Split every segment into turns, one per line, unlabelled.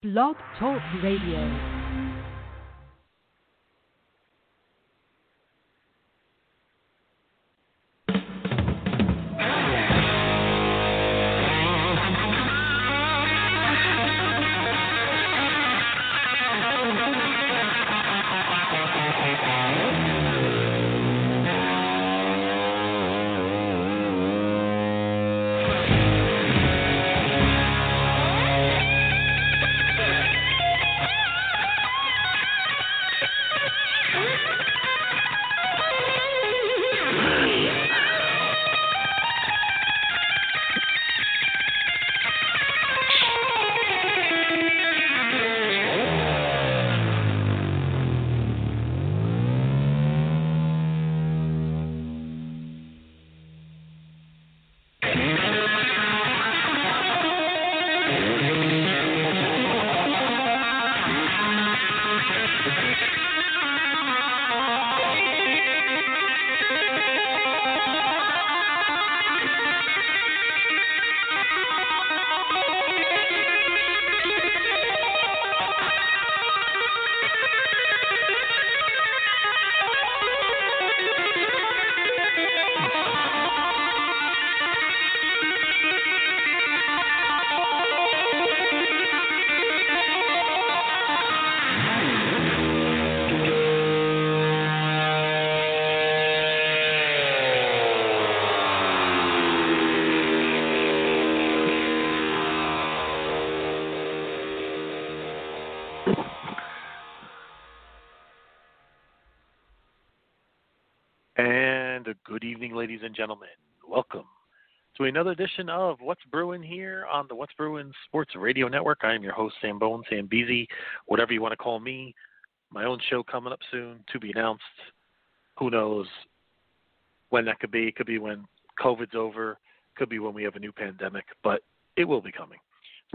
Blog Talk Radio.
And a good evening, ladies and gentlemen. Welcome to another edition of What's Brewing here on the What's Brewing Sports Radio Network. I am your host, Sam Bone, Sam Beasy, whatever you want to call me. My own show coming up soon to be announced. Who knows when that could be? It could be when COVID's over, could be when we have a new pandemic, but it will be coming.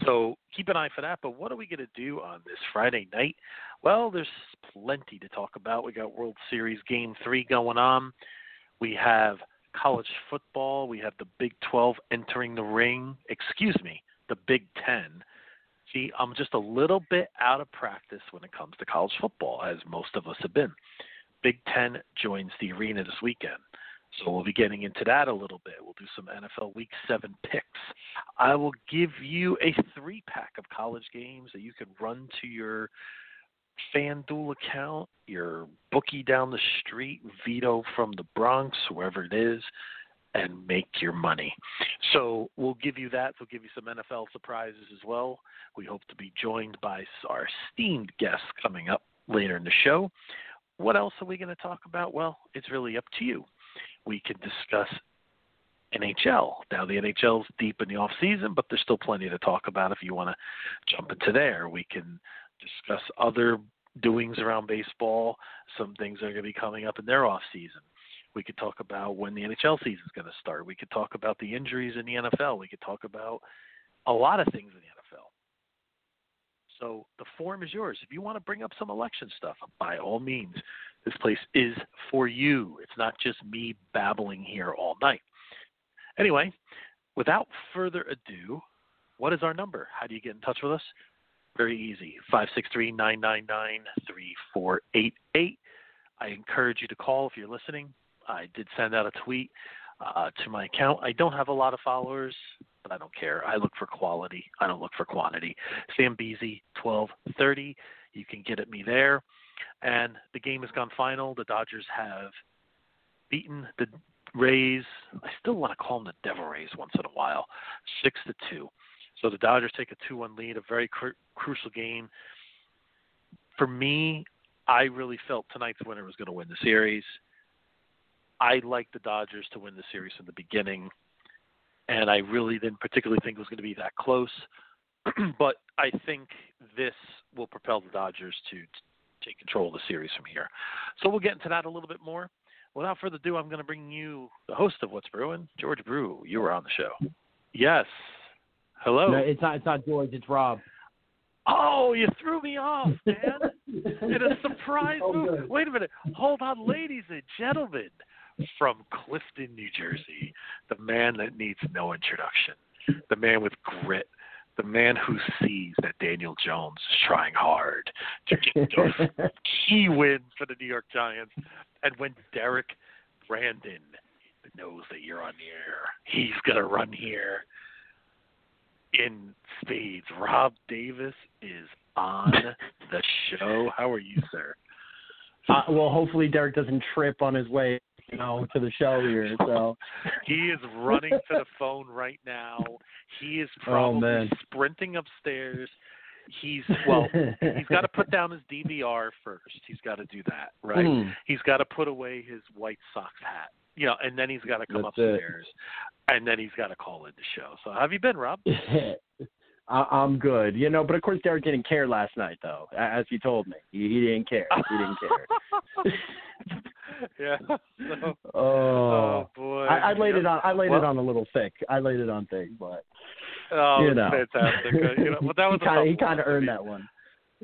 So keep an eye for that. But what are we going to do on this Friday night? Well, there's plenty to talk about. We got World Series Game 3 going on. We have college football. We have the Big 12 entering the ring. Excuse me, the Big 10. See, I'm just a little bit out of practice when it comes to college football, as most of us have been. Big 10 joins the arena this weekend. So we'll be getting into that a little bit. We'll do some NFL Week 7 picks. I will give you a three pack of college games that you can run to your FanDuel account, your bookie down the street, Vito from the Bronx, whoever it is, and make your money. So we'll give you that. We'll give you some NFL surprises as well. We hope to be joined by our esteemed guests coming up later in the show. What else are we going to talk about? Well, it's really up to you. We can discuss NHL. Now the NHL's deep in the off season, but there's still plenty to talk about if you want to jump into there. We can discuss other doings around baseball, some things that are going to be coming up in their off season. We could talk about when the NHL season is going to start. We could talk about the injuries in the NFL. We could talk about a lot of things in the NFL. So the form is yours. If you want to bring up some election stuff, by all means, this place is for you. It's not just me babbling here all night. Anyway, without further ado, what is our number? How do you get in touch with us? Very easy 563 999 3488. I encourage you to call if you're listening. I did send out a tweet uh, to my account. I don't have a lot of followers, but I don't care. I look for quality, I don't look for quantity. Sam Beasy, 1230. You can get at me there. And the game has gone final. The Dodgers have beaten the Rays. I still want to call them the Devil Rays once in a while, 6 to 2. So the Dodgers take a 2 1 lead, a very cru- crucial game. For me, I really felt tonight's winner was going to win the series. I liked the Dodgers to win the series from the beginning, and I really didn't particularly think it was going to be that close. but I think this will propel the Dodgers to, to take control of the series from here. So we'll get into that a little bit more. Without further ado, I'm going to bring you the host of What's Brewing, George Brew. You were on the show. Yes. Hello.
No, it's not. It's not George. It's Rob.
Oh, you threw me off, man. in a surprise
Oh,
move.
good.
Wait a minute. Hold on, ladies and gentlemen, from Clifton, New Jersey, the man that needs no introduction, the man with grit, the man who sees that Daniel Jones is trying hard to get those key win for the New York Giants. And when Derek Brandon knows that you're on the air, he's going to run here in spades. Rob Davis is on the show. How are you, sir?
Uh, well, hopefully Derek doesn't trip on his way, you know, to the show here. So
He is running to the phone right now. He is
Oh,
probably
man.
sprinting upstairs. He's well. He's got to put down his DVR first. He's got to do that, right?
Hmm.
He's got to put away his White Sox hat, you know, and then he's got to come
That's it.
upstairs, and then he's got to call in the show. So, how have you been, Rob?
Hmm. I, I'm good, you know. But of course, Derek didn't care last night, though, a- as he told me. He, he didn't care. He didn't
yeah. So,
care. oh,
oh boy.
I, I laid it on. I laid
Well-
it on a little thick. I laid it on thick, but
Oh,
you know,
fantastic. Uh, you know, well, that was
he
a
kinda,
tough
he
loss.
kind of
I
earned
mean,
that one.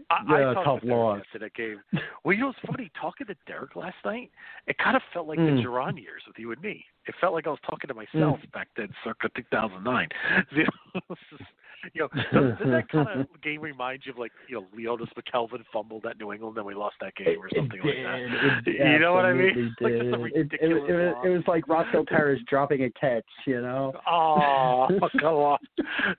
I, I
Yeah,
talked
tough
to Derek
loss.
after that game. Well, you know what's funny? Talking to Derek last night, it kind of felt like
Mm.
the Duran years with you and me. It felt like I was talking to
Hmm.
myself back then, circa 2009. You know, it's just- you know, doesn't- doesn't that kind of game remind you of like you know Leonis McKelvin fumbled at New England and we lost that game or
It- it
something like that?
did. It
you know what I mean?
absolutely
Like just a
did. It- it-
ridiculous
It, was-
loss.
it was like Roscoe Parrish dropping a catch, you know.
Oh, come on.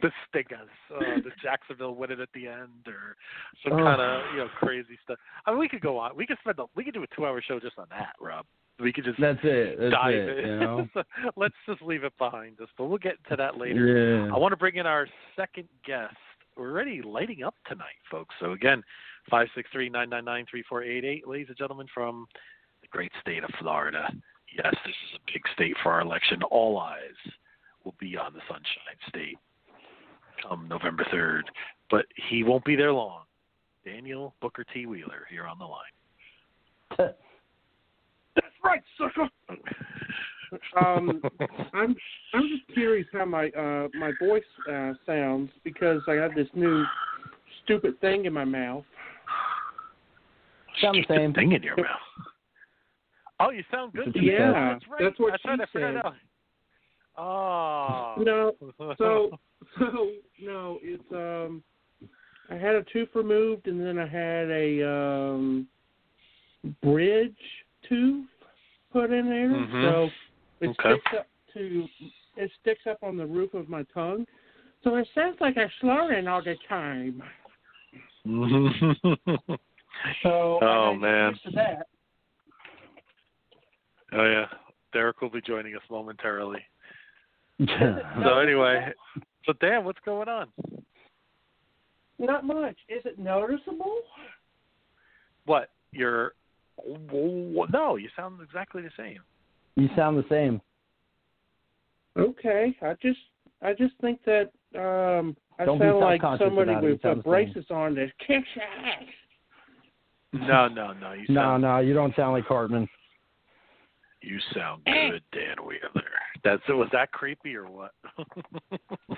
The Stingers, uh, the Jacksonville win it at the end, or some
Oh.
kind of you know crazy stuff. I mean, we could go on. We could spend. A, we could do a two-hour show just on that, Rob. We could just
That's it. That's
dive
it.
in.
You know.
So Let's just leave it behind us, but we'll get to that later.
Yeah.
I want to bring in our second guest. We're already lighting up tonight, folks. So again, five six three nine nine nine three four eight eight, ladies and gentlemen from the great state of Florida. Yes, this is a big state for our election. All eyes will be on the Sunshine State come November third, but he won't be there long. Daniel Booker T. Wheeler here on the line. That's right, sucker.
um, I'm I'm just curious how my uh, my voice uh, sounds because I have this new stupid thing in my mouth.
Sound the
Keep the
same.
thing in your mouth. Oh, you sound good.
That's
to
what she
me.
said.
Yeah,
that's right.
that's what
that's
she
right. I forgot
said.
that. Oh.
You know, so so no, it's um, I had a tooth removed and then I had a um, bridge tooth put in there,
Mhm.
so it
Okay.
sticks up to it sticks up on the roof of my tongue. So it sounds like I'm slurring all the time. So I
Oh,
gotta get
man.
used to that.
oh yeah, Derek will be joining us momentarily.
Yeah.
So anyway, so Dan, what's going on?
Not much. Is it noticeable?
What you're? No, you sound exactly the same.
you sound the same.
Okay. I just I just think that um I
Don't be
sound like
self-conscious
somebody
about it. You
with uh,
sound the same.
braces on that kicks ass.
No, no, no. You
No,
sound
no, you don't sound like Cartman.
you sound good, Dan Wheeler. That's was that creepy or what?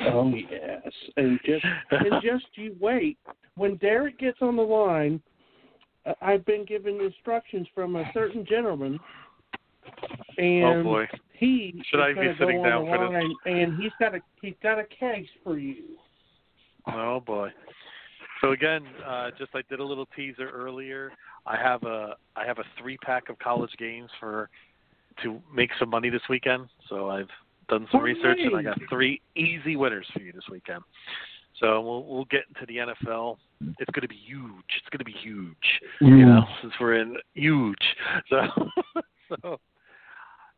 Oh
Um,
yes. And just and just you wait. When Derek gets on the line, uh, I've been given instructions from a certain gentleman and
oh boy.
he
Should
is
I be
gonna
sitting
go on
down
the
for this?
line, and he's got a he's got a case for you.
Oh boy. So again, uh, just I did a little teaser earlier. I have a I have a three pack of college games for to make some money this weekend. So I've done some research and I got three easy winners for you this weekend. So we'll we'll get into the NFL. It's going to be huge. It's going to be huge you know, since we're in huge. So, so,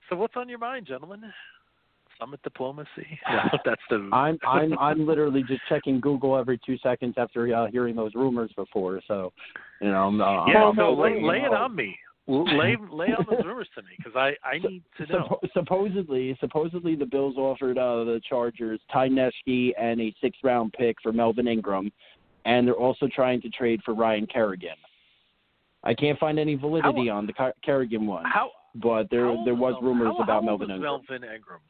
so what's on your mind, gentlemen? Summit diplomacy. No, that's the.
I'm I'm I'm literally just checking Google every two seconds after uh, hearing those rumors before. So, you know, I'm, uh,
yeah,
I'm-
no,
I'm-
lay,
I'm-
lay it on me. Lay lay on those rumors to me because I I need to know.
Suppo- supposedly, supposedly the Bills offered uh, the Chargers Ty Neshke and a sixth round pick for Melvin Ingram, and they're also trying to trade for Ryan Kerrigan. I can't find any validity on the Car- Kerrigan one,
How
but there
how old
there
is
was
Mel-
rumors
how-
about
how old
Melvin
is
Ingram.
Melvin Ingram.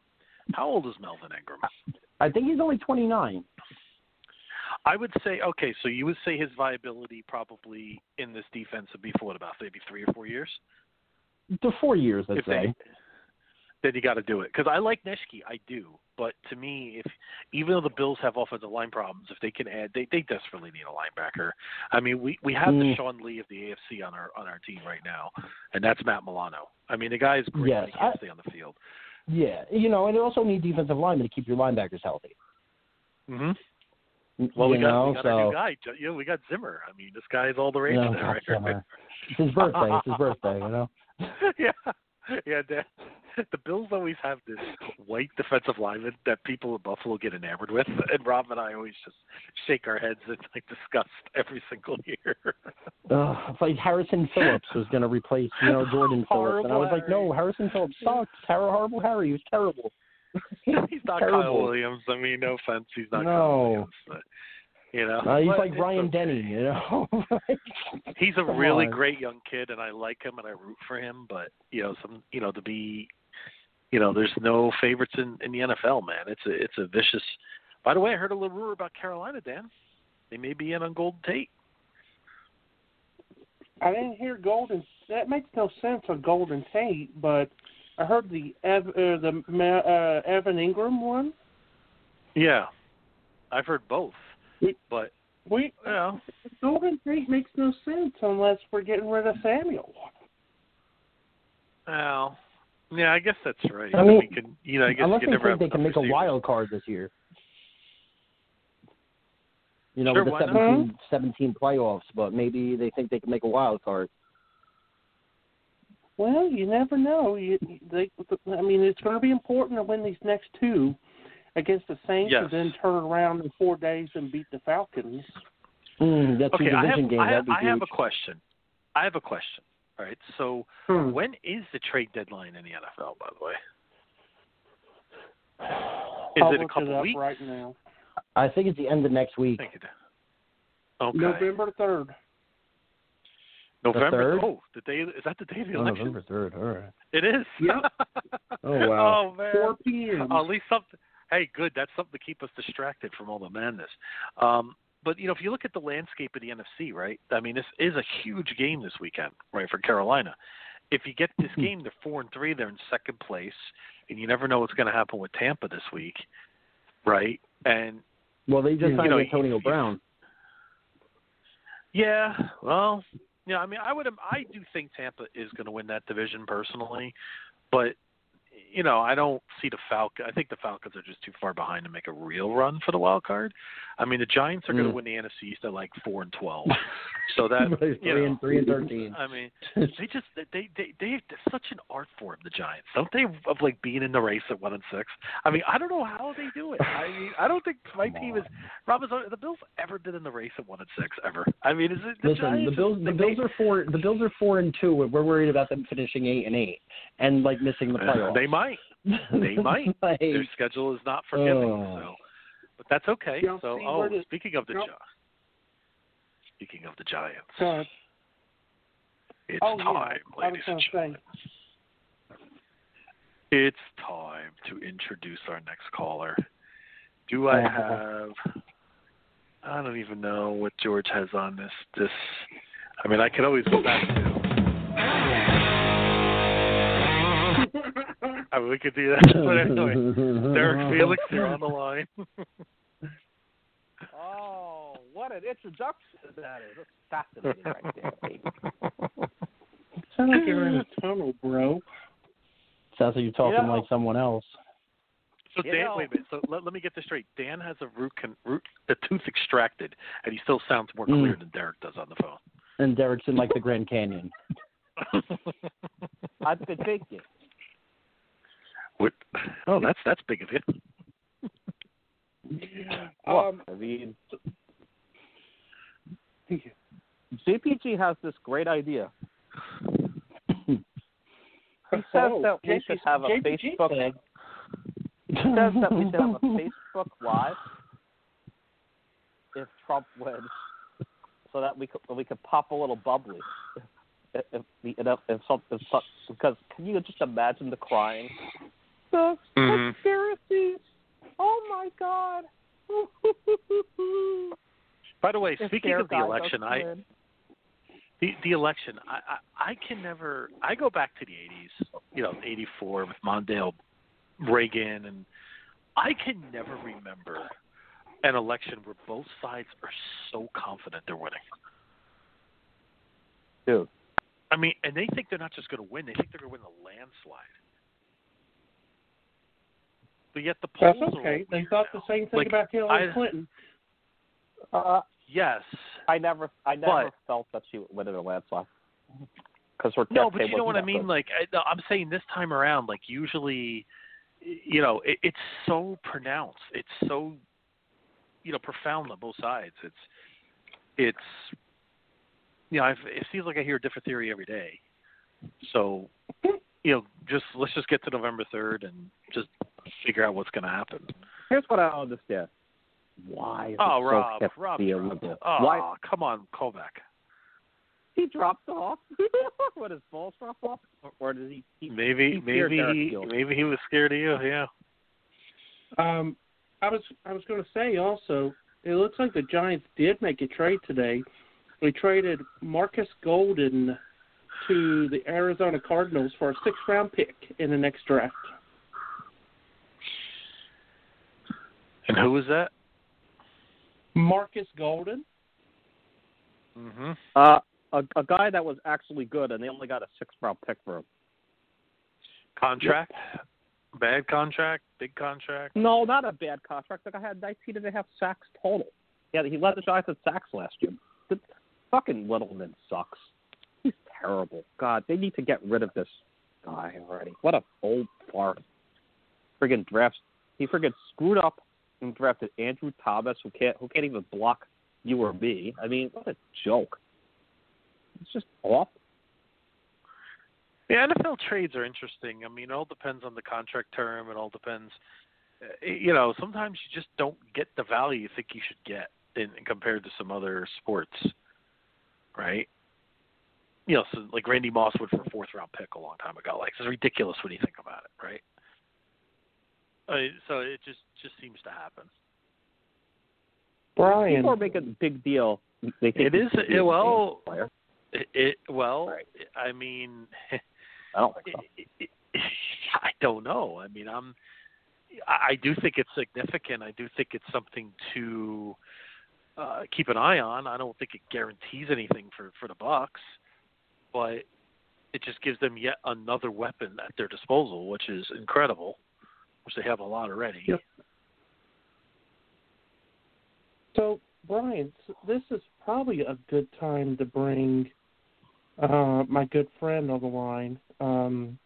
How old is Melvin Ingram?
I think he's only 29.
I would say okay. So you would say his viability probably in this defense would be for what about maybe three or four years?
To four years, I'd
if
say.
they then you got to do it. Because I like Neshke, I do. But to me, if even though the Bills have offensive line problems, if they can add, they they desperately need a linebacker. I mean, we we have the
Mm.
Sean Lee of the AFC on our on our team right now, and that's Matt Milano. I mean, the guy is great.
Yes,
but he can't
I-
stay on the field.
Yeah, you know, and you also need defensive linemen to keep your linebackers healthy.
hmm Well, we
you
got
know,
we got
so
our new guy. Ju- You know, we got Zimmer. I mean, this guy is all the rage
Yeah,
there.
God, Zimmer. it's his birthday. It's his birthday. You know.
yeah, yeah. The, the Bills always have this white defensive lineman that people in Buffalo get enamored with, and Rob and I always just shake our heads in like disgust every single year.
Ugh, it's like Harrison Phillips was going to replace, you know, Jordan Phillips, and I
Horrible
was like, no,
Harry.
Harrison Phillips sucks. Har- horrible Harry, he was terrible.
he's not Kyle
Terrible.
Williams. I mean, no offense, he's not Kyle
No.
Williams. But, you know,
Uh, he's
but
like
it's
Ryan
okay.
Denny, you know.
He's a
Come
really
on.
great young kid, and I like him, and I root for him. But you know, some you know to be, you know, there's no favorites in in the NFL, man. It's a it's a vicious. By the way, I heard a little rumor about Carolina, Dan. They may be in on Golden Tate.
I didn't hear Golden. That makes no sense on Golden Tate, but I heard the Ev, uh, the Ma- uh, Evan Ingram one.
Yeah, I've heard both,
It-
but
We
you know,
Golden Tate makes no sense unless we're getting rid of Samuel.
well, yeah, I guess that's right.
I mean,
we can, you know, I guess
Unless
you
they
can never
think
have
they can
enough
make a
receivers.
wild card this year. You know,
Sure,
with
why
the
not? Uh-huh.
17, 17 playoffs, but maybe they think they can make a wild card.
Well, you never know. You, they, I mean, it's going to be important to win these next two against the Saints,
Yes.
and then turn around in four days and beat the Falcons.
Mm, that's
Hmm, Okay,
a
I
division
have
game.
I have,
That'd be
I have
huge.
a question. I have a question. All right, so
Hmm.
when is the trade deadline in the NFL? By the way. Is
I'll
it a
look
couple
it up
weeks?
right now.
I think it's the end of next week.
Thank you. Dan. Okay.
November third.
November-
third?
Oh, the day is that the day of the
Oh,
election?
November third. All right.
It is.
Yep.
Oh, wow.
oh man.
4 p.m.
At least something. Hey, good. That's something to keep us distracted from all the madness. Um, but you know, if you look at the landscape of the NFC, right? I mean, this is a huge game this weekend, right, for Carolina. If you get
Hmm.
this game, they're four and three. They're in second place, and you never know what's going to happen with Tampa this week, right? And
Well, they just
You
signed
know,
Antonio
you-
Brown.
Yeah, well, yeah. I mean, I would. I do think Tampa is going to win that division personally, but you know, I don't see the Falcons. I think the Falcons are just too far behind to make a real run for the wild card. I mean, the Giants are going to
Mm.
win the NFC East at like four and twelve, so that
three
you know,
and three and thirteen.
I mean, they just they they they they it's such an art form the Giants, don't they? Of like being in the race at one and six. I mean, I don't know how they do it. I mean, I don't think my
Come
team is. Rob, has the Bills ever been in the race at one and six ever? I mean, is it the
Listen,
Giants?
the Bills the
they-
Bills are four the Bills are four and two. We're worried about them finishing eight and eight and like missing the
Uh,
playoffs.
they might. they might.
Like,
Their schedule is not forgiving.
Oh.
So, but that's okay.
Y'all
so,
see
oh,
where the-
speaking of the
y'all-
Gi- speaking of the Giants,
Uh,
it's
oh, yeah,
time,
I was
ladies
going
and
to
gentlemen.
say.
It's time to introduce our next caller. Do I have? I don't even know what George has on this. This, I mean, I could always go back to. I mean, we could do that. But anyway, Derek Felix, you're on the line.
Oh, what an introduction that is. That's fascinating right there, baby.
Sound like you're in a tunnel, bro.
Sounds like you're talking
Yeah.
like someone else.
So
You
Dan,
know-
wait a minute. So let, let me get this straight. Dan has a root, con, root, a tooth extracted, and he still sounds more
Mm.
clear than Derek does on the phone.
And Derek's in like the Grand Canyon.
I've been thinking.
What? Oh, that's that's big of you.
Um,
Look, I mean, CPG has this great idea. He says
Oh,
that we
JPG
should have a
JPG
Facebook.
said-
He says that we should have a Facebook Live if Trump wins, so that we could we could pop a little bubbly. If, if, the- if, if something because can you just imagine the crying? The
Mhm.
conspiracies! Oh my God!
By the way,
If
speaking
their
of the
guy
election,
doesn't
I
win.
the the election. I, I I can never. I go back to the '80s. You know, '84 with Mondale, Reagan, and I can never remember an election where both sides are so confident they're winning.
Dude.
I mean, and they think they're not just going to win; they think they're going to win a landslide. But yet the polls
That's
are all
okay. They
weird
thought
now.
the same thing
Like,
about Hillary
I-
Clinton.
Uh,
Yes.
I never, I never
But-
felt that she would win a landslide because her
No,
death
but
rate
you know
wasn't
what I
that
mean.
good.
Like I, no, I'm saying this time around, like usually, you know, it, it's so pronounced. It's so, you know, profound on both sides. It's, it's, you know, I've, it seems like I hear a different theory every day. So, you know, just let's just get to November third and just figure out what's going to happen.
Here's what I don't understand. Why is
Oh,
it
Rob,
so kept
Rob,
the
Rob.
liberal?
Oh,
Why
come on, Kovac.
he drops off? what is balls drop off, or, or does he keep
Maybe,
Keep your
maybe,
dark
he,
field.
maybe he was scared of you. Yeah.
Um, I was I was going to say also, it looks like the Giants did make a trade today. They traded Marcus Golden to the Arizona Cardinals for a sixth round pick in the next draft.
And who was that?
Marcus Golden.
hmm
Uh, a, a guy that was actually good, and they only got a six round pick for him.
Contract? Bad contract? Big contract?
No, not a bad contract. The guy had 19 and a half sacks total. Yeah, he led the Giants in sacks last year. The fucking Littleman sucks. He's terrible. God, they need to get rid of this guy already. What a old fart. Friggin' drafts. He friggin' screwed up and drafted Andrew Thomas, who can't who can't even block you or me. I mean, what a joke. It's just awful.
The NFL trades are interesting. I mean, it all depends on the contract term. It all depends. uh, You know, sometimes you just don't get the value you think you should get in, compared to some other sports, right? You know, so like Randy Moss would for a fourth round pick a long time ago. Like, it's ridiculous when you think about it, right? Uh, so it just just seems to happen.
Brian.
People are making a big deal. They think
It is
he's a
it, well.
player.
It, it well.
Right.
I mean,
I don't think so.
I don't know. I mean, I'm. I I do think it's significant. I do think it's something to uh, keep an eye on. I don't think it guarantees anything for for the Bucks, but it just gives them yet another weapon at their disposal, which is incredible, which they have a lot already.
Yep. So, Brian, s- this is probably a good time to bring uh, my good friend on the line. Um,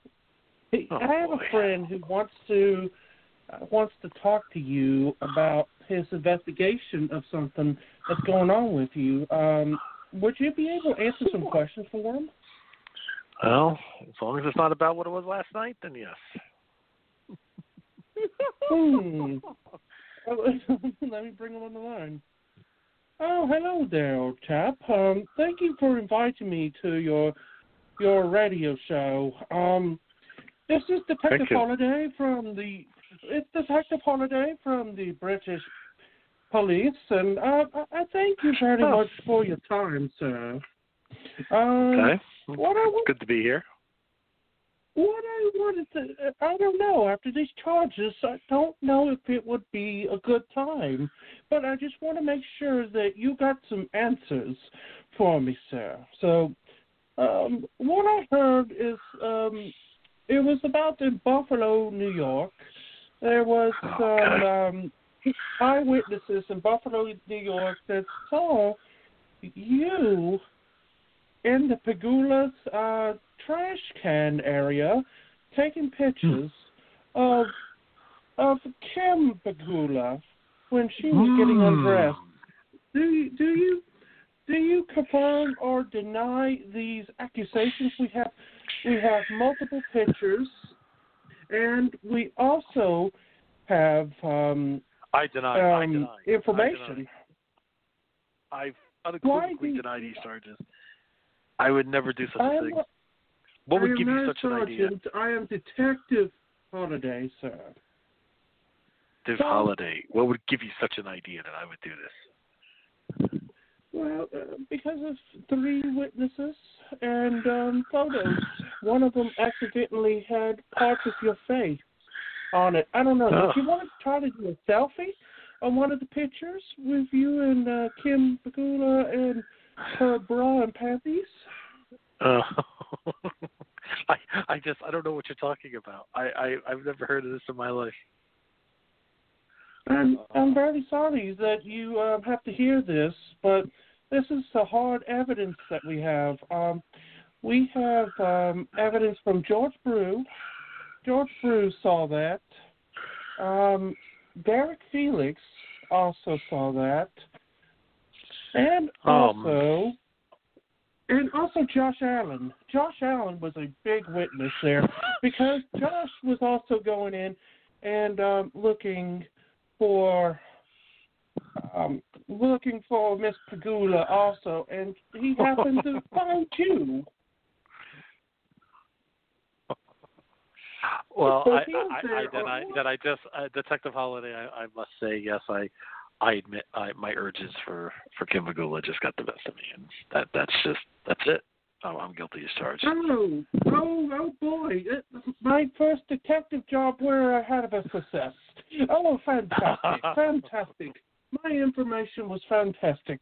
hey,
Oh,
I have
boy.
a friend who wants to uh, wants to talk to you about his investigation of something that's going on with you. Um, would you be able to answer some questions for him?
Well, as long as it's not about what it was last night, then yes.
Hmm. Let me bring him on the line. Oh, hello there, old chap. Um, thank you for inviting me to your your radio show. Um, this is Detective
Thank you.
Holiday from the it's Detective Holiday from the British Police, and uh, I, I thank you very
Oh.
much for your time, sir. Um,
Okay.
What I want
Good to be here.
what I wanted to, I don't know. After these charges, I don't know if it would be a good time. But I just want to make sure that you got some answers for me, sir. So, um, what I heard is um, it was about in Buffalo, New York. There was
Oh,
some
God.
um, eyewitnesses in Buffalo, New York that saw you in the Pagula's uh, trash can area taking pictures
Hmm.
of of Kim Pagula when she was getting
Hmm.
undressed. Do you, do you do you confirm or deny these accusations? We have we have multiple pictures, and we also have um,
I deny. I
um,
deny. I deny.
information.
I've
Why
unequivocally
do-
denied these charges. I would never do such
I
a
am
thing.
a-
What
I
would
am
give you
not
such an idea?
Sergeant. I am Detective Holiday, sir.
This
Don't-
holiday, what would give you such an idea that I would do this?
Well, uh, because of three witnesses and um, photos. One of them accidentally had parts of your face on it. I don't know.
Oh.
If you want to try to do a selfie on one of the pictures with you and uh, Kim Bagula and her bra and panties?
Uh, I I just I don't know what you're talking about. I, I I've never heard of this in my life.
I'm, I'm very sorry that you um, have to hear this, but this is the hard evidence that we have. Um, we have um, evidence from George Brew. George Brew saw that. Um, Derek Felix also saw that, and
Um.
also, and also Josh Allen. Josh Allen was a big witness there because Josh was also going in and um, looking for um, looking for Miss Pagula also, and he happened to find you.
Well,
So
I
he was
I, I, I
there,
then
or
I
what?
then I just uh, Detective Holiday. I, I must say yes. I I admit I, my urges for for Kim Magula just got the best of me, and that that's just that's it. I'm, I'm guilty as charged.
Oh, oh, oh boy! It, my first detective job where I had a success. Oh, fantastic, fantastic! My information was fantastic.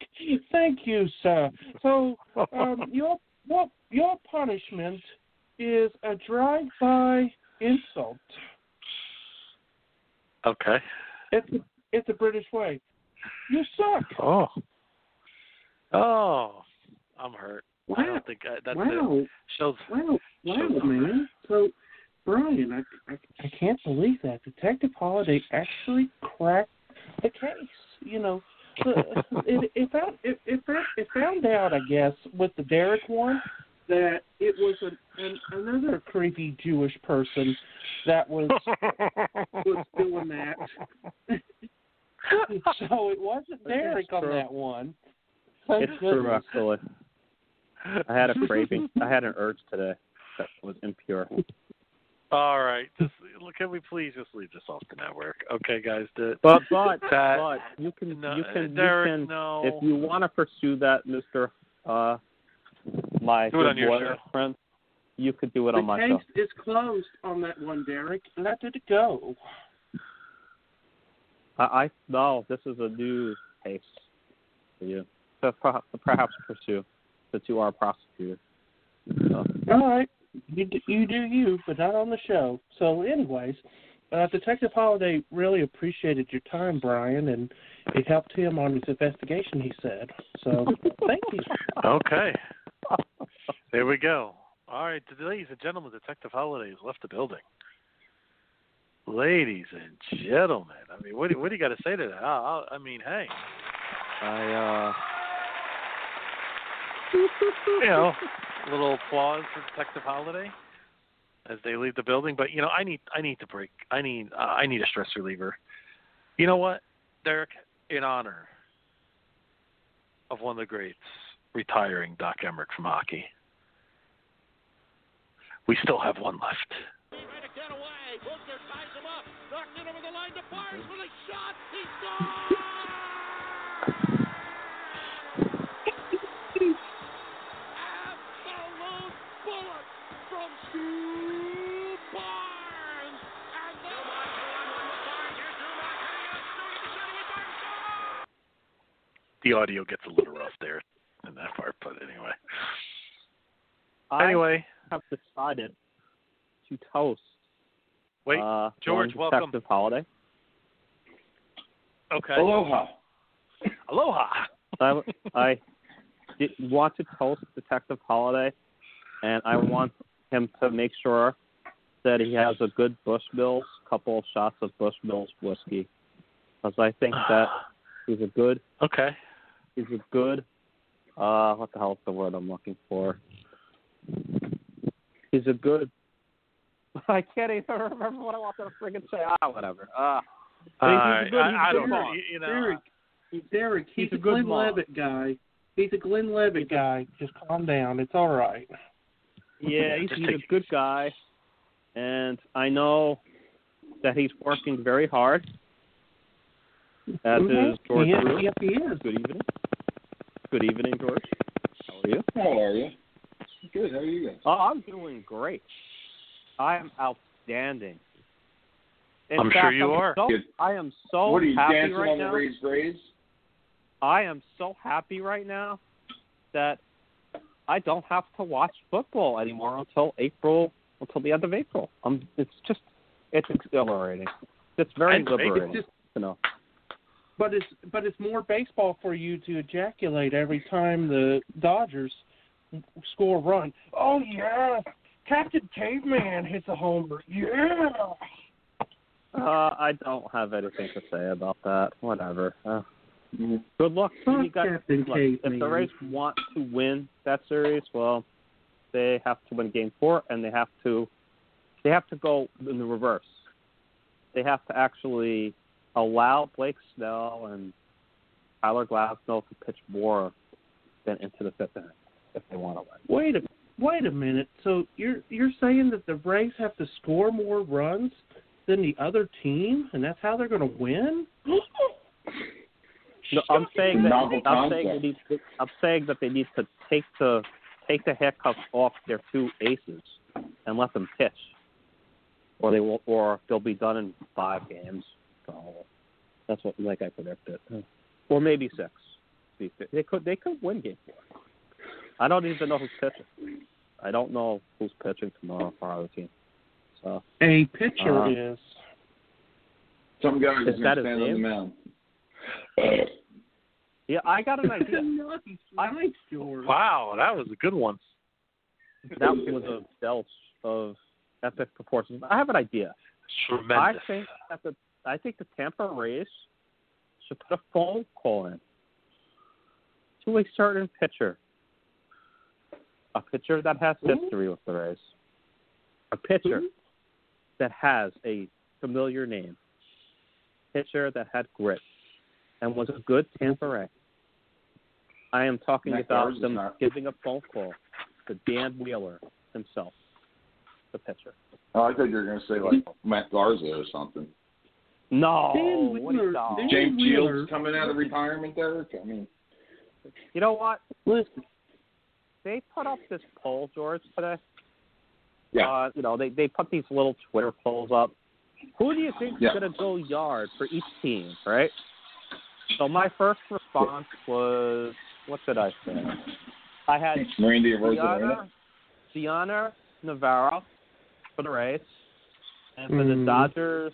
Thank you, sir. So, um, your your your punishment is a drive-by insult.
Okay.
It's a, it's a British way. You suck.
Oh. Oh. I'm hurt. I
Wow.
don't think I, that's it.
Wow,
Shows
wow, wow,
Shows-
man. So, Brian, I, I I can't believe that Detective Holiday actually cracked the case. You know, the- it it found it it found, it found out, I guess, with the Derek one that it was an, an another creepy Jewish person that was was doing that. so it wasn't Derek on
true.
that one. Thank
It's true,
goodness.
actually. I had a craving. I had an urge today that was impure.
All right. Just can we please just leave this off the network? Okay, guys. The,
But but
that,
but you can
no,
you can
Derek,
you can
no.
if you want to pursue that, Mister uh, my
Do it on your
lawyer
show.
friend, you could do it on my
the
show.
case is closed on that one, Derek. Let it go.
I, I no, this is a new case for you to, per- to perhaps pursue since you are a prosecutor. So,
All right, you d- you do you, but not on the show. So, anyways, uh, Detective Holiday really appreciated your time, Brian, and it helped him on his investigation. He said so. thank you.
Okay. There we go. All right, ladies and gentlemen, Detective Holiday has left the building. Ladies and gentlemen, I mean, what do, what do you got to say to that? I, I, I mean, hey,
I uh,
you know, a little applause for Detective Holiday as they leave the building. But you know, I need I need to break. I need uh, I need a stress reliever. You know what, Derek? In honor of one of the greats retiring, Doc Emmerich from hockey, we still have one left. The audio gets a little rough there in that part, but anyway.
uh, I
anyway,
have decided to toast.
wait.
uh,
George,
one
welcome.
Detective Holiday.
okay.
Aloha.
Aloha.
I, I did want to toast Detective Holiday, and I want him to make sure that he has a good Bushmills, couple of shots of Bushmills whiskey, because I think that he's a good,
Okay.
he's a good, uh, what the hell is the word I'm looking for? He's a good. I can't even remember what I want to friggin' say. Ah, whatever. Ah,
All right.
he's a good-
I, I
he's
don't
good
know.
mom.
You, you know.
Derek, Derek, he's,
He's a
a
good
Glenn
mom.
Levitt guy. He's a Glenn Levitt guy. Just calm down. It's all right.
Yeah, he's,
Just
he's
take
a good guy, and I know that he's working very hard. As
Mhm.
is George
Yes,
Brew.
yes, Mm-hmm. he is.
Good evening. Good evening, George. How are you?
How are you? Good. How are you guys?
Oh, I'm doing great. I'm outstanding. In
I'm
fact,
sure you
I'm
are.
So,
Good.
I am so
what are you
happy
dancing
right
on
now.
the raised rays?
I am so happy right now that I don't have to watch football anymore until April, until the end of April. Um, it's just, it's exhilarating. It's very
And-
liberating.
It's just-
you know.
But it's but it's more baseball for you to ejaculate every time the Dodgers score a run. Oh yeah, Captain Caveman hits a homer. Yeah.
Uh, I don't have anything to say about that. Whatever. Uh,
Mhm.
Good luck.
Fuck
You guys-
Captain
look, if the
Caveman.
Rays want to win that series, well, they have to win Game Four, and they have to they have to go in the reverse. They have to actually allow Blake Snell and Tyler Glasnow to pitch more than into the fifth inning if they want to win.
Wait a wait a minute. So you're you're saying that the Rays have to score more runs than the other team, and that's how they're going to win?
No, I'm saying that
Novel
I'm saying,
concept.
they need to, I'm saying that they need to take the take the handcuffs off their two aces and let them pitch, or they will, or they'll be done in five games. So that's what like I predicted, or maybe six. They could they could win game four. I don't even know who's pitching. I don't know who's pitching tomorrow for our team. So
A pitcher
Uh-huh.
is.
Some guy
Is
who's
that his
going to stand on the
name?
mound.
yeah, I got an idea.
nice, nice, George.
Wow, that was a good one.
that was a belch of epic proportions. I have an idea.
Tremendous.
I think that the I think the Tampa Rays should put a phone call in to a certain pitcher, a pitcher that has history with the Rays, a pitcher that has a familiar name, pitcher that had grit, and was a good Tampa Ray. I am talking
Matt
about
Garza's
them
not-
giving a phone call to Dan Wheeler himself, the pitcher.
Oh, I thought you were going to say like Matt Garza or something.
No,
Dan
Oh, what a
Wheeler-
dog.
Dan-
James
Wheeler.
Shields coming out of retirement, Derek. I mean,
you know what?
Listen,
they put up this poll, George, today.
Yeah.
Uh, you know, they they put these little Twitter polls up. Who do you think
Yeah.
is going to go yard for each team, right? So my first response was, what did I say? I had
Randy Rosarena.
Gianna, Gianna Navarro for the Rays, and for the
Mhm.
Dodgers.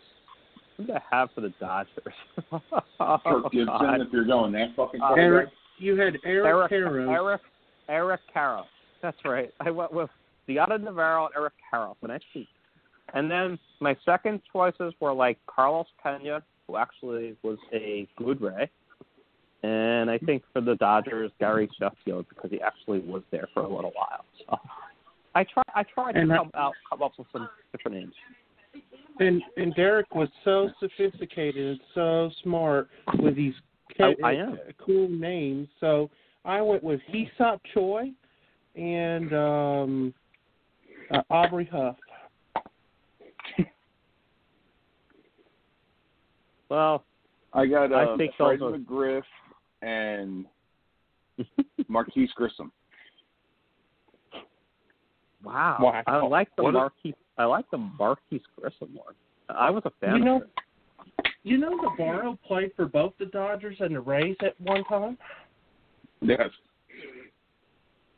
Who did I have for the Dodgers? oh,
Kirk Gibson,
God.
if you're going that fucking
Uh,
far
Eric, you had Eric,
Eric
Harrow.
Eric Eric Caro. That's right. I went with Deanna Navarro and Eric Caro for next week. And then my second choices were like Carlos Pena, who actually was a good Ray. And I think for the Dodgers, Gary Sheffield, because he actually was there for a little while. So I try I tried to
And that-
come out come up with some different names.
And and Derek was so sophisticated and so smart with these uh,
I- I am.
cool names. So I went with Hesop Choi and um, uh, Aubrey Huff.
Well,
I got
I
uh,
think
Fred
those are-
McGriff and Marquise Grissom.
wow.
Wow.
I like the
What a-
Marquise I like the Marquise Grissom one. I was a fan
You
of
know,
it.
you know, Navarro played for both the Dodgers and the Rays at one time.
Yes.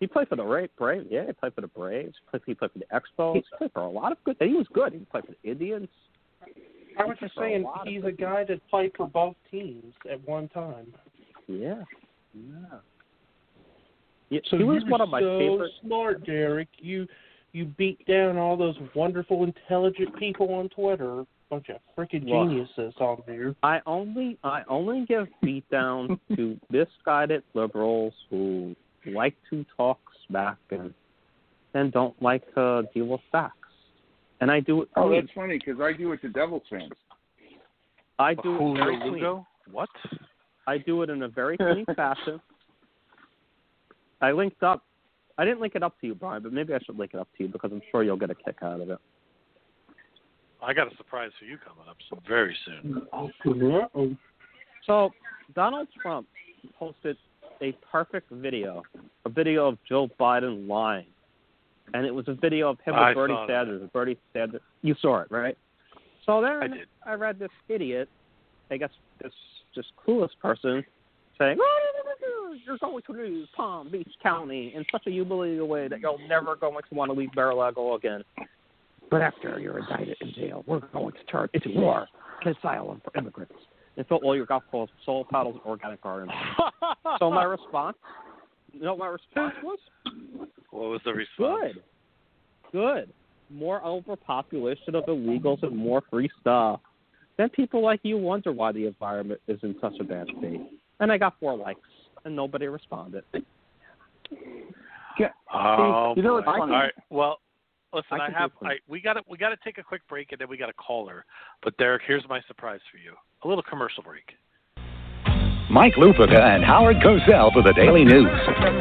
He played for the Ra- Braves. Yeah, he played for the Braves. He played, he played for the Expos. He played for a lot of good. He was good. He played for the Indians.
I was just
For a
saying
lot of
he's a guy that played for both teams at one time.
Yeah, yeah. yeah
So
he was
you were
one of my
so
favorite.
smart, Derek. You you beat down all those wonderful, intelligent people on Twitter. Bunch of freaking
Well-
geniuses on there.
I only I only give beatdown to misguided liberals who like to talk smack and and don't like to deal with facts. And I do it.
Oh,
clean.
that's funny because I do it to Devils fans.
I do it
Julio
very clean.
Lugo? What?
I do it in a very clean fashion. I linked up. I didn't link it up to you, Brian, but maybe I should link it up to you because I'm sure you'll get a kick out of it.
I got a surprise for you coming up so very soon.
Uh-oh.
So Donald Trump posted a perfect video, a video of Joe Biden lying, and it was a video of him
I
with Bernie
saw that.
Sanders. Bernie Sanders, you saw it, right? So there,
I did.
I read this idiot, I guess this just clueless person, saying, "Oh, "You're going to lose Palm Beach County in such a humiliating way that you're never going to want to leave Mar-a-Lago again." But after you're indicted in jail, we're going to turn into war and asylum for immigrants. And fill all your golf balls, with solar paddles, and organic gardens. so my response, you know, what my response was
What was the response?
good, good. More overpopulation of illegals and more free stuff. Then people like you wonder why the environment is in such a bad state. And I got four likes, and nobody responded.
Oh,
You know
boy.
what's funny?
All right. Well, listen,
I
I,
can
have.
do it.
I, we got to we got to take a quick break, and then we got a caller. But Derek, here's my surprise for you: a little commercial break.
Mike Lupica and Howard Cosell for the
Oh,
Daily News.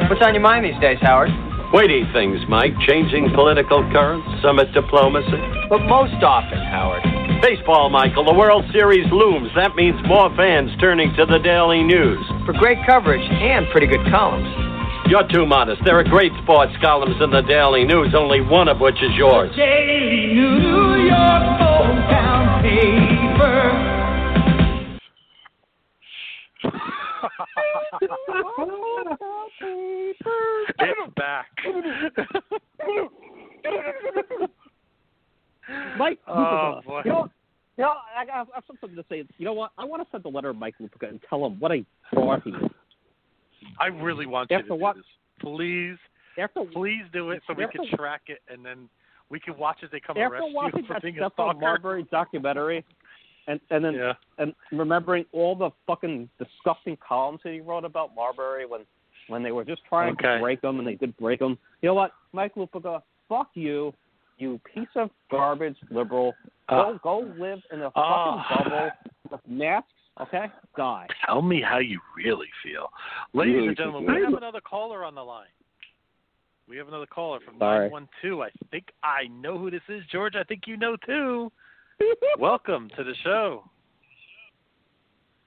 What's on your mind these days, Howard?
Weighty things, Mike. Changing political currents, summit diplomacy.
But most often, Howard.
Baseball, Michael. The World Series looms. That means more fans turning to the Daily News.
For great coverage and pretty good columns.
You're too modest. There are great sports columns in the Daily News, only one of which is yours.
Daily New York hometown paper.
it's back.
Mike
Oh,
Lupica.
boy.
You know, what? you know, I I have, I have something to say. You know what? I want to send a letter to Mike Lupica and tell him what a fraud he is.
I really want you
After
to do
what-
this. Please,
After,
please do it so we
After-
can track it, and then we can watch as they come
after
arrest you
watching
for
that
being a
Stefan
stalker.
Marbury documentary, and and then
Yeah.
and remembering all the fucking disgusting columns that he wrote about Marbury when when they were just trying
Okay.
to break him and they did break him. You know what, Mike Lupica, fuck you, you piece of garbage liberal.
Uh,
Go go live in a
Ah.
fucking bubble with masks, okay? Die.
Tell me how you really feel, ladies
Really
and gentlemen.
feel
We
good.
have another caller on the line. We have another caller from
Sorry.
nine one two. I think I know who this is, George. I think you know too. Welcome to the show.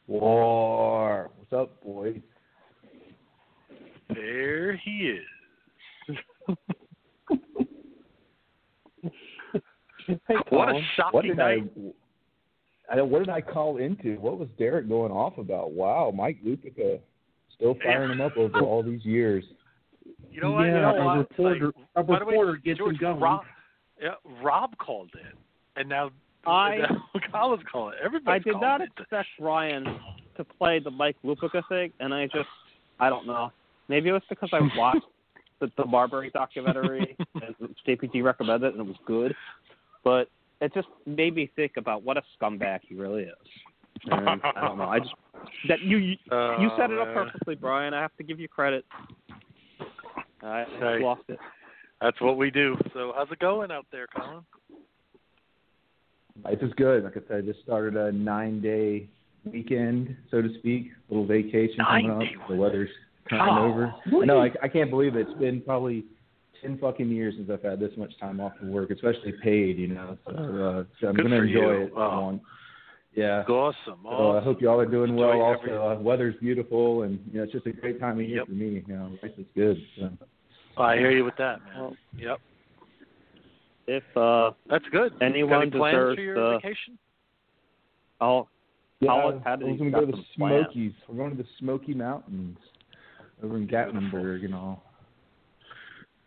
War. What's up, boys?
There he is. What a
What
shocking
did
night!
I, I? don't- What did I call into? What was Derek going off about? Wow, Mike Lupica still firing him up over all these years.
You know what?
Yeah,
you know
a
what? It's
reporter-
like,
a
by the way,
reporter gets
George,
him going.
Rob, yeah, Rob called in, and now
I-
now Kyle is calling.
I
Everybody's
did
calling
not
in.
expect Ryan to play the Mike Lupica thing, and I just, I don't know. Maybe it was because I watched the, the Marbury documentary and JPG recommended it, and it was good. But it just made me think about what a scumbag he really is. And I don't know. I just that you you, you set it up
Uh,
perfectly, Brian. I have to give you credit. I I
Hey.
lost it.
That's what we do. So how's it going out there, Colin?
Life is good. Like I said, I just started a nine-day weekend, so to speak, little vacation coming
Nine-day
up. The
one.
weather's kind
Oh,
of over. I know. I, I can't believe it. has been probably ten fucking years since I've had this much time off from work, especially paid. You know, so, uh, so I'm
Good
gonna
for
enjoy
you.
it. for
Wow.
long. Yeah.
Awesome.
So I
awesome.
hope y'all are doing
Enjoy
well.
every-
Also, uh, weather's beautiful, and you know it's just a great time of year
Yep.
for me. You know, life is good. So.
I hear you with that, man.
Well,
yep,
If uh,
that's good. Got
anyone
any plans
deserves
for your
the,
vacation?
I'll How- how
I
did
was
you
gonna go
got
to the
some plans?
Smokies. We're going to the Smoky Mountains over in Gatlinburg and all.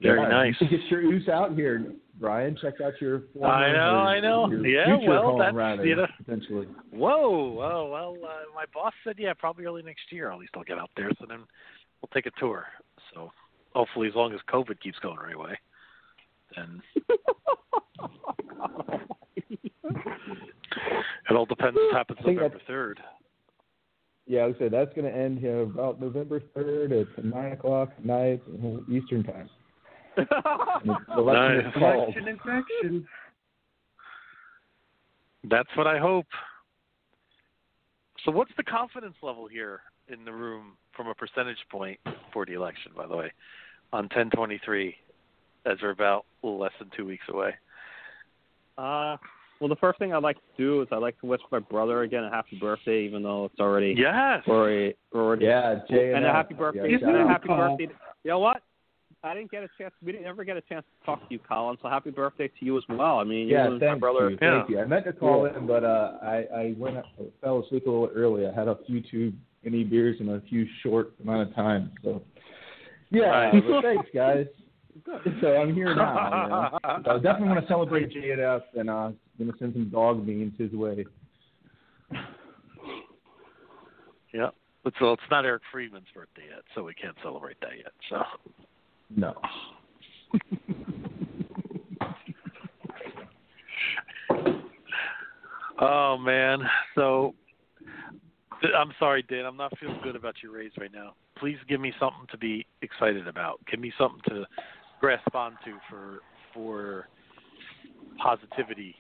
Very
Yeah,
nice.
You should get your ooze out here, Brian. Check out your. former-
I know,
or
I know.
your
Yeah,
future
well,
home,
that's-
rather,
you know.
potentially.
Whoa, whoa, well, uh, my boss said, yeah, probably early next year. At least I'll get out there, so then we'll take a tour. So hopefully, as long as COVID keeps going right away, then it all depends what happens
I think
November third.
Yeah, like I said that's going to end here about November third at nine o'clock at night Eastern time. And the election
Nice.
is called.
Election infection.
That's what I hope. So, what's the confidence level here in the room from a percentage point for the election, by the way, on 1023 as we're about less than two weeks away?
Uh, Well, the first thing I'd like to do is I'd like to wish my brother again a happy birthday, even though it's already
Yes.
already, already
Yeah, Jay
and
and
a
Al.
happy birthday
Yeah,
and
shout
a
out.
happy
Paul.
birthday. To, you know what? I didn't get a chance. We didn't ever get a chance to talk to you, Colin. So happy birthday to you as well. I mean,
Yeah,
you and my
thank
brother.
you. Thank you. I meant to call in, but uh, I, I went I fell asleep a little early. I had a few too many beers in a few short amount of time. So yeah,
Right.
but thanks guys. So I'm here now. You know? So I definitely want to celebrate JF and uh, gonna send some dog memes his way.
Yeah. But so it's not Eric Friedman's birthday yet, so we can't celebrate that yet. So
No.
Oh man. So th- I'm sorry, Dan. I'm not feeling good about your Rays right now. Please give me something to be excited about. Give me something to grasp onto for for positivity.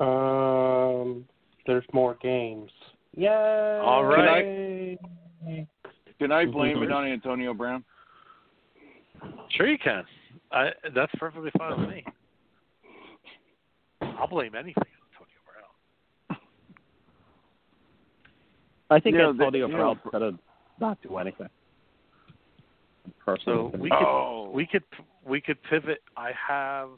Um, there's more games. Yay!
All
right.
Can I blame it on Antonio Brown?
Sure you can. I, that's perfectly fine with me. I'll blame anything.
I think
You know,
Antonio
the- you
Brown
know-
could have not do anything.
So
Personally,
we could
Oh.
we could we could pivot. I have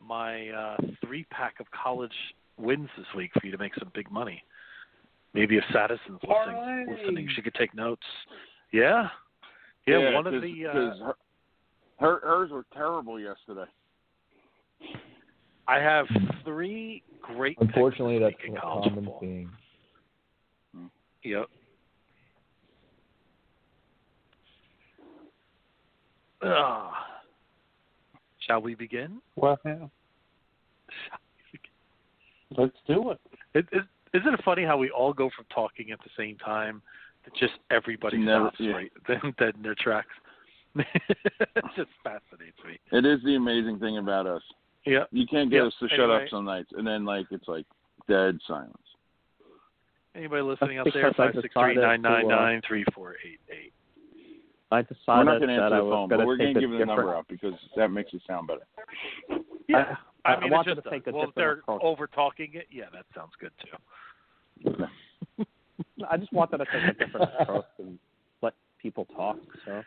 my uh, three pack of college wins this week for you to make some big money. Maybe if Sadison's listening, listening, she could take notes. Yeah, yeah. one of
'cause-
the uh,
'cause her, her hers were terrible yesterday.
I have three great.
Unfortunately, that's
in
a
college
common thing.
Yep. Ah. Shall we begin?
Well, let's do it.
It, it, isn't it funny how we all go from talking at the same time to just everybody
Never-
stops
yeah.
right then dead in their tracks? it just fascinates me.
It is the amazing thing about us.
Yeah.
You can't get
Yeah,
us to shut up
anyway.
some nights, and then like it's like dead silence.
Anybody listening out
That's
there?
because I
Five six three
decided
nine
to, uh,
nine nine three four eight eight.
I
We're
decided
not going to
that
answer
I
the
was
phone, but
gonna
we're
take
going to
a
give the number
different-
out because that makes it sound better.
Yeah.
I-
I,
I
mean,
wanted
it's just
to take a
well, if
different
they're
approach.
over talking it, yeah, that sounds good too.
I just wanted to take a different approach and let people talk. So,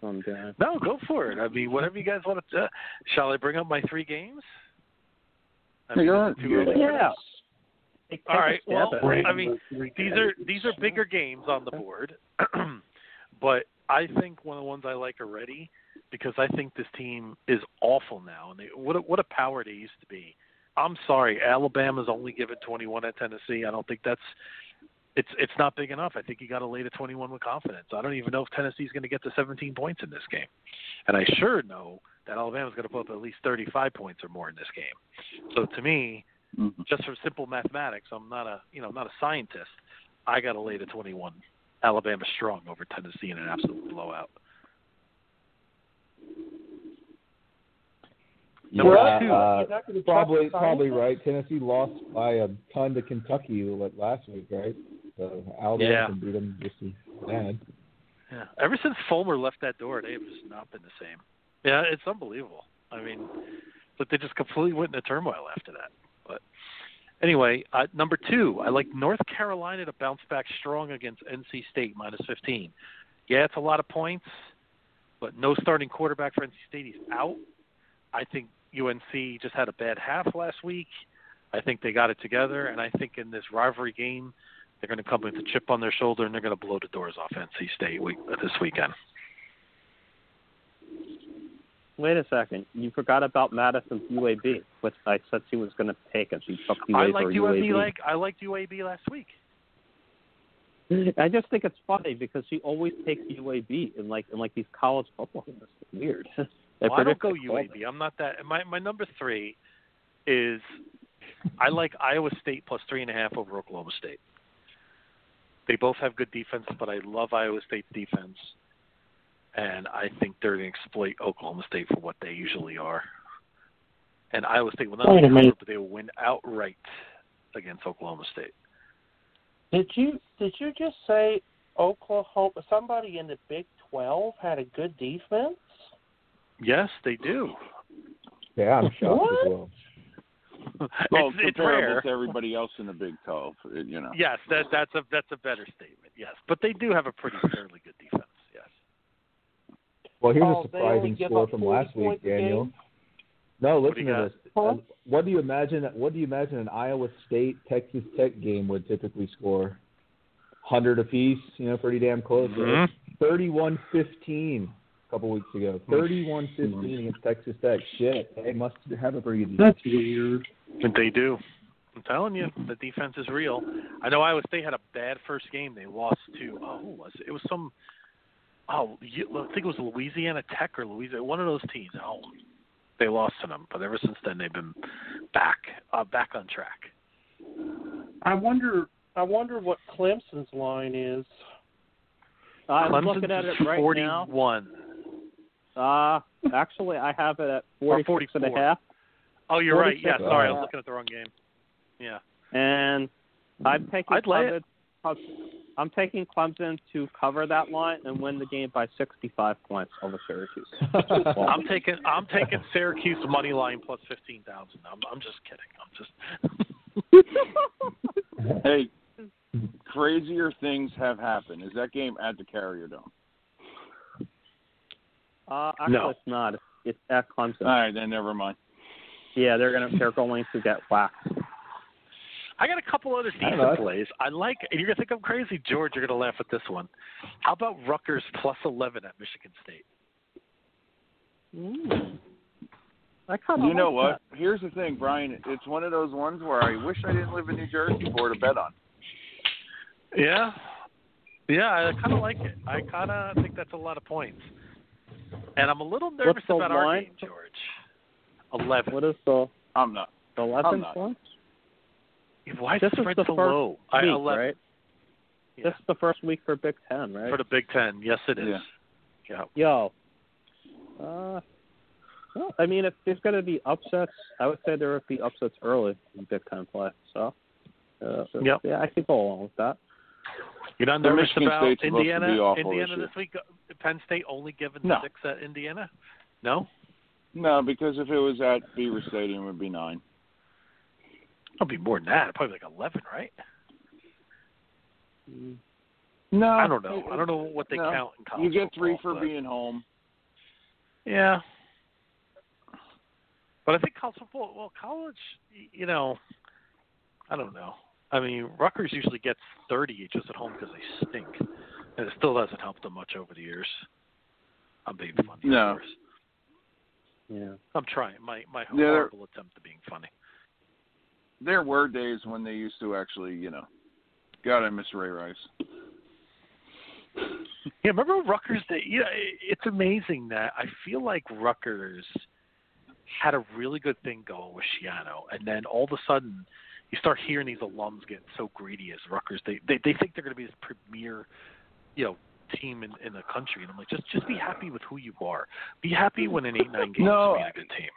so I'm doing. it.
No, go for it. I mean, whatever you guys want to. Uh, shall I bring up my three games? I mean, is it too early for
Yeah.
this?
Take- take a
All right.
stab
Well,
at it.
I mean, these are these are bigger games on the board, but I think one of the ones I like already because I think this team is awful now, and they, what a, what a power they used to be. I'm sorry, Alabama's only given 21 at Tennessee. I don't think that's it's it's not big enough. I think you got to lay to 21 with confidence. I don't even know if Tennessee's going to get to 17 points in this game, and I sure know that Alabama's going to put up at least 35 points or more in this game. So to me, just from simple mathematics, I'm not a you know I'm not a scientist. I got to lay to 21. Alabama strong over Tennessee in an absolute blowout. Number
yeah,
two.
uh,
You're not gonna
probably
trust the
probably
science?
right. Tennessee lost by a ton to Kentucky like last week, right? So Alabama
Yeah.
can beat them just as bad.
Yeah. Ever since Fulmer left that door, they have just not been the same. Yeah, it's unbelievable. I mean, but they just completely went into turmoil after that. But anyway, uh, number two, I like North Carolina to bounce back strong against NC State minus 15. Yeah, it's a lot of points, but no starting quarterback for NC State. He's out. I think UNC just had a bad half last week. I think they got it together, and I think in this rivalry game, they're going to come with a chip on their shoulder and they're going to blow the doors off NC State week, uh, this weekend.
Wait a second. You forgot about Madison's UAB, which I said she was going to take, and she took UAB
I liked
or
UAB
UAB.
like I liked UAB last week.
I just think it's funny because she always takes UAB in like in like these college football games. It's weird. They
Well, I don't
predict
go
they called
UAB. I'm not that. My my number three is I like Iowa State plus three and a half over Oklahoma State. They both have good defense, but I love Iowa State's defense, and I think they're going to exploit Oklahoma State for what they usually are. And Iowa State will not
Wait a
only cover,
minute.
but they will win outright against Oklahoma State.
Did you did you just say Oklahoma? Somebody in the Big Twelve had a good defense.
Yes, they do.
Yeah, I'm shocked as well.
Well,
It's- it's
comparable
rare.
to everybody else in the Big 12, uh, you know.
Yes, that that's a that's a better statement. Yes, but they do have a pretty fairly good defense. Yes.
Well, here's
Oh,
a
they only
surprising
give
score
up
from
40
last week,
points a game?
Daniel.
What
No,
do
listen
you
to
got?
this. Uh, What do you imagine? What do you imagine an Iowa State Texas Tech game would typically score? Hundred apiece, you know, pretty damn close.
Mhm.
Thirty-one fifteen a couple weeks ago. Thirty-one fifteen against Texas Tech. Shit, they must have a pretty good. That's weird.
They do. I'm telling you, the defense is real. I know Iowa State had a bad first game. They lost to oh, who was it? It was some oh, you- I think it was Louisiana Tech or Louisiana, one of those teams. Oh, they lost to them, but ever since then they've been back uh, back on track.
I wonder. I wonder what Clemson's line is.
I'm
Clemson's
looking at it
is
right
41.
now. Uh, actually, I have it at
Or
46 and a
44.
half.
Oh, you're right.
46
Yeah,
and a
sorry, I was
half.
looking at the wrong game. Yeah.
and I'm taking
I'd lay
Clemson. I'm taking Clemson to cover that line and win the game by 65 points over Syracuse.
I'm taking I'm taking Syracuse money line plus fifteen thousand. I'm I'm just kidding. I'm just
Hey, crazier things have happened. Is that game at the Carrier Dome?
Uh, actually,
No.
it's not. It's at Clemson.
All right, then never mind.
Yeah, they're gonna they're going to get whacked.
I got a couple other
I don't
decent
know.
plays. I like, and you're gonna think I'm crazy, George. You're gonna laugh at this one. How about Rutgers plus 11 at Michigan State?
You know what? Here's the thing, Brian. It's one of those ones where I wish I didn't live in New Jersey for to bet on.
Yeah, yeah. I kind of like it. I kind of think that's a lot of points. And I'm a little nervous
the
about our
line?
game, George. Eleven.
What is the
I'm not.
the
I'm
11
not.
points?
Why is
this
the spread
is the
so
first
low?
Week,
I, 11
right? This is the first week for Big Ten, right?
for the Big Ten. Yes, it is. Yeah.
Yo. Uh, well, I mean, if there's going to be upsets, I would say there would be upsets early in Big Ten play. So, uh,
Yep.
yeah, I could go along with that.
You're not
The
nervous
Michigan
about
State's supposed to
Indiana?
be awful
Indiana
this year.
this week? Penn State only given
No.
six at Indiana. No.
No, because if it was at Beaver Stadium, it would be nine.
It'll be more than that. Probably like eleven, right?
Mm,
No,
I don't know. I don't know what they
Oh, No.
count in college.
You get three for
football, but-
being home.
Yeah. But I think college football. Well, college. y- You know, I don't know. I mean, Rutgers usually gets thirty just at home because they stink, and it still hasn't helped them much over the years. I'm being funny. of
No.
course.
Yeah.
I'm trying. My my
Yeah, they're-
horrible attempt at being funny.
There were days when they used to actually, you know. God, I miss Ray Rice.
Yeah, remember Rutgers? Day? You know, it- it's amazing that I feel like Rutgers had a really good thing going with Shiano, and then all of a sudden you start hearing these alums get so greedy as Rutgers. They they, they think they're going to be this premier, you know, team in, in the country, and I'm like, just just be happy with who you are. Be happy when in eight nine games
No,
you beat a good team.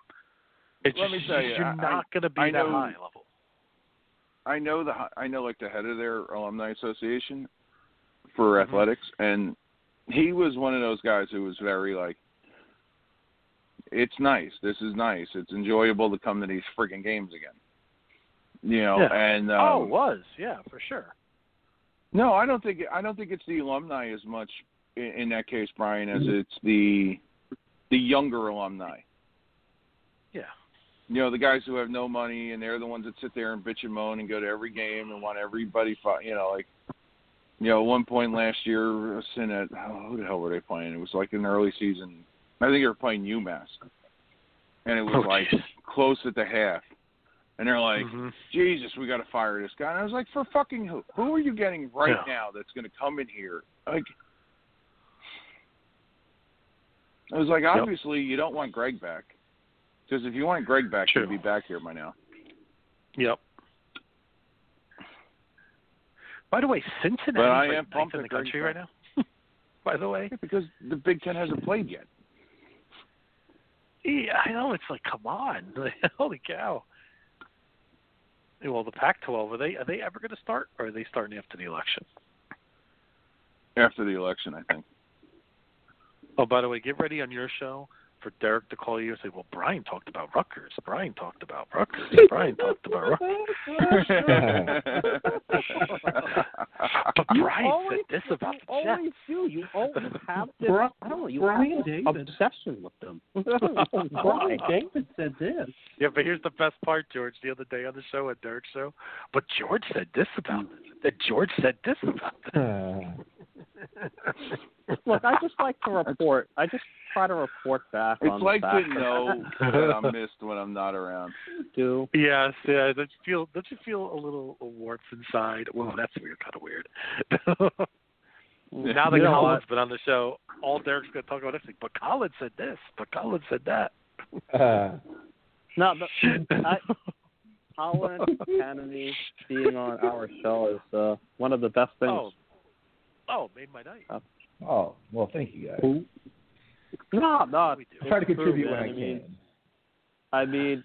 It's
Let
just,
me tell you,
are
I-
not going to be
I
that
know-
high level.
I know the I know like the head of their alumni association for
Mm-hmm.
athletics, and he was one of those guys who was very like, "It's nice. This is nice. It's enjoyable to come to these freaking games again." You know,
Yeah.
and um,
oh, it was yeah for sure.
no, I don't think I don't think it's the alumni as much in, in that case, Brian, as it's the the younger alumni.
Yeah.
You know, the guys who have no money and they're the ones that sit there and bitch and moan and go to every game and want everybody. Fi- you know, like you know, at one point last year, I was in at oh, who the hell were they playing? It was like in the early season. I think they were playing UMass, and it was
Oh,
like
jeez.
close at the half. And they're like,
Mhm.
Jesus, we got to fire this guy. And I was like, for fucking who? Who are you getting right
Yeah.
now that's going to come in here? Like, I was like, obviously, you don't want Greg back. Because if you want Greg back,
True.
he'd be back here by now.
Yep. By the way, Cincinnati's
But I
like
am
ninth
pumped
in the
that Greg's
country
back.
right now. By the way,
because the Big Ten hasn't played yet.
Yeah, I know. It's like, come on, holy cow. Yeah, Well, the Pac-12 are they are they ever going to start, or are they starting after the election?
After the election, I think.
Oh, by the way, get ready on your show. for Derek to call you and say, "Well, Brian talked about Rutgers. Brian talked about Rutgers. Brian talked about
Uh,
Rutgers." but
You
Brian
always-
said this about
you always do. You always have this.
Bri-
I don't know. You
Brian
have this
David.
obsession with them.
Brian David said this.
Yeah, but here's the best part, George. The other day on the show, at Derek's show, Mm. but George said this about this. That George said this about this.
Look, I just like to report. I just try to report back on
It's
the
like to
fact that-
know that I'm missed when I'm not around.
Do
Um, yes, yeah. Don't you feel? Don't you feel a little warmth inside? Well, that's weird. Kind of weird. now that
You know
Colin's
what?
been on the show, all Derek's going to talk about is like, but Colin said this, but Colin said that.
uh,
No, but I, Colin Kennedy being on our show is uh, one of the best things.
Oh, oh, made my night.
Oh, well, thank you guys.
No, no.
I try to
it's true, man.
contribute when I
I mean,
can.
I mean,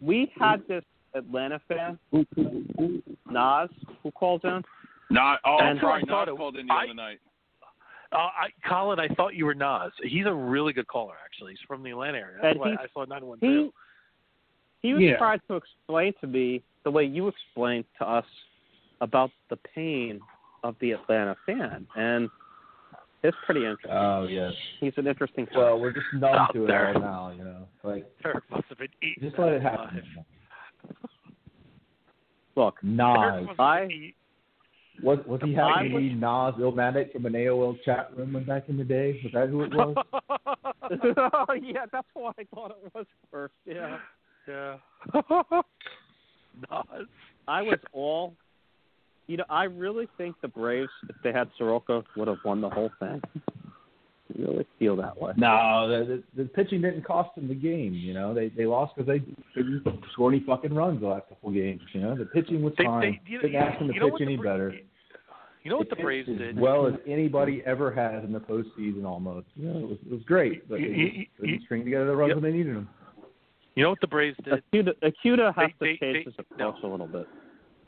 we had this Atlanta fan, Nas, who called in.
Not oh,
And-
sorry,
I thought
not
it-
called in the
I-
other night.
Uh, I, Colin, I thought you were Nas. He's a really good caller, actually. He's from the Atlanta area. That's
And
why
he-
I saw 912.
He he was
Yeah.
trying to explain to me the way you explained to us about the pain of the Atlanta fan, and it's pretty interesting.
Oh yes.
He's an interesting.
Well, we're just numb
Stop
to it
there.
all now, you know. Like
Derek must have been eating.
just let it
that
happen.
Look,
Nas.
alive. He-
Was was he
I
having
was-
me Nas Illmatic from an AOL chat room when back in the day? Was that who it was?
oh yeah, that's what I thought it was first. Yeah.
Yeah. Nas.
I was all. You know, I really think the Braves, if they had Soroka, would have won the whole thing. I really feel that way.
No, the, the, the pitching didn't cost them the game. You know, they they lost because they couldn't score any fucking runs the last couple games. You know, the pitching was
They-
fine.
they- you know-
didn't ask them to
you know
pitch
what the
any
Bra-
better.
You know what the
They
Braves
pitched
did?
as well as anybody ever has in the postseason, almost. You know, it was, it was great, but they
You-
just
you-
couldn't
you-
string together the runs when they needed them.
You know what the Braves did?
Acuda, Acuda has to
They- they-
change
they-
his approach a little bit.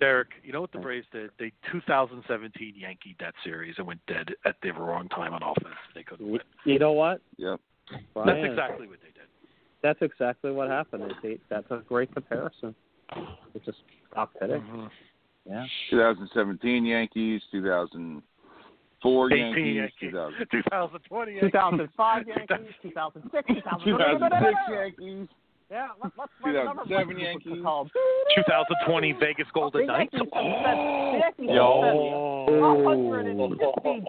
Derek, you know what the Braves did? They 2017 Yankee that series and went dead at the wrong time on offense. They couldn't win.
You know what?
Yep.
That's
Brian,
exactly what they did.
That's exactly what happened. They- That's a great comparison. It just stopped hitting.
Mm-hmm.
Yeah.
2017 Yankees, 2004
18
Yankees,
Yankees.
2000.
2020
2005 Yankees, 2006,
2006 Yankees.
Yeah, let, let's
2007 Yankees.
2020 Vegas Golden Knights. Oh,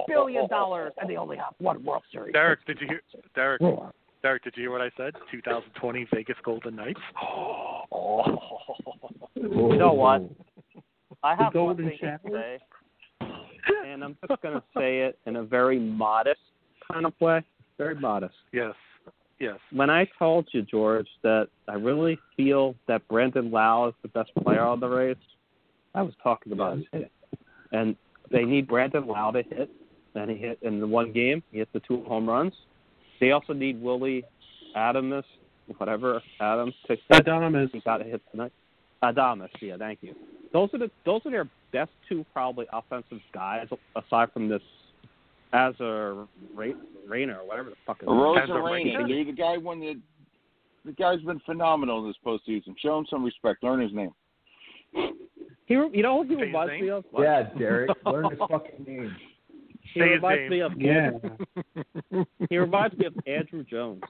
billion dollars, and they only have one World Series.
Derek, did you hear? Derek, Derek, did you hear what I said? 2020 Vegas Golden Knights. Oh,
You know what? I have one
Golden
thing to say, and I'm just going to say it in a very modest kind of way. Very modest.
Yes. Yes.
When I told you, George, that I really feel that Brandon Lau is the best player on the race, I was talking about his hit. And they need Brandon Lau to hit, and he hit in the one game. He hit the two home runs. They also need Willie Adamus, whatever Adams to hit.
Adamas.
He got a hit tonight. Adamas, yeah, thank you. Those are the those are their best two probably offensive guys aside from this as a Ra- Rainer or whatever the fuck it is.
Rosa Reina, dude. The guy won the. The guy's been phenomenal this postseason. Show him some respect. Learn his name.
He, re- you know, who he
Say his
reminds
name?
me of.
What?
Yeah, Derek, learn his fucking name.
He
Say his
reminds me
name.
of
Yeah.
he reminds me of Andrew Jones.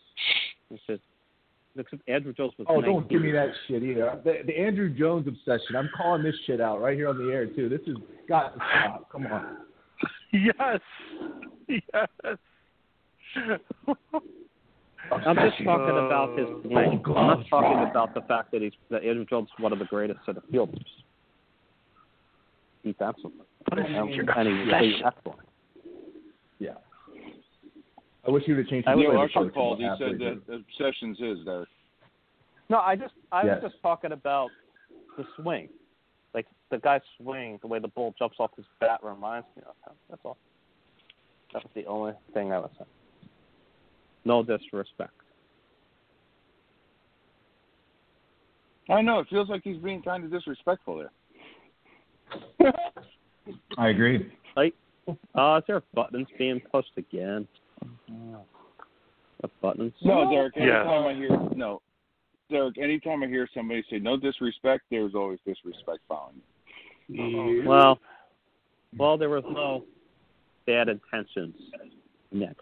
It's just, except Andrew Jones was.
Oh, don't
19.
give me that shit either. The, the Andrew Jones obsession. I'm calling this shit out right here on the air too. This is got to stop. Come on.
Yes. Yes. Oh,
I'm just talking about
Oh,
his swing. I'm not talking about the fact that he's that Andrew Jones is one of the greatest center fielders. He's absolutely. And, and he's really excellent.
Yeah. I wish you would have changed. the
Neil
play
Usher
before
called. He
about
said
halfway
that obsession's his there.
No, I just I
Yes.
was just talking about the swing, like the guy's swing, the way the ball jumps off his bat reminds me of him. That's all. That was the only thing I was saying. No disrespect.
I know. It feels like he's being kind of disrespectful there.
through. I agree.
Like, uh, is there buttons being pushed again? Of buttons.
No, Derek. Anytime I hear no, Derek. Anytime I hear somebody say no disrespect, there's always disrespect following.
Well, well, there was no bad intentions in that.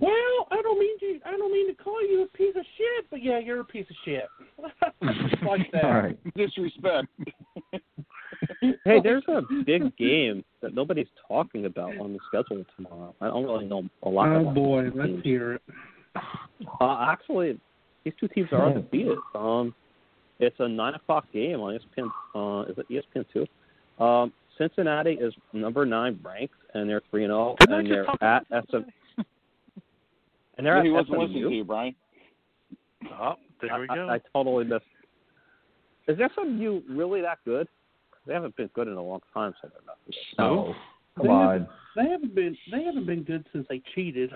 Well, I don't mean to. I don't mean to call you a piece of shit, but yeah, you're a piece of shit. like that.
All right.
Disrespect.
Hey, there's a big game that nobody's talking about on the schedule tomorrow. I don't really know a lot
Oh
about
boy,
these
let's
teams.
hear it.
Uh, actually, these two teams are undefeated. Um, it's a nine o'clock game on E ESPN. Uh, is it ESPN two? Um, Cincinnati is number nine ranked, and they're three and zero,
Didn't I
and
just
they're
talk
at SM. And they're
Yeah,
at
he wasn't
SMU.
listening to you, Brian.
Oh,
there we go. I, I totally missed. Is SMU really that good? 'Cause They haven't been good in a long time, so they're not. Good.
No. Come
They
on.
haven't- They haven't been. They haven't been good since they cheated.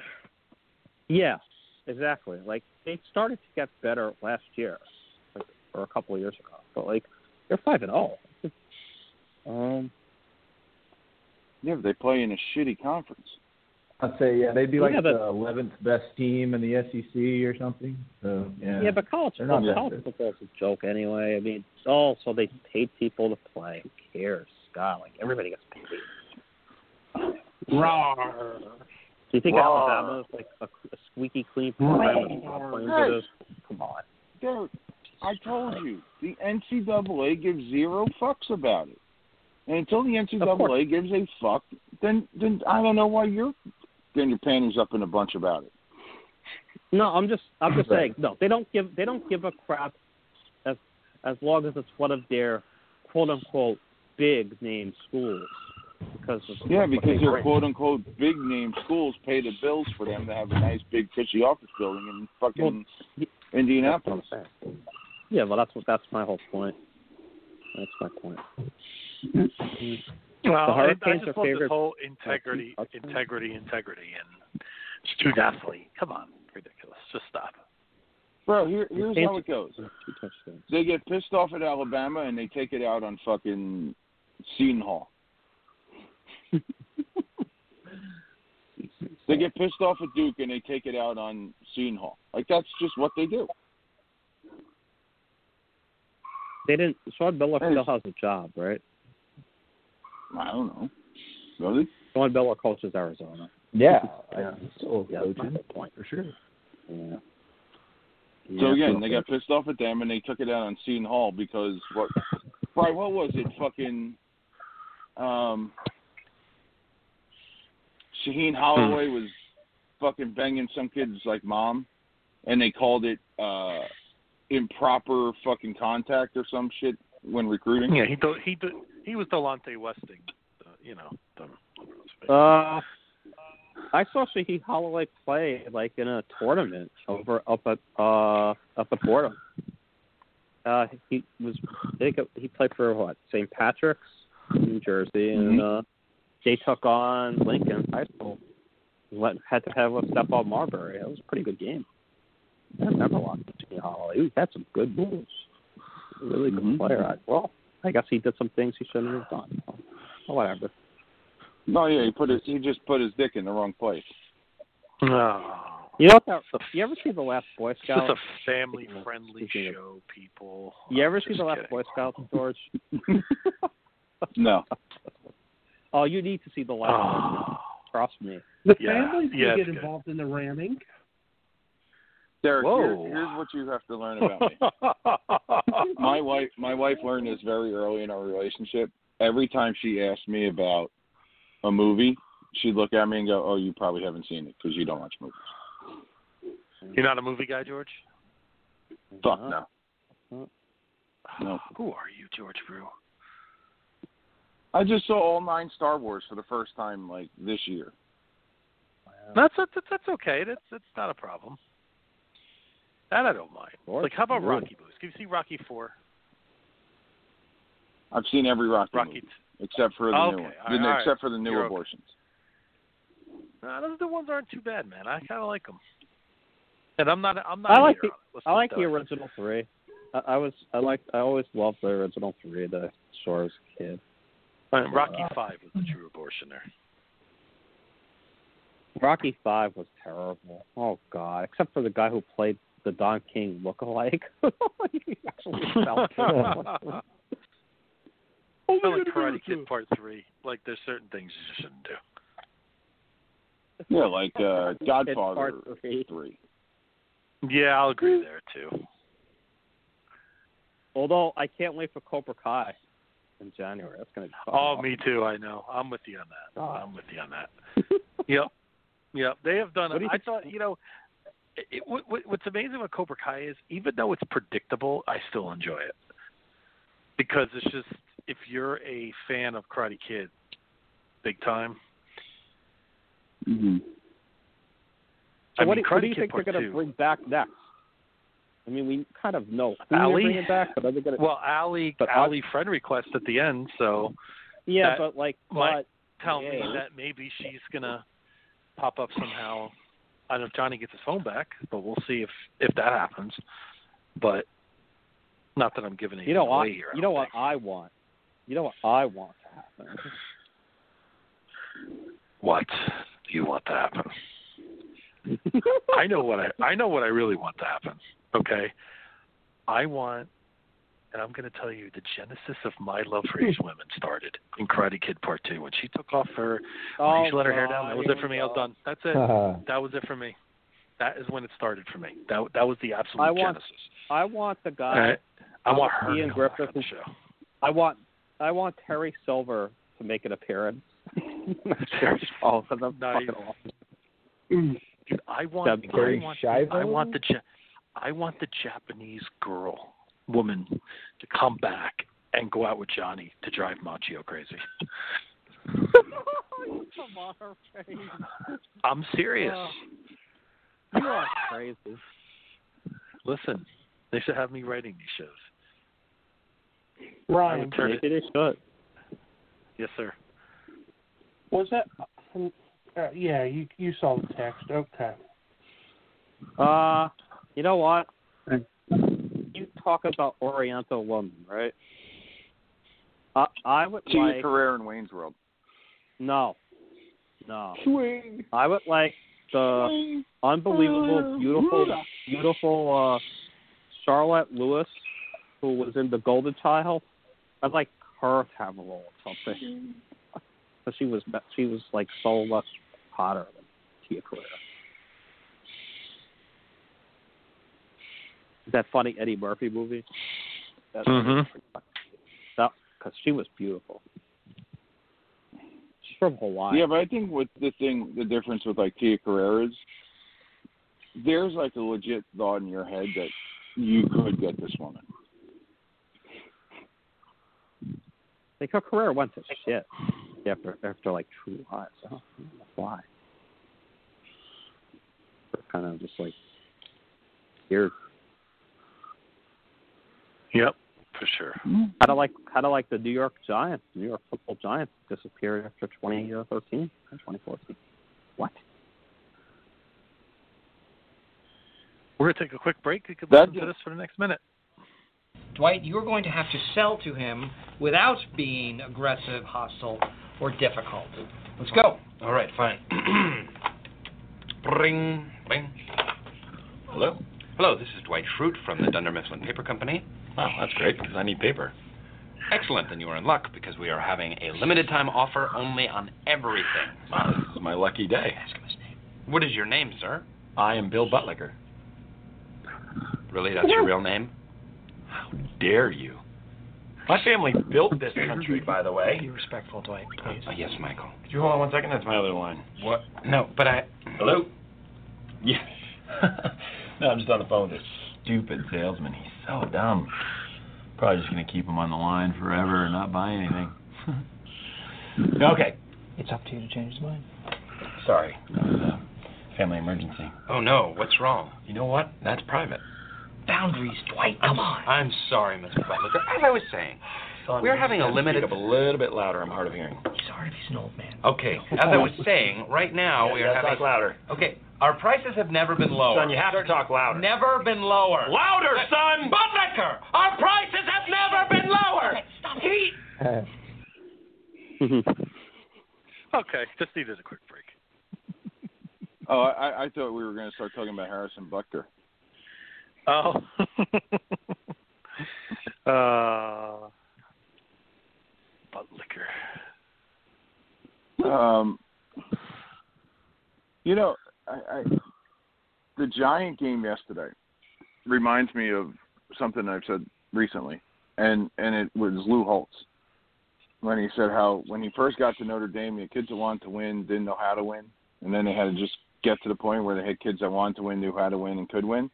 Yeah, exactly. Like they started to get better last year, like, or a couple of years ago. But like they're five and oh. all. Um.
Yeah, but they play in a shitty conference.
I'd say yeah, they'd be like
Yeah, but-
the eleventh best team in the SEC or something. So yeah.
Yeah, but college
They're not
football,
that
college football's a joke anyway. I mean, it's all so they paid people to play. Who cares? God, like everybody gets paid.
Rawr.
Do you think
Rawr.
Alabama's like a, a squeaky clean program? that's not playing
Hey.
good? Come on.
Derek, I told you the NCAA gives zero fucks about it, and until the NCAA gives a fuck, then then I don't know why you're getting your panties up in a bunch about it.
No, I'm just I'm just
Right.
saying no. They don't give they don't give a crap as as long as it's one of their quote unquote big name schools because of
Yeah,
what
because
they
your
bring.
quote unquote big name schools pay the bills for them to have a nice big cushy office building in fucking Indianapolis.
yeah. Well, that's what that's my whole point. That's my point.
Well,
the
I, I
Hurricanes
just
are
love
favored.
this whole integrity, integrity, integrity, and student athlete. Come on, ridiculous. Just stop.
Bro, here here's how it goes.
Two touchdowns.
They get pissed off at Alabama and they take it out on fucking Seton Hall. they get pissed off at Duke and they take it out on Seton Hall. Like that's just what they do.
They didn't. Sean Miller
Hey.
still has a job, right?
I don't know. Really?
Sean Miller coaches Arizona.
Yeah,
yeah.
Still
yeah that's my whole point.
for sure.
Yeah. Yeah,
So again,
so-
they got pissed off at them and they took it out on Seton Hall because what? Brian, what was it? Fucking um, Shaheen Holloway was fucking banging some kid's like mom, and they called it uh improper fucking contact or some shit when recruiting.
Yeah, he do, he do, he was Delonte Westing, uh, you know. The,
Uh, I saw Shaheed Holloway play like in a tournament over up at uh up at Fordham. Uh, he was I think he played for what St. Patrick's, New Jersey, and uh, they took on Lincoln High School. Went had to have a step on Marbury. That was a pretty good game. I remember watching Shaheed Holloway. He had some good moves. Really good player. I, well, I guess he did some things he shouldn't have done. Well, whatever.
No, yeah, he put his he just put his dick in the wrong place.
You know what that? You ever see the Last Boy
It's Oh, just
Scout?
a family-friendly show, people.
You ever
I'm
see
just
the Last
kidding.
Boy Scout, George?
No.
Oh, you need to see the Last. Boy
Oh.
Scout. Trust me.
The
Yeah,
families can
yeah,
get
it's good.
involved in the ramming.
Derek,
Whoa.
here- here's what you have to learn about me. my wife my wife learned this very early in our relationship. Every time she asked me about a movie, she'd look at me and go, "Oh, you probably haven't seen it because you don't watch movies."
You're not a movie guy, George. Uh-huh.
Fuck no. No.
Who are you, George Brew?
I just saw all nine Star Wars for the first time like this year.
That's that's that's okay. That's that's not a problem. That I don't mind.
George
like, how about
Brew.
Rocky movies? Can you see Rocky Four?
I've seen every Rocky,
Rocky.
movie, except for the
Okay,
new one,
all right,
The-
all right.
except for the new
You're okay.
abortions.
No, those the ones aren't too bad, man. I kind of like them. And I'm not. I'm not.
I like the
hater on it. Let's
I
not
like
do
the
it.
original three. I, I was I like I always loved the original three that I saw as a kid.
Rocky
Uh,
Five was the true abortion there.
Rocky Five was terrible. Oh God, except for the guy who played the Don King lookalike. he actually fell. Oh,
I feel like Karate Kid Part Three. Like there's certain things you just shouldn't do.
Yeah, like uh, Godfather
Part
three.
Yeah, I'll agree
Hmm.
there too.
Although I can't wait for Cobra Kai in January. That's gonna. Be fucking
Oh,
awesome.
me too. I know. I'm with you on that.
Oh.
I'm with you on that. yep. Yep. They have done
What
it.
do you
I thought, you know, it, it, what, what- what's amazing about Cobra Kai is even though it's predictable, I still enjoy it because it's just if you're a fan of Karate Kid, big time.
Mm-hmm.
So
I
what,
mean,
do, what do
Karate
you
Kid
think they're
Part
going to
Two.
bring back next? I mean, we kind of know who they're
Ali?
bringing back, but are they going to?
Well, Ali,
But I-
Ali friend request at the end, so
yeah,
that
but like,
might
but
tell me
yeah.
that maybe she's gonna pop up somehow. I don't know if Johnny gets his phone back, but we'll see if if that happens. But not that I'm giving it
you know what?
away here. I
you
don't
know what I want. You know what I want to happen.
What do you want to happen? I know what I I know what I really want to happen. Okay, I want, and I'm going to tell you the genesis of my love for Asian women started in Karate Kid Part Two when she took off her
Oh,
when she let her hair down. That was it for me. I was done. That's it. that was it for me. That is when it started for me. That that was the absolute
I want-
genesis.
I want the guy.
All right. I want
I
her
want Ian
to come back
Griffith.
on the show.
I want. I want Terry Silver to make an appearance.
Terry
oh, that's fucking
Nice.
awesome.
Dude, I want,
That'd be
I
great.
want,
Shivo?
I want the, Ja- I want the Japanese girl woman to come back and go out with Johnny to drive Machio crazy.
Come on, Ray.
I'm serious.
Oh. You are crazy.
Listen, they should have me writing these shows. I
Ryan,
would turn it.
It is good.
Yes, sir.
was that? Uh, yeah, you you saw the text. Okay.
Uh, you know what?
Hey.
You talk about Oriental woman, right? I I would
See your
like
career in Wayne's World.
no, no.
Swing.
I would like the
swing. Uh,
unbelievable, beautiful,
Ruda.
beautiful uh, Charlotte Lewis, who was in the Golden Child. I'd like her to have a role or something. But she was she was like so much hotter than Tia Carrera. That funny Eddie Murphy movie. That's
Mhm.
because she was beautiful. She's from Hawaii.
Yeah, but I think what the thing, the difference with like Tia Carrera is, there's like a legit thought in your head that you could get this woman.
Like her career went to shit after after like True Lies. I don't know why. We're kind of just like weird.
Yep, for sure.
Kind of like kind of like the New York Giants, New York Football Giants disappeared after 2013 and 2014. What?
We're gonna take a quick break. You can
That-
listen to this for the next minute.
Dwight, you're going to have to sell to him without being aggressive, hostile, or difficult. Let's go.
All right, fine. ring, ring. Hello? Hello, this is Dwight Schrute from the Dunder Mifflin Paper Company. Wow, that's great because I need paper. Excellent, then you are in luck because we are having a limited time offer only on everything. Wow, this is my lucky day. Ask him his name. What is your name, sir? I am Bill Buttlicker. Really, that's your real name? How dare you? My family built this country, by the way.
Be respectful, Dwight, please.
Oh, yes, Michael.
Could you hold on one second? That's my other line.
What? No, but I. Hello? Yeah.
No, I'm just on the phone with this stupid salesman. He's so dumb. Probably just gonna keep him on the line forever and not buy anything. Okay.
It's up to you to change his mind. Sorry.
Family emergency.
Oh no, what's wrong? You know what? That's private. Boundaries, Dwight. Come on. I'm sorry, Mr. Butler. As I was saying,
Son,
we're having a
speak
limited.
up a little bit louder. I'm hard of hearing.
Sorry, he's an old man. Okay. As I was saying, right now we are
Yeah,
having.
talk louder.
Okay. Our prices have never been lower.
Son, you have to talk louder.
Never been lower.
Louder,
Uh,
son!
Butlicker, our prices have never been lower. He
Okay, just needed a quick break.
Oh, I, I thought we were going to start talking about Harrison Bucker.
Oh. uh, butt liquor.
Um, you know, I, I, the Giant game yesterday reminds me of something I've said recently, and and it was Lou Holtz when he said how when he first got to Notre Dame, the kids that wanted to win didn't know how to win, and then they had to just get to the point where they had kids that wanted to win knew how to win and could win.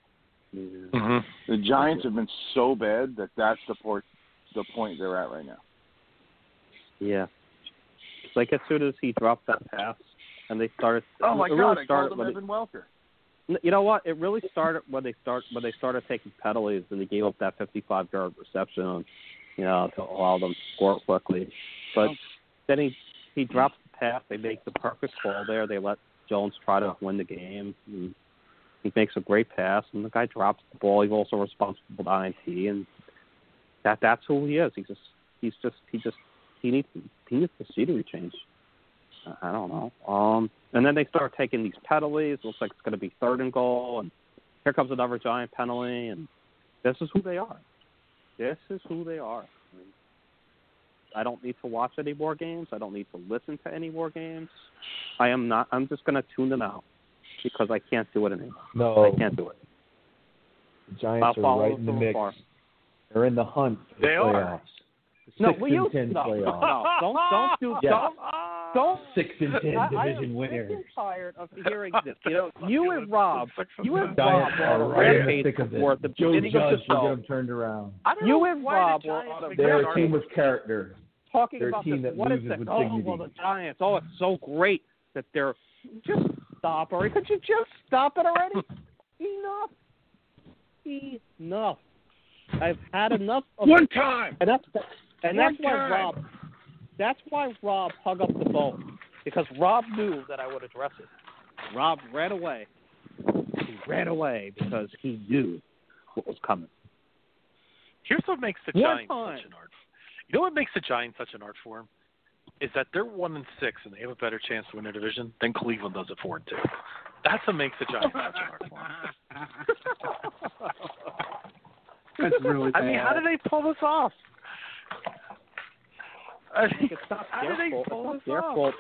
The Giants have been so bad that that's the port, the point they're at right now.
Yeah. Like as soon as he dropped that pass, and they started.
Oh my
it really
God! I
started
called him
when they-
Evan Welker.
N- You know what? It really started when they start when they started taking penalties and they gave up that 55 yard reception, you know, to allow them to score quickly. But then he he drops the pass. They make the perfect call there. They let Jones try to win the game. And he makes a great pass, and the guy drops the ball. He's also responsible for the INT, and that that's who he is. He just he's just he just he needs he needs the scenery change. I- I don't know. Um, and then they start taking these penalties. Looks like it's going to be third and goal, and here comes another giant penalty, and this is who they are. This is who they are. I, mean, I don't need to watch any more games. I don't need to listen to any more games. I am not. I'm just going to tune them out because I can't do it anymore.
No.
I can't do it.
The
I'll
Giants
follow
are right in the
from
mix.
afar.
They're in the hunt. For
They
the
are.
playoffs.
No,
Six
will
and
you
ten
no,
playoffs.
no, don't don't do
Yes.
don't Uh, don't
Six and ten
I- I am
division winners.
sick and tired of hearing this. You know, you and Rob, you and Rob
Giants
were
are
on a
right in the
rampage
thick of it.
before at the
Joe
beginning
Judge
of the
will get
show.
them turned around.
You and Rob were on a
They're a team
rampage
with character.
talking
They're a
about
team
this.
that
What is
loses
this?
with
oh,
dignity.
well, the Giants. Oh, it's so great that they're just stop already. Could you just stop it already? enough, enough. I've had enough of
One
it.
time.
and that's
One
and that's why
time.
Rob. That's why Rob hung up the phone because Rob knew that I would address it. Rob ran away. He ran away because he knew what was coming.
Here's what makes the
One
Giants such an art. You know what makes the Giants such an art form? Is that they're one and six and they have a better chance to win their division than Cleveland does at four and two. That's what makes the Giants such an art form.
That's really
I mean, how
bad.
do they pull this off? I mean,
it's not
how
their
do they
fault.
pull
it's
this
not their
off?
fault.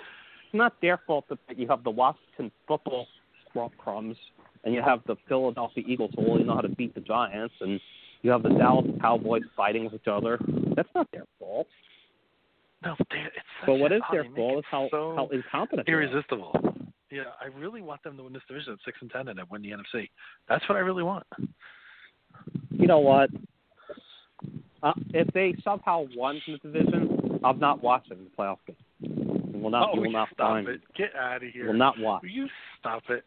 It's not their fault that you have the Washington football crumb- crumbs, and you have the Philadelphia Eagles who only know how to beat the Giants, and you have the Dallas Cowboys fighting with each other. That's not their fault.
No, they- it's such
But what
an-
is
oh,
their
they make
fault
it
is how
so
how incompetent they are.
irresistible. Yeah, I really want them to win this division at six and ten and then win the NFC. That's what I really want.
You know what? Uh, if they somehow won the division, I'm not watching the playoff game. You will not.
oh,
you
will
will
you
not
stop
find me.
it. Get out of here.
will not watch.
Will you stop it?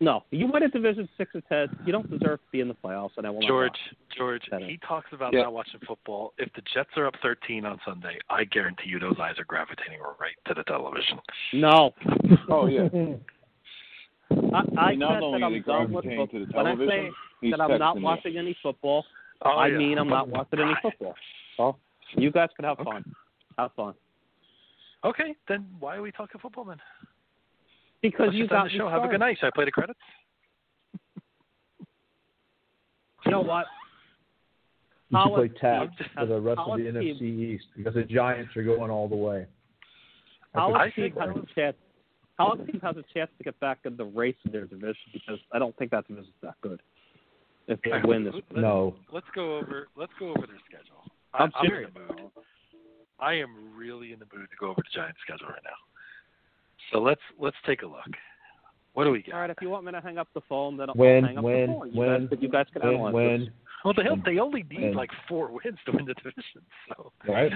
No, you win a division six and ten. You don't deserve to be in the playoffs, and I will
George,
not.
watch. George, He talks about
Yeah.
not watching football. If the Jets are up 13 on Sunday, I guarantee you those eyes are gravitating right to the television.
No.
Oh yeah.
I, I
Not
said
only
that
the
I'm done with
gravitating
football.
to the
When I say
television, he's
that I'm
texting
not
me.
watching any football,
Oh,
I
yeah.
mean I'm not watching any football. Well, you guys can have fun. Have fun.
Okay, then why are we talking football then?
Because
Let's
you
just end
got
the
me
show. Have a
started.
good night. Should I play the credits?
You know what?
You should play
College
tag
team-
for the rest of
college
the
team-
NFC East because the Giants are going all the way. That's a
College team
secret.
has a chance. College team has a chance to get back in the race in their division because I don't think that division's that good. If they win this,
No.
Let's go over. Let's go over their schedule.
I'm
I, am
serious.
in the mood. I am really in the mood to go over the Giants schedule right now. So let's let's take a look. What do we got?
All right, if you want me to hang up the phone, then I'll
When,
hang up
when,
the phone. You
when,
guys, you guys can
when,
analyze
when,
this.
Well, they they only need
Mm. And-
like four wins to win the division. So
right?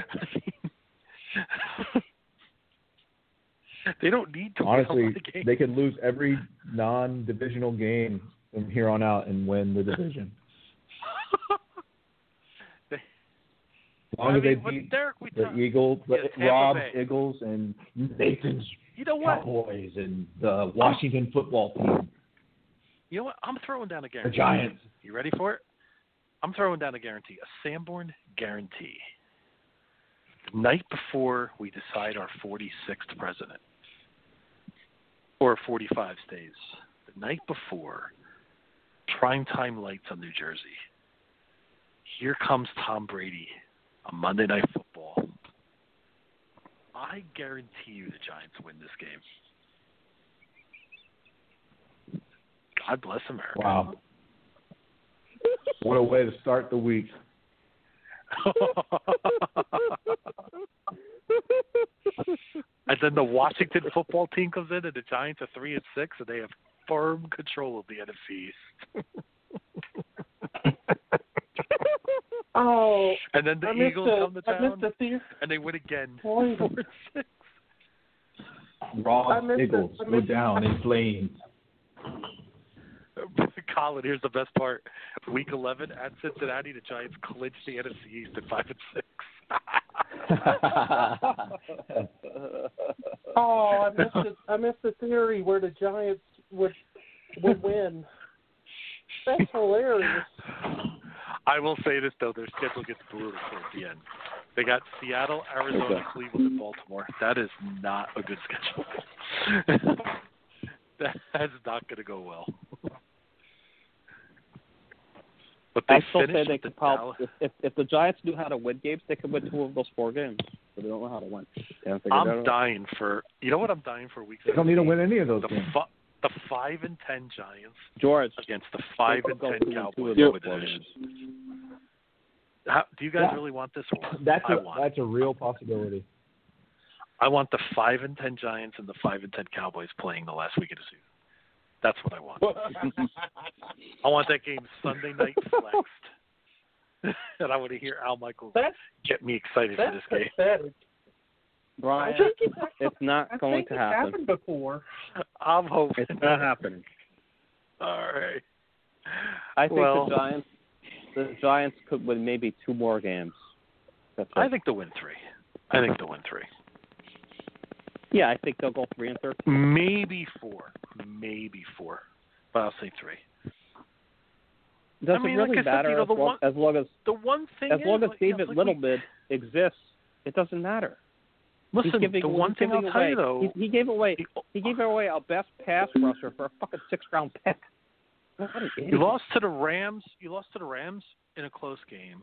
they don't need to win a
Honestly,
lot of games.
they could lose every non-divisional game from here on out and win the division.
They-
As long
I mean,
as they
what-
beat
Derek, we
the
talk-
Eagles,
Yeah,
the-
Tampa
Rob
Bay.
Eagles, and Nathan's
You know what?
Cowboys and the Washington football team.
You know what? I'm throwing down a guarantee.
Giants.
You ready for it? I'm throwing down a guarantee, a Sanborn guarantee. The night before we decide our 46th president, hour 45 stays the night before prime time lights on New Jersey. Here comes Tom Brady on Monday Night Football. I guarantee you the Giants win this game. God bless America.
Wow. what a way to start the week.
and then the Washington football team comes in, and the Giants are three and six, and they have firm control of the NFC East.
Oh,
And then the
I missed
Eagles
the,
come to
I missed
town,
the theater.
and they win again.
point. I
Raw
missed
Eagles
it. I
go
missed it.
down in flames.
Colin, here's the best part: Week 11 at Cincinnati, the Giants clinch the NFC East at five and six.
Oh, I missed the, I missed the theory where the Giants would would win. That's hilarious.
I will say this though, their schedule gets brutal towards the end. They got Seattle, Arizona,
Okay.
Cleveland, and Baltimore. That is not a good schedule. That's not going to go well. But they
I still say
finished
they
with
could
the
probably
Dallas-
if, if if the Giants knew how to win games, they could win two of those four games. But they don't know how to win. They haven't figured it
I'm
out.
dying for you know what I'm dying for week
They don't need to win any of those games.
Fi- the five and ten Giants
George
against the five
They
and
could go
ten
two and two
Cowboys.
of those
over the
four
division.
games.
How, do you guys
Yeah.
really want this one?
That's
I
a,
want. it.
that's a real possibility.
I want the five and ten Giants and the five and ten Cowboys playing the last week of the season. That's what I want. I want that game Sunday night flexed, and I want to hear Al Michaels
That's
get me excited for
that's
this game.
pathetic.
Brian,
I think it's, actually,
it's not
I
going
think
to
it's
happen.
happened before.
I'm hoping.
It's not happening.
All right.
I think
Well-
the Giants the Giants could win maybe two more games. That's
I
it.
think they'll win three. I think they'll win three.
yeah, I think they'll go three and thirteen.
Mm. Maybe four. Maybe four. But I'll say three.
Does
I mean,
it really
like I said,
matter
you know,
as,
the
long,
one-
as long as
The one thing
as
is,
long as
like, you know,
David
like we-
Littlebid exists, it doesn't matter.
Listen,
he's giving,
the
he's
one thing
giving
I'll tell
away,
you, though-
he, he gave away he gave away a best pass rusher for a fucking six round pick. What an idiot.
You lost to the Rams. You lost to the Rams in a close game.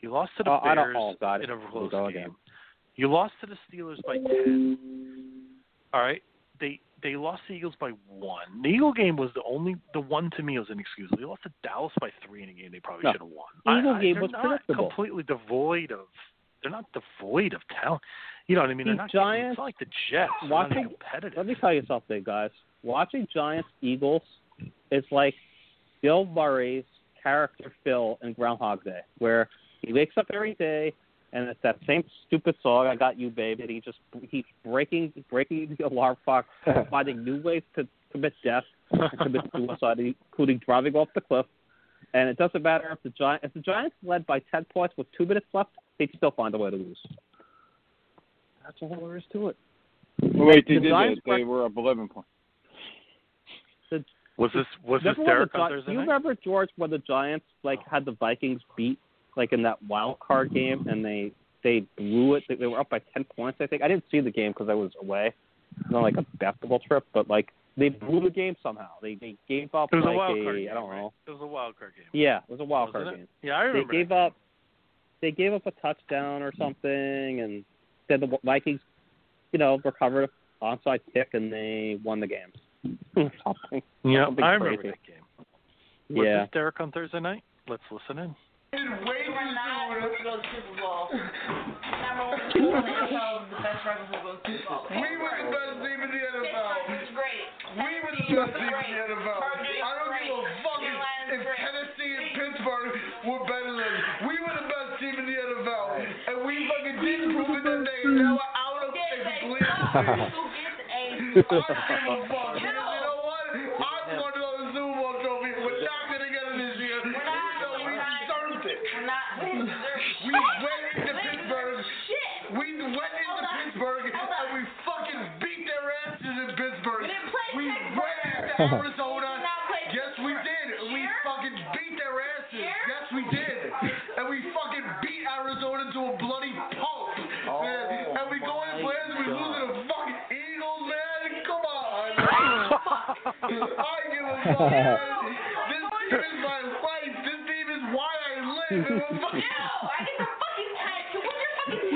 You lost to the
Oh, I
Bears
don't- oh, God,
in
here
a
we
close
go
game.
again.
You lost to the Steelers by ten. All right. They they lost the Eagles by one. The Eagle game was the only the one to me was inexcusable. They lost to Dallas by three in a game they probably
No.
should have won.
The Eagle
I, I,
game
they're
was
not
predictable.
completely devoid of they're not devoid of talent. You know what I mean? They're
The
not
Giants-
it's not like the Jets. They're not
watching
competitive.
let me tell you something, guys. Watching Giants Eagles is like Bill Murray's character Phil in Groundhog Day, where he wakes up every day and it's that same stupid song, "I Got You, Babe," and he just he's breaking breaking the alarm clock, finding new ways to commit death and commit suicide, including driving off the cliff. And it doesn't matter if the Giants if the Giants led by ten points with two minutes left, they'd still find a way to lose. That's all there is to it.
Wait, they
The
did that.
Giants
They were up 11 points.
Was this was this
Remember when
Derek
the
on
Gi-
Thursday
do you
night? Oh.
remember George when the Giants like had the Vikings beat like in that wild card game and they they blew it. They, they were up by ten points, I think. I didn't see the game because I was away It was on like a basketball trip, but like they blew the game somehow. They they gave up
It was
like
a wild card game.
I don't
right?
know.
It was a wild card game.
Yeah, it was a wild
Wasn't
card
it?
game.
Yeah, I
They
remember.
gave up they gave up a touchdown or something, and then the Vikings, you know, recovered an onside kick and they won the game. something.
Yeah,
something
I remember
crazy.
that game. Was
Yeah.
this Derek on Thursday night? Let's listen in.
Yes, we did. We fucking beat their asses. Yes, we did. And we fucking beat Arizona to a bloody pulp. Oh man. And we go in players, we lose to the fucking Eagles, man. Come on. man. arguing with my friends. This team is my life. This team is why I live. And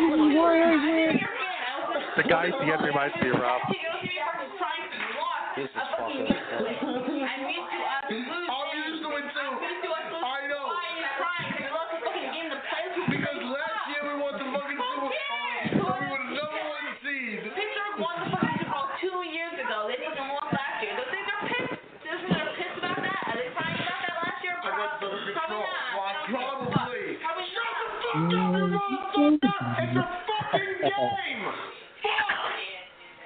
I'm fucking
The guy at the end reminds me of Rob.
This is fucking. I'm used to it too. I know. Because last year we won the fucking Super Bowl. We were the number one seed. Probably. Shut the fuck up and roll the fuck up. It's a fucking game. Fuck.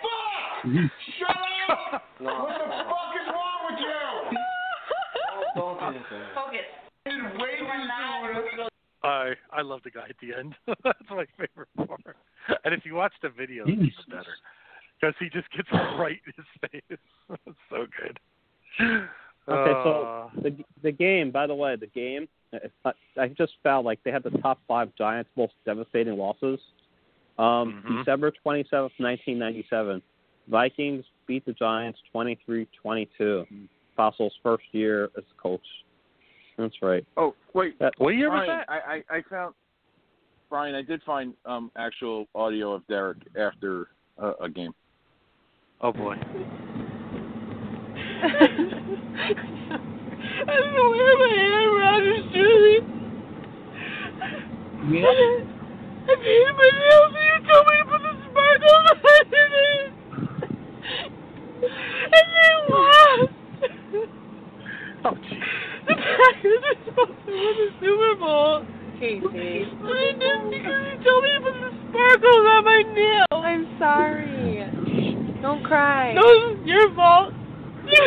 Fuck. Shut up. What the fuck is wrong with you?
Don't do
Did way too soon.
I I love the guy at the end. That's my favorite part. And if you watch the video, it's even better because he just gets right in his face. It's so good.
Okay,
Uh,
so the the game, by the way, the game. I, I just found like they had the top five Giants most devastating losses. Um, December twenty seventh, nineteen ninety seven, Vikings beat the Giants 23-22. Fossil's first year as coach. That's right.
Oh wait,
That-
Brian, I, I I found Brian. I did find um actual audio of Derek after uh, a game.
Oh boy.
I don't know where my Aaron Rodgers jersey. I hated myself. You told me to put the sparkle on it. And they lost.
Oh, jeez.
The Packers are supposed to win the Super Bowl. Casey. But I didn't because you told me to put the sparkles on my nail. I'm sorry. Don't cry. No, this is your fault. You,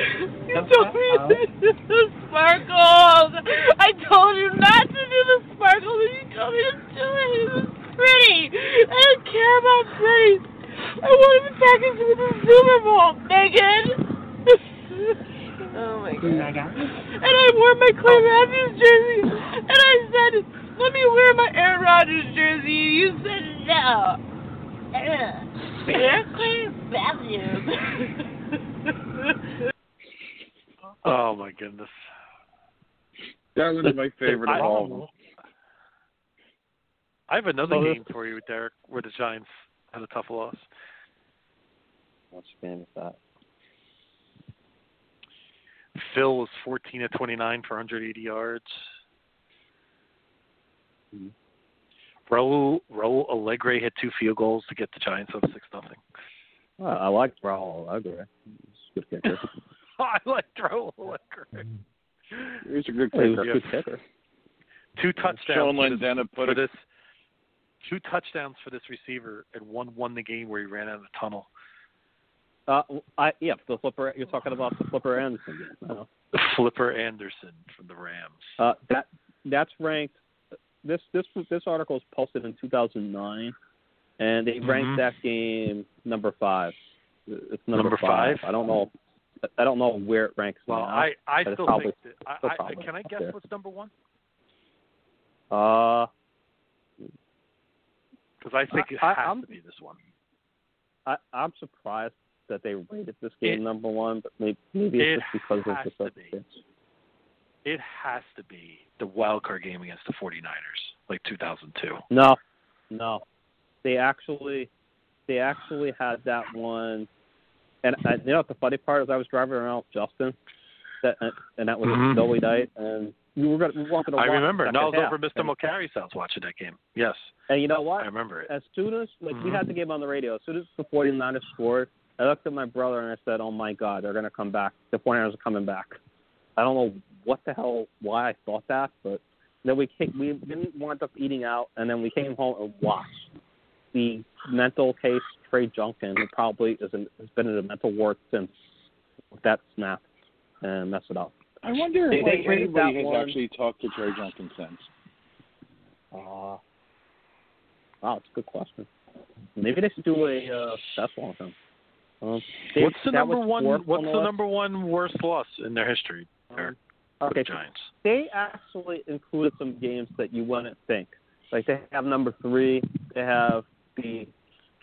you told me to do the sparkles. I told you not to do the sparkles, and you told me to do it. It was pretty. I don't care about pretty. I wanted the Packers to win the Super Bowl, Megan. oh my god. And I wore my Clay Matthews jersey, and I said, "Let me wear my Aaron Rodgers jersey." You said no. Ugh. Clay Matthews.
Oh my goodness.
That was my favorite
I-
of all of them.
I have another
So this-
game for you, Derek, where the Giants had a tough loss.
Which game is that?
Phil was 14 of 29 for 180 yards.
Hmm.
Raul Raul Allegre hit two field goals to get the Giants up six nothing.
Well, I liked Raul Allegre. He's a good kicker.
I like Raul Allegre.
He's a good
He was a
kicker.
good kicker.
Two touchdowns.
Sean
for this-
Landana put
for
a
this. Two touchdowns for this receiver, and one won the game where he ran out of the tunnel.
Uh, I yeah, the flipper. You're talking about the flipper Anderson game. I know.
Flipper Anderson from the Rams.
Uh, that that's ranked. This this this article is posted in 2009, and they ranked
Mhm.
that game number five. It's number,
Number five?
I don't know. I don't know where it ranks
Well,
now.
I I
but it's
still
probably,
think that. I,
still
I,
probably
can I
up
guess
there.
what's number one?
Uh,
Because I think it
I- I-
has
I'm-
to be this one.
I I'm surprised that they rated this game
It-
number one, but maybe maybe
it
it's just because
has
it's
to
the
be. It has to be the wild card game against the 49ers, like 2002.
No, no. They actually, they actually had that one. And I, you know what the funny part is, I was driving around with Justin, that and that was
Mhm.
a snowy night, and we were gonna we were going to.
I remember.
The
No, I was
second
over at
half.
Mr. Mulcahy's house watching that game. Yes,
And you know
I
what?
remember it.
As soon as like we
Mhm.
had the game on the radio, as soon as the 49ers scored, I looked at my brother and I said, "Oh my God, they're going to come back. The 49ers are coming back." I don't know what the hell why I thought that, but then we came, we didn't wind up eating out, and then we came home and watched the mental case Trey Junkin, who probably is in, has been in a mental ward since that snap and mess it up.
I wonder
They-
if
they
like,
rated
anybody
that
has
one-
actually talked to Trey Johnson since.
Uh, wow, it's a good question. Maybe they should do a uh, special on him. Um, they-
what's the
that
number
was
one?
fourth
What's
on
the
list.
number one worst loss in their history? Eric, for the
Um, Okay,
Giants.
they actually included some games that you wouldn't think. Like they have number three, they have the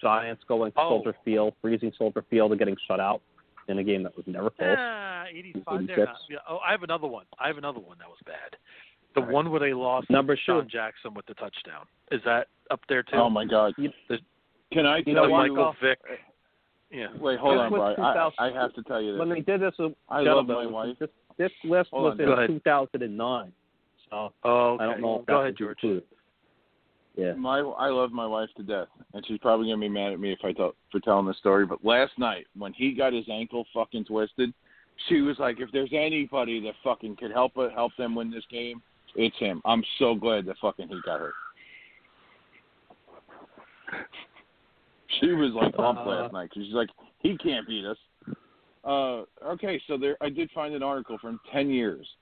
Giants going to Soldier Field, freezing Soldier Field, and getting shut out in a game that was never close.
Ah, 85. They're not. Yeah. Oh, I have another one. I have another one that was bad. The one where they lost
Number
Sean
two.
Jackson with the touchdown. Is that up there too?
Oh my God!
The-
Can I
the
tell you?
Michael Vick. Yeah.
Wait, hold
This
on,
was
Brian. I,
2000.
I have to tell you this.
When they did this, with
I love
gentlemen,
my wife.
This, this list
Hold
was
on,
in
go ahead.
2009. So
oh,
I don't know. If
Go
that's
ahead,
George.
Yeah. My I love my wife to death, and she's probably gonna be mad at me if I tell for telling this story. But last night, when he got his ankle fucking twisted, she was like, "If there's anybody that fucking could help uh, help them win this game, it's him." I'm so glad that fucking he got hurt. She was like pumped
Uh.
last night 'cause she's like, "He can't beat us." Uh, okay, so there I did find an article from ten years.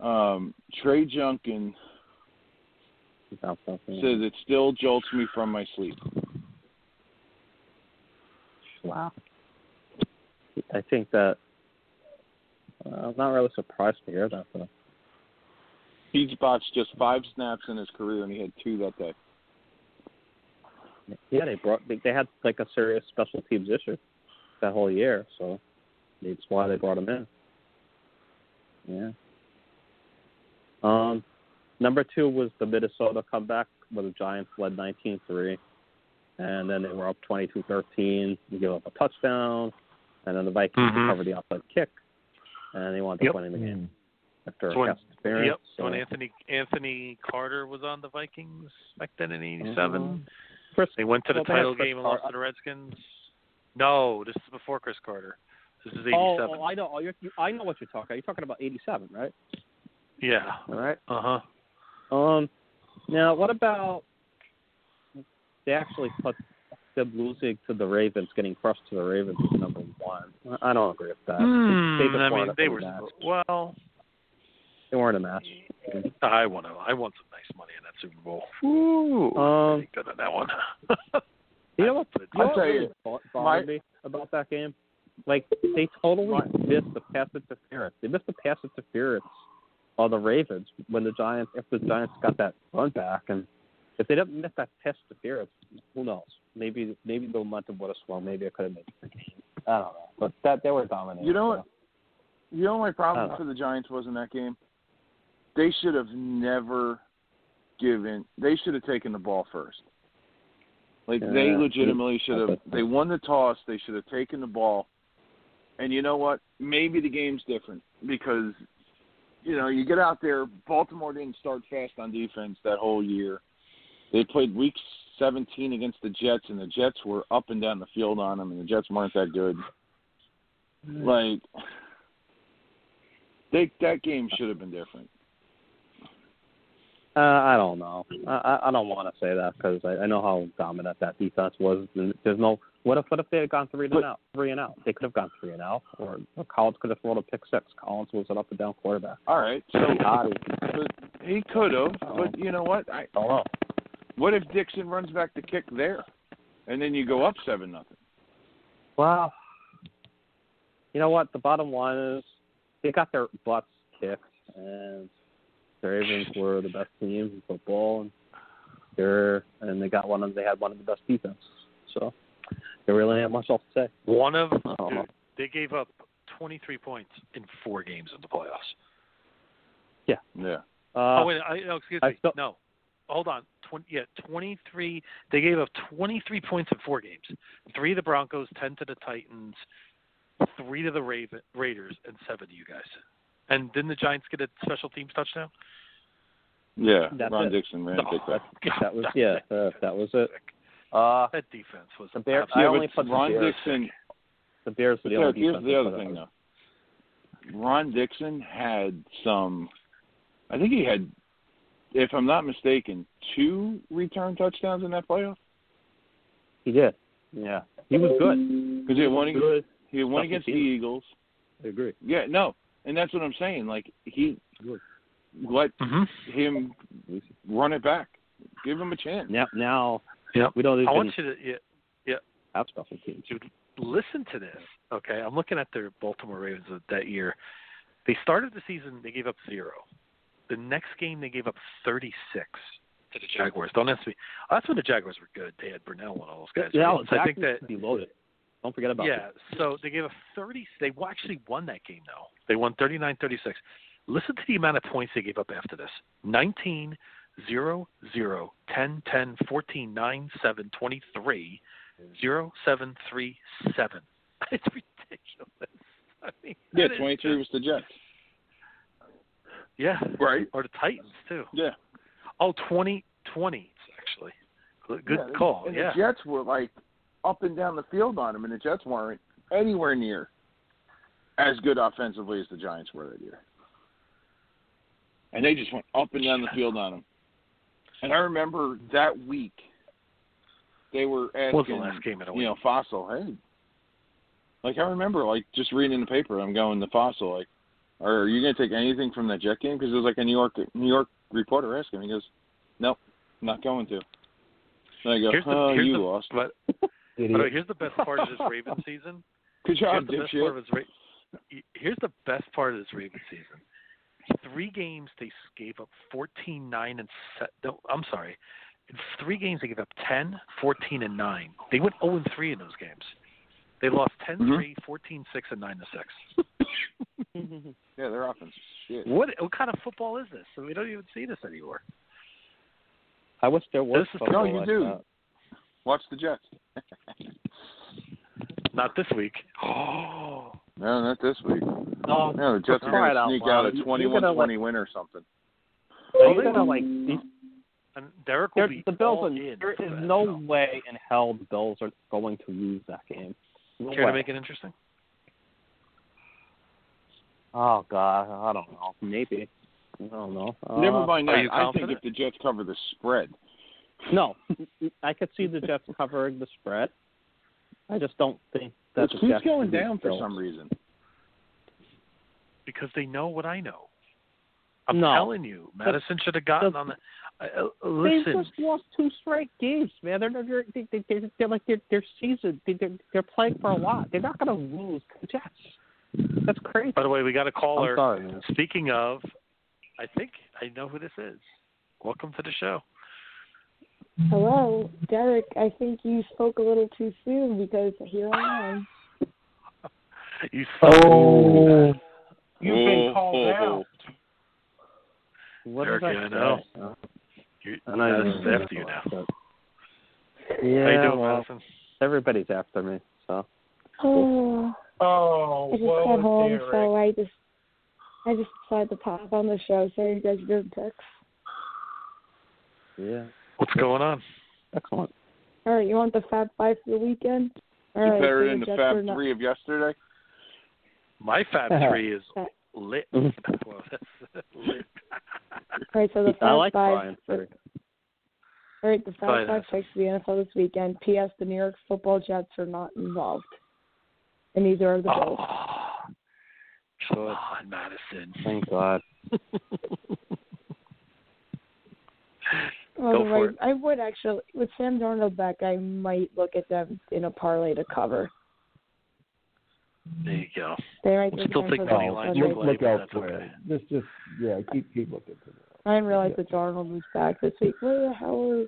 Um, Trey Junkin says it still jolts me from my sleep.
Wow. I think that uh, I'm not really surprised to hear that though.
He's botched just five snaps in his career, and he had two that day.
Yeah, they brought they, they had like a serious special teams issue that whole year, so that's why they brought him in. Yeah. Um, number two was the Minnesota comeback where the Giants led 19-3, and then they were up 22-13. They gave up a touchdown, and then the Vikings
Mhm.
recovered the offside kick, and they wound up
Yep.
winning the game after
It's
a
when-
cast experience.
Yep.
So.
When Anthony Anthony Carter was on the Vikings back then in '87,
Mm-hmm.
they went to the
Well, they had
title
Chris
game and lost
Carter.
to the Redskins. No, this is before Chris Carter. This is
Oh,
'87.
oh, I know. Oh, you're, you, I know what you're talking. You're talking about '87, right?
yeah.
All right.
Uh
huh. Um. Now, what about they actually put them losing to the Ravens, getting crushed to the Ravens is number one. I I don't agree with that.
Hmm,
Uh, They- they just
I
weren't
mean,
up
they
in
were
the match.
well.
They weren't a match.
I want to. I want some nice money in that Super Bowl.
Ooh. Um.
Good on that one.
You know what?
I'll
what
tell
really
you,
bo- bothered me about that game? Like they totally missed the pass interference. They missed the pass interference on the Ravens when the Giants after the Giants got that run back, and if they didn't miss that pass interference, who knows? Maybe maybe the momentum would have swung. Maybe it could have made it the game. I don't know, but that they were dominating.
You know what? You know what my problem
Uh.
for the Giants was in that game. They should have never given. They should have taken the ball first. Like they
Yeah.
legitimately should have. They won the toss. They should have taken the ball. And you know what? Maybe the game's different because you know you get out there. Baltimore didn't start fast on defense that whole year. They played week 17 against the Jets, and the Jets were up and down the field on them, and the Jets weren't that good. Like they that game should have been different.
Uh, I don't know. I- I, I don't want to say that because I, I know how dominant that defense was. There's no what if what if they had gone three and out, three and out? They could have gone three and out, or, or Collins could have thrown a pick six. Collins was an up and down quarterback.
All right, so
Oddie.
but he could have, but you know what? I
don't know.
What if Dixon runs back the kick there, and then you go up seven nothing?
Well, you know what? The bottom line is they got their butts kicked, and the Ravens were the best team in football, and they're and they got one of they had one of the best defenses. So there really ain't much else to say.
One of
I
huh.
don't know.
Dude, they gave up 23 points in four games in the playoffs.
yeah.
Yeah.
Uh,
oh wait, I, no, excuse
I
me.
still-
no, hold on. 20, yeah, 23. They gave up 23 points in four games. Three to the Broncos, 10 to the Titans, three to the Raven, Raiders, and seven to you guys. And didn't the Giants get a special teams touchdown?
Yeah,
That's
Ron
it.
Dixon ran a kick back.
Oh,
That was yeah. Uh, that was it. Uh,
that defense was.
The Bears.
Yeah,
I
but
only put
Ron
the Bears.
Dixon.
The Bears were
But
the
Derek,
only
here's
defense.
the
I
other
put
thing
up.
though. Ron Dixon had some. I think he had, if I'm not mistaken, two return touchdowns in that playoff.
He did. Yeah, he was good.
Because he had one against,
Good.
he had one
Tough
against the
defeat.
Eagles.
I agree.
Yeah, no, and that's what I'm saying. Like he let him run it back, give him a chance.
Now, now
Yep.
we don't even
I want you to yeah, yeah.
have special teams.
listen to this. Okay, I'm looking at their Baltimore Ravens of that year. They started the season, they gave up zero. The next game, they gave up 36 to the Jaguars. Don't ask me. That's when the Jaguars were good. They had Brunell and all those guys.
Yeah,
right? So I think
that be loaded. Don't forget about
yeah. So they gave a 30. They wa- actually won that game though. They won 39 36. Listen to the amount of points they gave up after this 19, 0, 0, 10, 10, 14, 9, 7, 23, 0, 7, 3, 7. It's ridiculous. I mean,
Yeah,
that is
23 was the Jets.
yeah.
Right.
Or the Titans too.
Yeah.
Oh, 20 20 actually. Good, good
Yeah,
call.
And
yeah.
the Jets were like up and down the field on him, and the Jets weren't anywhere near as good offensively as the Giants were that year. And they just went up and down the field on him. And I remember that week they were asking,
Was the last game of the
you know, Fossil, hey. Like I remember, like just reading in the paper, I'm going to Fossil, like, are you going to take anything from that Jet game? Because it was like a New York New York reporter asked him. He goes, nope, not going to. And I go,
Here's the-
oh,
here's
you
the-
lost.
But By the way, here's the best part of this Ravens season.
Good job,
here's the best
dipshit.
part of this Ra- Here's the best part of this Ravens season. Three games they gave up 14, 9, and se- no, I'm sorry. In three games they gave up 10, 14, and 9. They went 0 and 3 in those games. They lost 10
Mm-hmm.
3, 14 6, and 9 to 6.
yeah, their offense is shit.
What what kind of football is this? We don't even see this anymore.
I wish there was.
This is-
football
No, you
like
do.
that.
Watch the Jets.
Not this week. Oh.
No, not this week.
No,
No,
for
the Jets are
crying
going to
out
sneak
loud.
out a
You- you're
21
gonna, like-
20 win or something.
Are you gonna like? these-
And Derek will
there-
be
The Bills.
all
are-
in
there
for
is
that.
no way in hell the Bills are going to lose that game. No
Care
way.
to make it interesting?
Oh God, I don't know. Maybe. I don't know. Uh,
Never mind that. I think if the Jets cover the spread,
No, I could see the Jets covering the spread. I just don't think that
it
the
keeps
Jets can
going
beat
down for
Bills.
some reason.
because they know what I know. I'm
No.
telling you, Madison should have gotten
the-
on the. Uh, uh,
They
listen,
just lost two straight games, man. They're they're they, they, they're, they're like they're, they're seasoned. They, they're they're playing for a lot. They're not going to lose to the Jets. That's crazy.
by the way, we got a caller.
I'm sorry, man.
Speaking of, I think I know who this is. Welcome to the show.
Hello, Derek. I think you spoke a little too soon because here I am.
You
Oh.
You've
been called out.
What
Eric,
did I say?
I know.
Uh,
You,
I know you
Madison's
didn't
after you now.
yeah,
How you doing,
well,
Madison?
everybody's after me, so
Oh,
Oh,
I just
woe
got
is
home,
Derek.
so I just I just decided to pop on the show. So you guys didn't text.
yeah.
What's going on?
Excellent.
All right, you want the Fab Five for the weekend? All
You
right,
better
so
than the
the Jets are
Fab
not-
Three of yesterday.
My Fab Three is lit. Well, that's lit.
All right, so the Fab
I like
Five.
Brian. Ferry.
All right, the Fab
Go ahead,
Five picks for the NFL this weekend. P.S. The New York Football Jets are not involved, and neither are the Bills.
Ah. Come on, Madison.
Thank God.
Go for
Otherwise,
it.
I would actually with Sam Darnold back. I might look at them in a parlay to cover.
There you go.
They might
We'll still
them
take
for the
money
Bills,
lines
and
to
they-
play,
Look
but
out
that's
for
okay.
it. Just, just yeah, keep keep looking for it.
I didn't realize that Darnold was back this week. Where the hell are,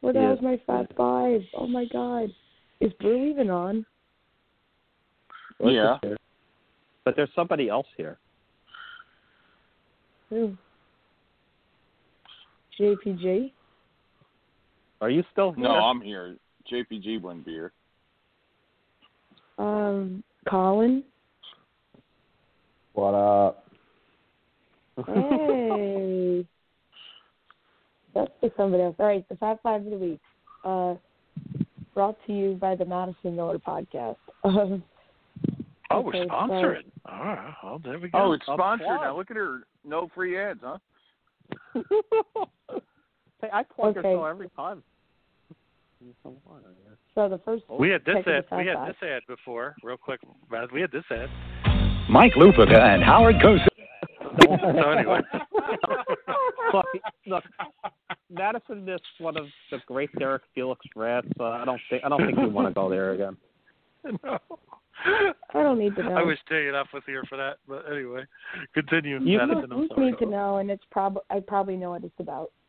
where the
Yeah.
hell's my Fab Five? Oh my God, is Brew even on?
Yeah. But there's somebody else here.
Who? JPG.
Are you still here?
No, I'm here. JPG wouldn't be here.
Um, Colin.
What up?
Hey. That's for somebody else. All right, the Fab Five of the Week. Uh, brought to you by the Madison Miller Podcast. Um,
Oh, we're
okay, so-
sponsoring. All right. Well, there we go.
Oh, it's sponsored now. Look at her. No free ads, huh?
Hey, I plug
Okay.
her so every time.
So the first
We had this
pick of the
ad.
Fab
We had
Five.
this ad before, real quick. Maz, We had this ad.
Mike Lupica and Howard Cosell.
so anyway,
Look, look, Madison missed one of the great Derek Felix rants. Uh, I don't think I don't think we want to go there again.
no.
I don't need to know.
I wish Enough was here for that, but anyway, continue.
You
Madison, I'm
just
sorry.
need to know, and it's probably I probably know what it's about.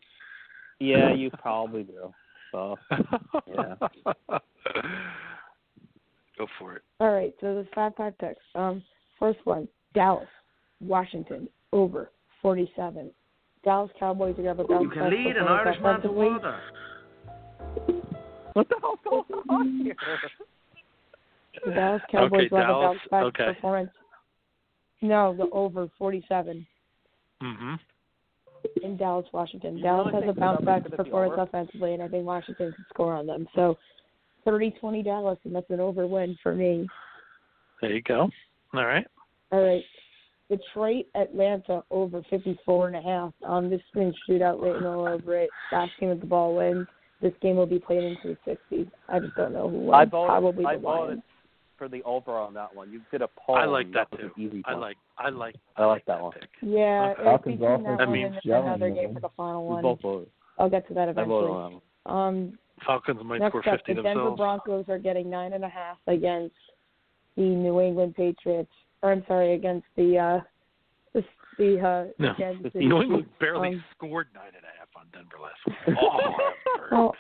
Yeah, you probably do. So yeah.
Go for it.
All right, so there's five five picks. Um, first one, Dallas, Washington, over forty seven. Dallas Cowboys are gonna have a bounce
You can
back
lead an
performance
Irishman to
offensively.
water.
What the hell's going on here?
The Dallas Cowboys
Okay,
will have a
Dallas,
bounce back
okay.
performance. No, the over forty seven
Mhm.
in Dallas, Washington. Dallas has a bounce back performance offensively and I think Washington can score on them. So 30-20 Dallas and that's an over win for me.
There you go. All right.
All right. Detroit, Atlanta over 54 and a half. Um, this has been shootout written all over it. Last game with the ball wins. This game will be played into the 60s. I just don't know who wins.
I voted,
Probably
I
the
voted
Lions.
for the over on that one. You did a poll.
I like
and
that
was
too.
an Easy
I
one.
like. I like.
I like that one.
Yeah, it was
Falcons
between that
offense is
one and then
yelling,
another
man.
game for the final
We
one.
both voted.
I'll get to that
I voted on
eventually.
that one.
Um,
Falcons might
next
score
up, the
fifty
Denver
themselves.
Broncos are getting nine and a half against the New England Patriots. Or I'm sorry, against the uh, the the uh,
No.
Kansas City
New England
Chiefs.
barely
Um,
scored nine and a half on Denver last week. Oh,
Well,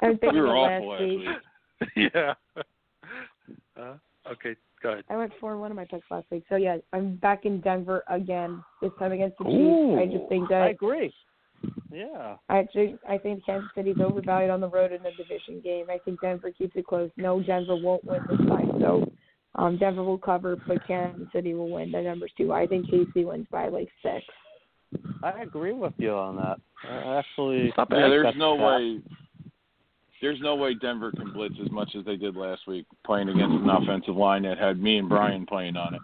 I was
We
thinking
were
of
awful last
last week.
week. yeah. Uh, okay, go ahead.
I went four and one in my picks last week. So yeah, I'm back in Denver again. This time against the Chiefs. I
Ooh,
just think
I
that
agree. Yeah.
I actually I think Kansas City's overvalued on the road in a division game. I think Denver keeps it close. No, Denver won't win this time. So um, Denver will cover, but Kansas City will win. The numbers two. I think KC wins by like six.
I agree with you on that. I actually.
Yeah, there's no way. There's no way Denver can blitz as much as they did last week, playing against an offensive line that had me and Brian playing on it.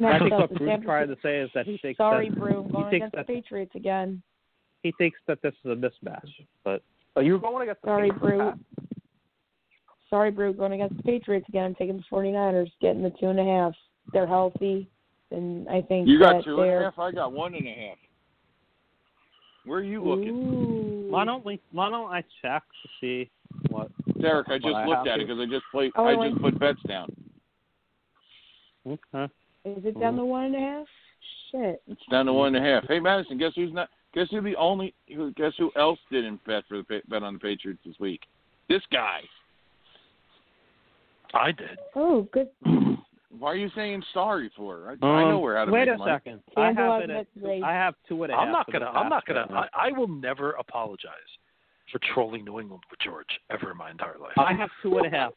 I
Next
think
up,
what
the
Bruce
Denver-
trying to say is that he thinks
Sorry,
that,
Brew. I'm
he
going
thinks
against the
that
Patriots again.
he thinks that this is a mismatch. But oh, you were going against the
Sorry,
Patriots.
Brew. Sorry, Brew. Going against the Patriots again. I'm taking the 49ers, getting the two and a half. They're healthy, and I think
You
that
got two and
they're
a half. I got one and a half. Where are you looking?
Why don't we? Why don't I check to see what?
Derek, I
what
just
have
looked at it
here?
because I just played.
Oh,
I
wait.
just put bets down.
Okay.
Is it down to one and a half? Shit.
It's down to one and a half. Hey Madison, guess who's not? Guess who the only? Who, guess who else didn't bet for the Pa- bet on the Patriots this week? This guy.
I did.
Oh, good.
Why are you saying sorry for? I, I know we're out of
Um, Wait
make
a
money.
second. I have it. At, I have two and a half
I'm not
for the
gonna. I'm not
Pats
gonna.
right now.
I, I will never apologize for trolling New England with George ever in my entire life.
I have two and a half.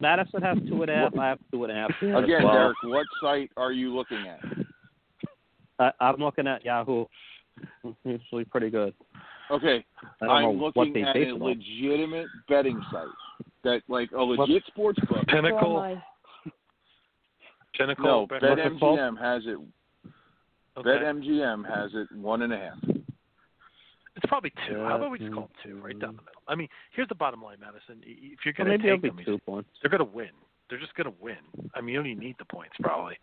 Madison has two and a half. I have two and a half.
Again,
as well.
Derek, what site are you looking at?
I, I'm looking at Yahoo. Usually pretty good.
Okay,
I don't
I'm
know what
looking
they
at
base
a
it on.
legitimate betting site that, like, a legit sports book.
Pinnacle. Pinnacle.
No,
What's it called?
BetMGM has it.
Okay.
BetMGM has it one and a half.
It's probably two. How about we just call it two, right down the middle? I mean, here's the bottom line, Madison. Y- y- If you're
Well,
gonna
maybe it'll
take
be two
them,
points.
they're gonna win. They're just gonna win. I mean, you only need the points probably.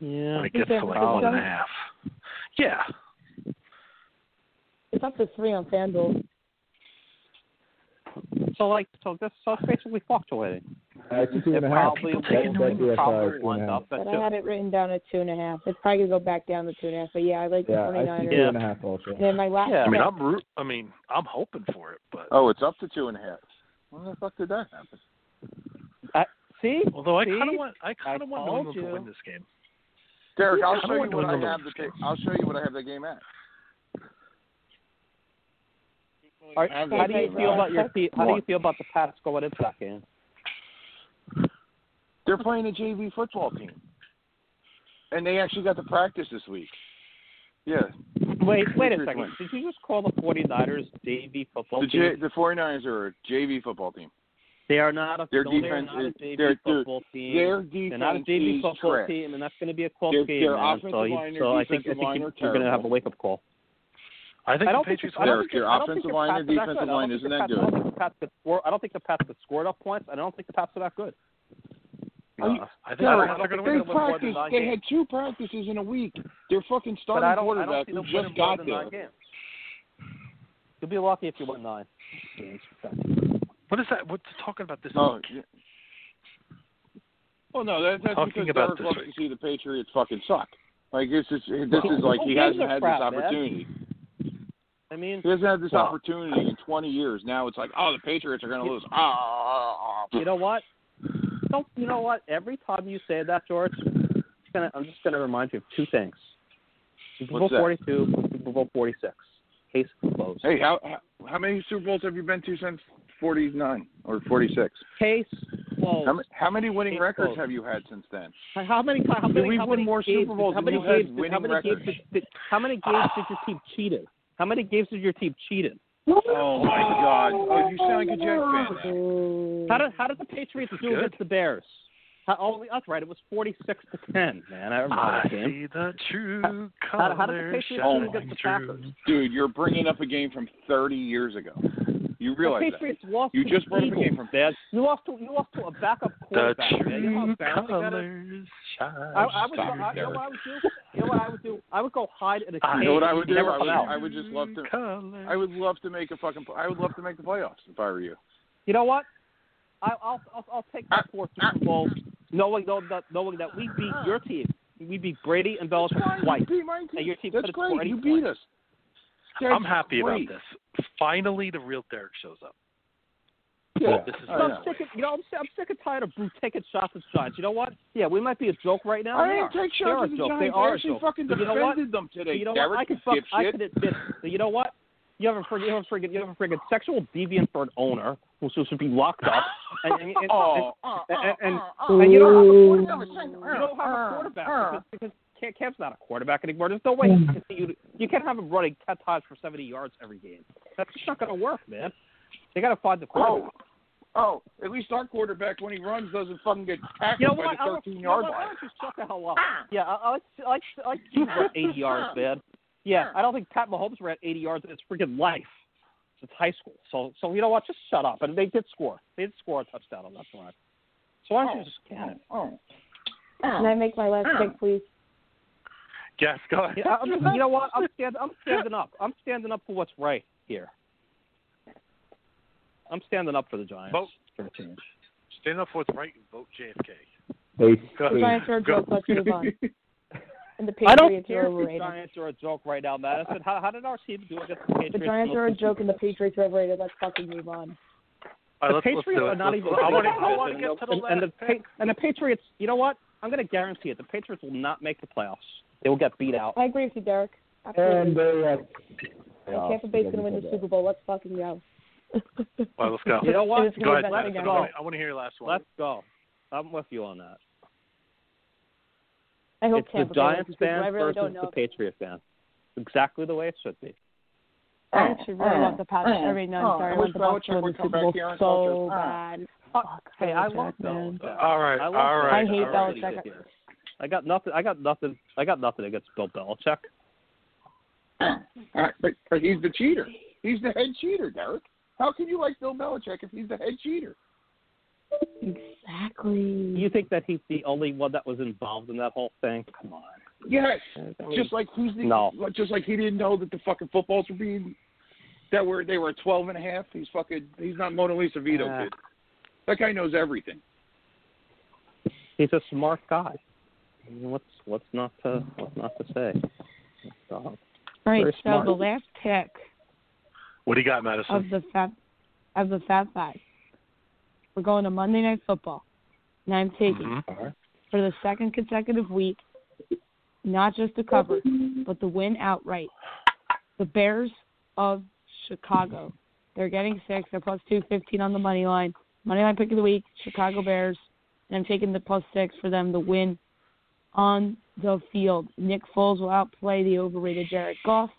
Yeah.
When it gets to like one and a half. Yeah.
It's up to three on FanDuel.
So like, so this, so it's basically fluctuating.
Uh, two and a
It
half.
probably
That's exactly what I thought,
probably
two and
winds
a
up
half.
at
But
two.
I had it written down at two and a half. It's probably gonna go back down to two and a half. But yeah, I like the
Yeah,
Twenty
I see
49ers.
two and a half also.
And then my last
I mean,
pick,
I'm. Root, I mean, I'm hoping for it, but
Oh, it's up to two and a half. When the fuck did that happen?
See?
Although I kind
See?
of want, I kind of want New
told
England to
you.
win this game.
Derek, I'll
I
show you
want
what
New
I
England
have. The, ta- I'll show you what I have the game at.
Are,
I'm
how do you
just-
feel about your team? How do you
One.
feel about the Pats going into that game?
They're playing a JV football team, and they actually got to practice this week. Yeah,
Wait, wait a
Patriots
second.
win.
Did you just call the 49ers JV football
The, J-
team?
the 49ers are a JV football team.
They are not a,
Their
no, they are
defense
not a
is-
JV
their- their-
football team.
their
they're not a
defense
JV
is
football
trash.
team, and that's going to be a close
Their-
game,
their
man.
offensive
So, you-
line, their
so I think, I
defensive
think
line
you're
are
going to have a
terrible.
wake up call.
I think
I don't
the Patriots.
think, I don't
Derek,
think
your
I don't think
offensive
the
line and
Pats are
defensive
that good.
line
I don't think
isn't
the
that
Pats-
good.
I don't think the Pats could score. I don't think the Pats could score enough points, and I don't think the Pats are that good.
Are you-
I
I don't
think
Derek,
think
they
they're gonna win more than
practiced.
nine
They
games.
had two practices in a week. Their fucking
But I
starting
don't, I don't
quarterback
see them
who
winning
just
more
got
than
there.
nine games. You'll be lucky if you win nine.
What is that? What's talking about this?
No,
week?
y- Oh, Well, no, that, that's
Talking
because
about
Derek
this
loves to see the Patriots fucking suck. Like this is this is like
Who
he
gives
hasn't
a
had
crap,
this
man?
opportunity. I mean, he hasn't had this
well-
opportunity in 20 years. Now it's like, oh, the Patriots are going to lose. Ah, ah, ah, ah.
You know what? Don't, you know what? Every time you say that, George, I'm, just gonna, I'm just going to remind you of two things. Super Bowl
What's that?
42, Super Bowl 46. Case closed.
Hey, how, how how many Super Bowls have you been to since 49 or 46?
Case
How, ma- how many winning
Case
records
closed.
have you had since then?
How many? How many?
We've
how
won
many
more
games
Super Bowls
How
than
many
you had
games? did- How
winning
many games?
records.
Did, did- how many games did your team cheat in? How many games did your team cheat in?
Oh my God! Oh, you sound like a Jet fan.
How did how did the Patriots do
good.
against the Bears? How, oh, that's right. It was forty-six to ten, man. I remember
I
that game.
See the true
How, how did the
colors
Patriots
shining
do against the Packers?
Dude, you're bringing up a game from 30 years ago. You realize
the
that?
Patriots lost
You
to
just
the
brought up a
Eagles,
game from
man. You lost to you lost to a backup quarterback. man. You know how embarrassing that is? I, I would. I, you know what I would do? You know what I would do? I would go hide in a cave.
I know what I
and
would do.
Never
I would,
come out.
I would just love to. I would love to make a fucking. I would love to make the playoffs if I were you.
You know what? I, I'll, I'll I'll take that fourth
Ah,
Super Bowl, knowing though that knowing that we beat your team. We beat Brady and Belichick twice. And your team
That's
could
great. You beat us.
I'm happy
great.
about this. Finally, the real Derek shows up.
Yeah.
This
Oh,
is
I'm sick of, you know, I'm, si- I'm sick and tired of Brute taking shots at Giants. You know what? Yeah, we might be a joke right now.
I
They
didn't
are.
take
they
shots
are
at
a
the
joke.
Giants.
They
I
are a
actually
joke.
fucking
But you know what?
defended them today,
But You know
Derek,
what? I can,
you
I
dipshit.
can admit. But you know what? You have a friggin', you have a friggin', you have a friggin' sexual deviant for an owner who's supposed to be locked up. And, and, and,
Oh,
and, and, and,
oh,
and you don't have a
oh,
quarterback.
oh,
You don't have a
oh,
quarterback
oh.
because, because Cam- Cam's not a quarterback anymore. There's no way
Hmm.
Mm.
you can you, you can't have him running 10 times for 70 yards every game. That's just not going to work, man. They got to find the quarterback.
Oh, oh, at least our quarterback, when he runs, doesn't fucking get tackled
You know
by
what? I
the
don't-
13
you know
yard
what?
line. Ah.
Why don't you shut the hell up? Yeah, I, I like I like I like to run 80 yards, man. Yeah, I don't think Pat Mahomes ran 80 yards in his freaking life since high school. So so you know what? Just shut up. And they did score. They did score a touchdown on that drive. So why don't you just can it?
Oh.
Can I make my last pick, please?
Yes, go ahead.
Yeah, I'm, you know what? I'm stand, I'm standing up. I'm standing up for what's right here. I'm standing up for the Giants
Vote.
for a change.
Stand up for what's right and vote JFK.
The Giants are a joke. Let's move on. And the
I
Patriots
don't care
are
if the
overrated.
Giants are a joke right now, Madison. How, how did our team do against the Patriots?
The Giants are a joke, and the Patriots are overrated. Let's fucking move on.
All
the
right, let's- let's
Patriots
do it.
are not
Let's-
even.
I wanna-
competitive,
I wanna
and
get to the
and- and
last
the
pick.
Pa- and the Patriots. You know what? I'm going to guarantee it. The Patriots will not make the playoffs. They will get beat out.
I agree with you, Derek. Absolutely.
And they uh,
And Tampa Bay's going to win the Super Bowl. Let's fucking go.
Well, let's go.
You know what?
Go ahead,
Let's
Madison.
go.
I wanna- I want to hear your last one.
Let's go. I'm with you on that.
I hope
it's
Tampa
the
Bay wins
Giants
the Super
fans
Bowl. I really
versus
don't
the
know.
Patriots fans. Exactly the way it should be.
I actually really want the Pats. I mean, no, I'm sorry. Oh, I want the Bucs to win the Super Bowl so bad. Oh. Fuck
Hey, I love
Belichick, man.
All right,
I love
all right.
I hate
all right.
Belichick.
I got nothing. I got nothing. I got nothing against Bill Belichick.
All right, but, but he's the cheater. He's the head cheater, Derek. How can you like Bill Belichick if he's the head cheater?
Exactly.
You think that he's the only one that was involved in that whole thing? Come on.
Yes,
I mean-
just like he's the,
No.
like- just like he didn't know that the fucking footballs were being that were they were twelve and a half. He's fucking he's not Mona Lisa Vito
Ah.
kid. That guy knows everything.
He's a smart guy. I mean, what's what's not to what's not to say? So,
All right,
very
so
smart.
the last pick
What do you got,
of
Madison?
the Fab of the Fab Five, we're going to Monday Night Football, and I'm taking
Mm-hmm.
for the second consecutive week, not just the cover, but the win outright. The Bears of Chicago. They're getting six. They're plus two fifteen on the money line. Money line pick of the week, Chicago Bears. And I'm taking the plus six for them to win on the field. Nick Foles will outplay the overrated Jared Goff.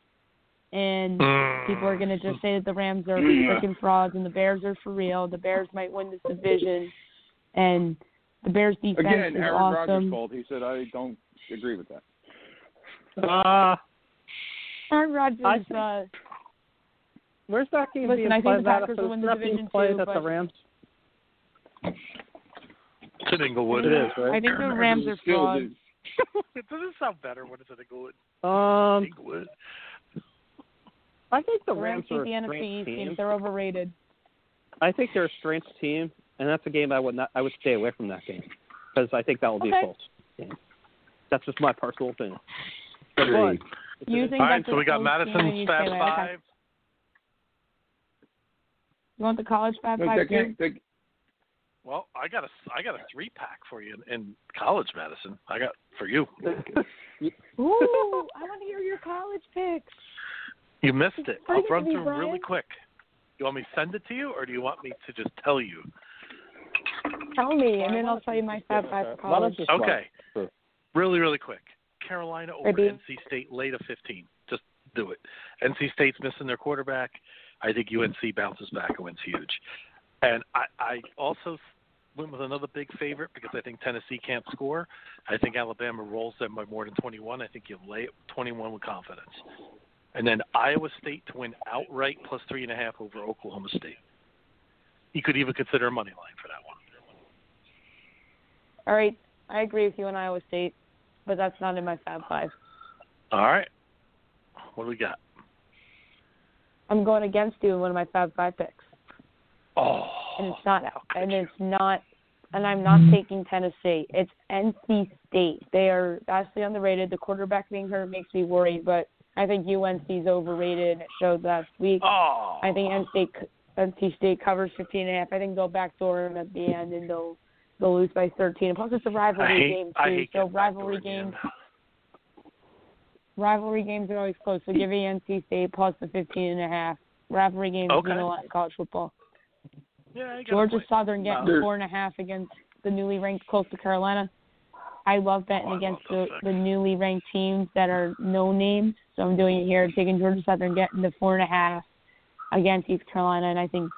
And Mm. people are going to just say that the Rams are freaking frauds and the Bears are for real. The Bears might win this division. And the Bears defense
Again,
is
Aaron Rodgers
awesome.
called. He said I don't agree with that.
Uh,
Aaron Rodgers,
I think-
uh,
where's that game
Listen,
being
I think
played
the Packers
at?
will win the
It's not being
division
played
too,
at the
but-
Rams.
It's in Inglewood.
It is, right?
I think the Rams are frauds.
Does it sound better when it's in Inglewood?
Um,
Inglewood.
I think the
The Rams
Rams
beat
are a
the NFC
strange
East
team.
teams. They're overrated.
I think they're a strange team, and that's a game I would not. I would stay away from that game because I think that will be
Okay.
a false game. That's just my personal opinion.
You
But
think
All right,
that's
so
a
we got
close game and you
Madison's
say
Fab
that, okay.
Five.
You want the college Fab
Like,
Five?
that game, that,
Well, I got a I got a three pack for you in, in college, Madison. I got for you.
Ooh, I want to hear your college picks.
You missed it. I'll
Bring it
run
to me,
through
Brian.
really quick. You want me to send it to you, or do you want me to just tell you?
Tell me, and then I'll tell you my Fab Five for college.
okay. Really, really quick. Carolina over
Maybe.
NC State late of 15. Just do it. NC State's missing their quarterback. I think UNC bounces back and wins huge. And I, I also went with another big favorite because I think Tennessee can't score. I think Alabama rolls them by more than 21. I think you lay it 21 with confidence. And then Iowa State to win outright plus three and a half over Oklahoma State. You could even consider a money line for that one.
All right, I agree with you on Iowa State, but that's not in my Fab Five.
All right. What do we got?
I'm going against you in one of my Fab Five picks,
Oh,
and it's not out, and it's not, and I'm not taking Tennessee. It's NC State. They are vastly underrated. The quarterback being hurt makes me worried, but I think UNC's overrated. It showed last week.
Oh.
I think NC State, NC State covers 15 and a half. I think they'll backdoor them at the end, and they'll they'll lose by 13. Plus, it's a rivalry
I hate-
game
I
too,
hate
so rivalry games. Rivalry games are always close. So give me NC State plus the 15 and a half. Rivalry games
Okay.
mean a lot in college football.
Yeah, I got a
Georgia
point.
Southern getting
There's-
four and a half against the newly ranked Coastal Carolina. Oh, I love betting against the, the newly ranked teams that are no names, so I'm doing it here, taking Georgia Southern getting the four and a half against East Carolina, and I think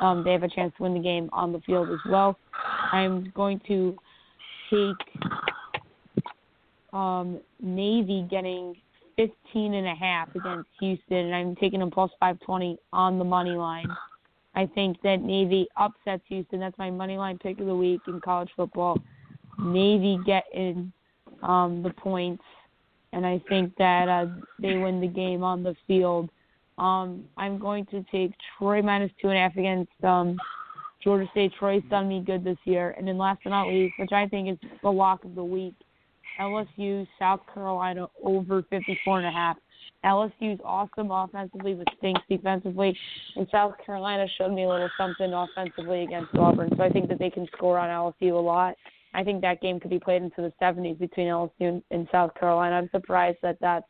um, they have a chance to win the game on the field as well. I'm going to take um, Navy getting 15 and a half against Houston, and I'm taking them plus 520 on the money line. I think that Navy upsets Houston. That's my money line pick of the week in college football. Navy getting um, the points, and I think that uh, they win the game on the field. Um, I'm going to take Troy minus two and a half against um, Georgia State. Troy's done me good this year. And then last but not least, which I think is the lock of the week, LSU South Carolina over 54 and a half. LSU's awesome offensively, but stinks defensively. And South Carolina showed me a little something offensively against Auburn, so I think that they can score on LSU a lot. I think that game could be played into the 70s between LSU and, and South Carolina. I'm surprised that that's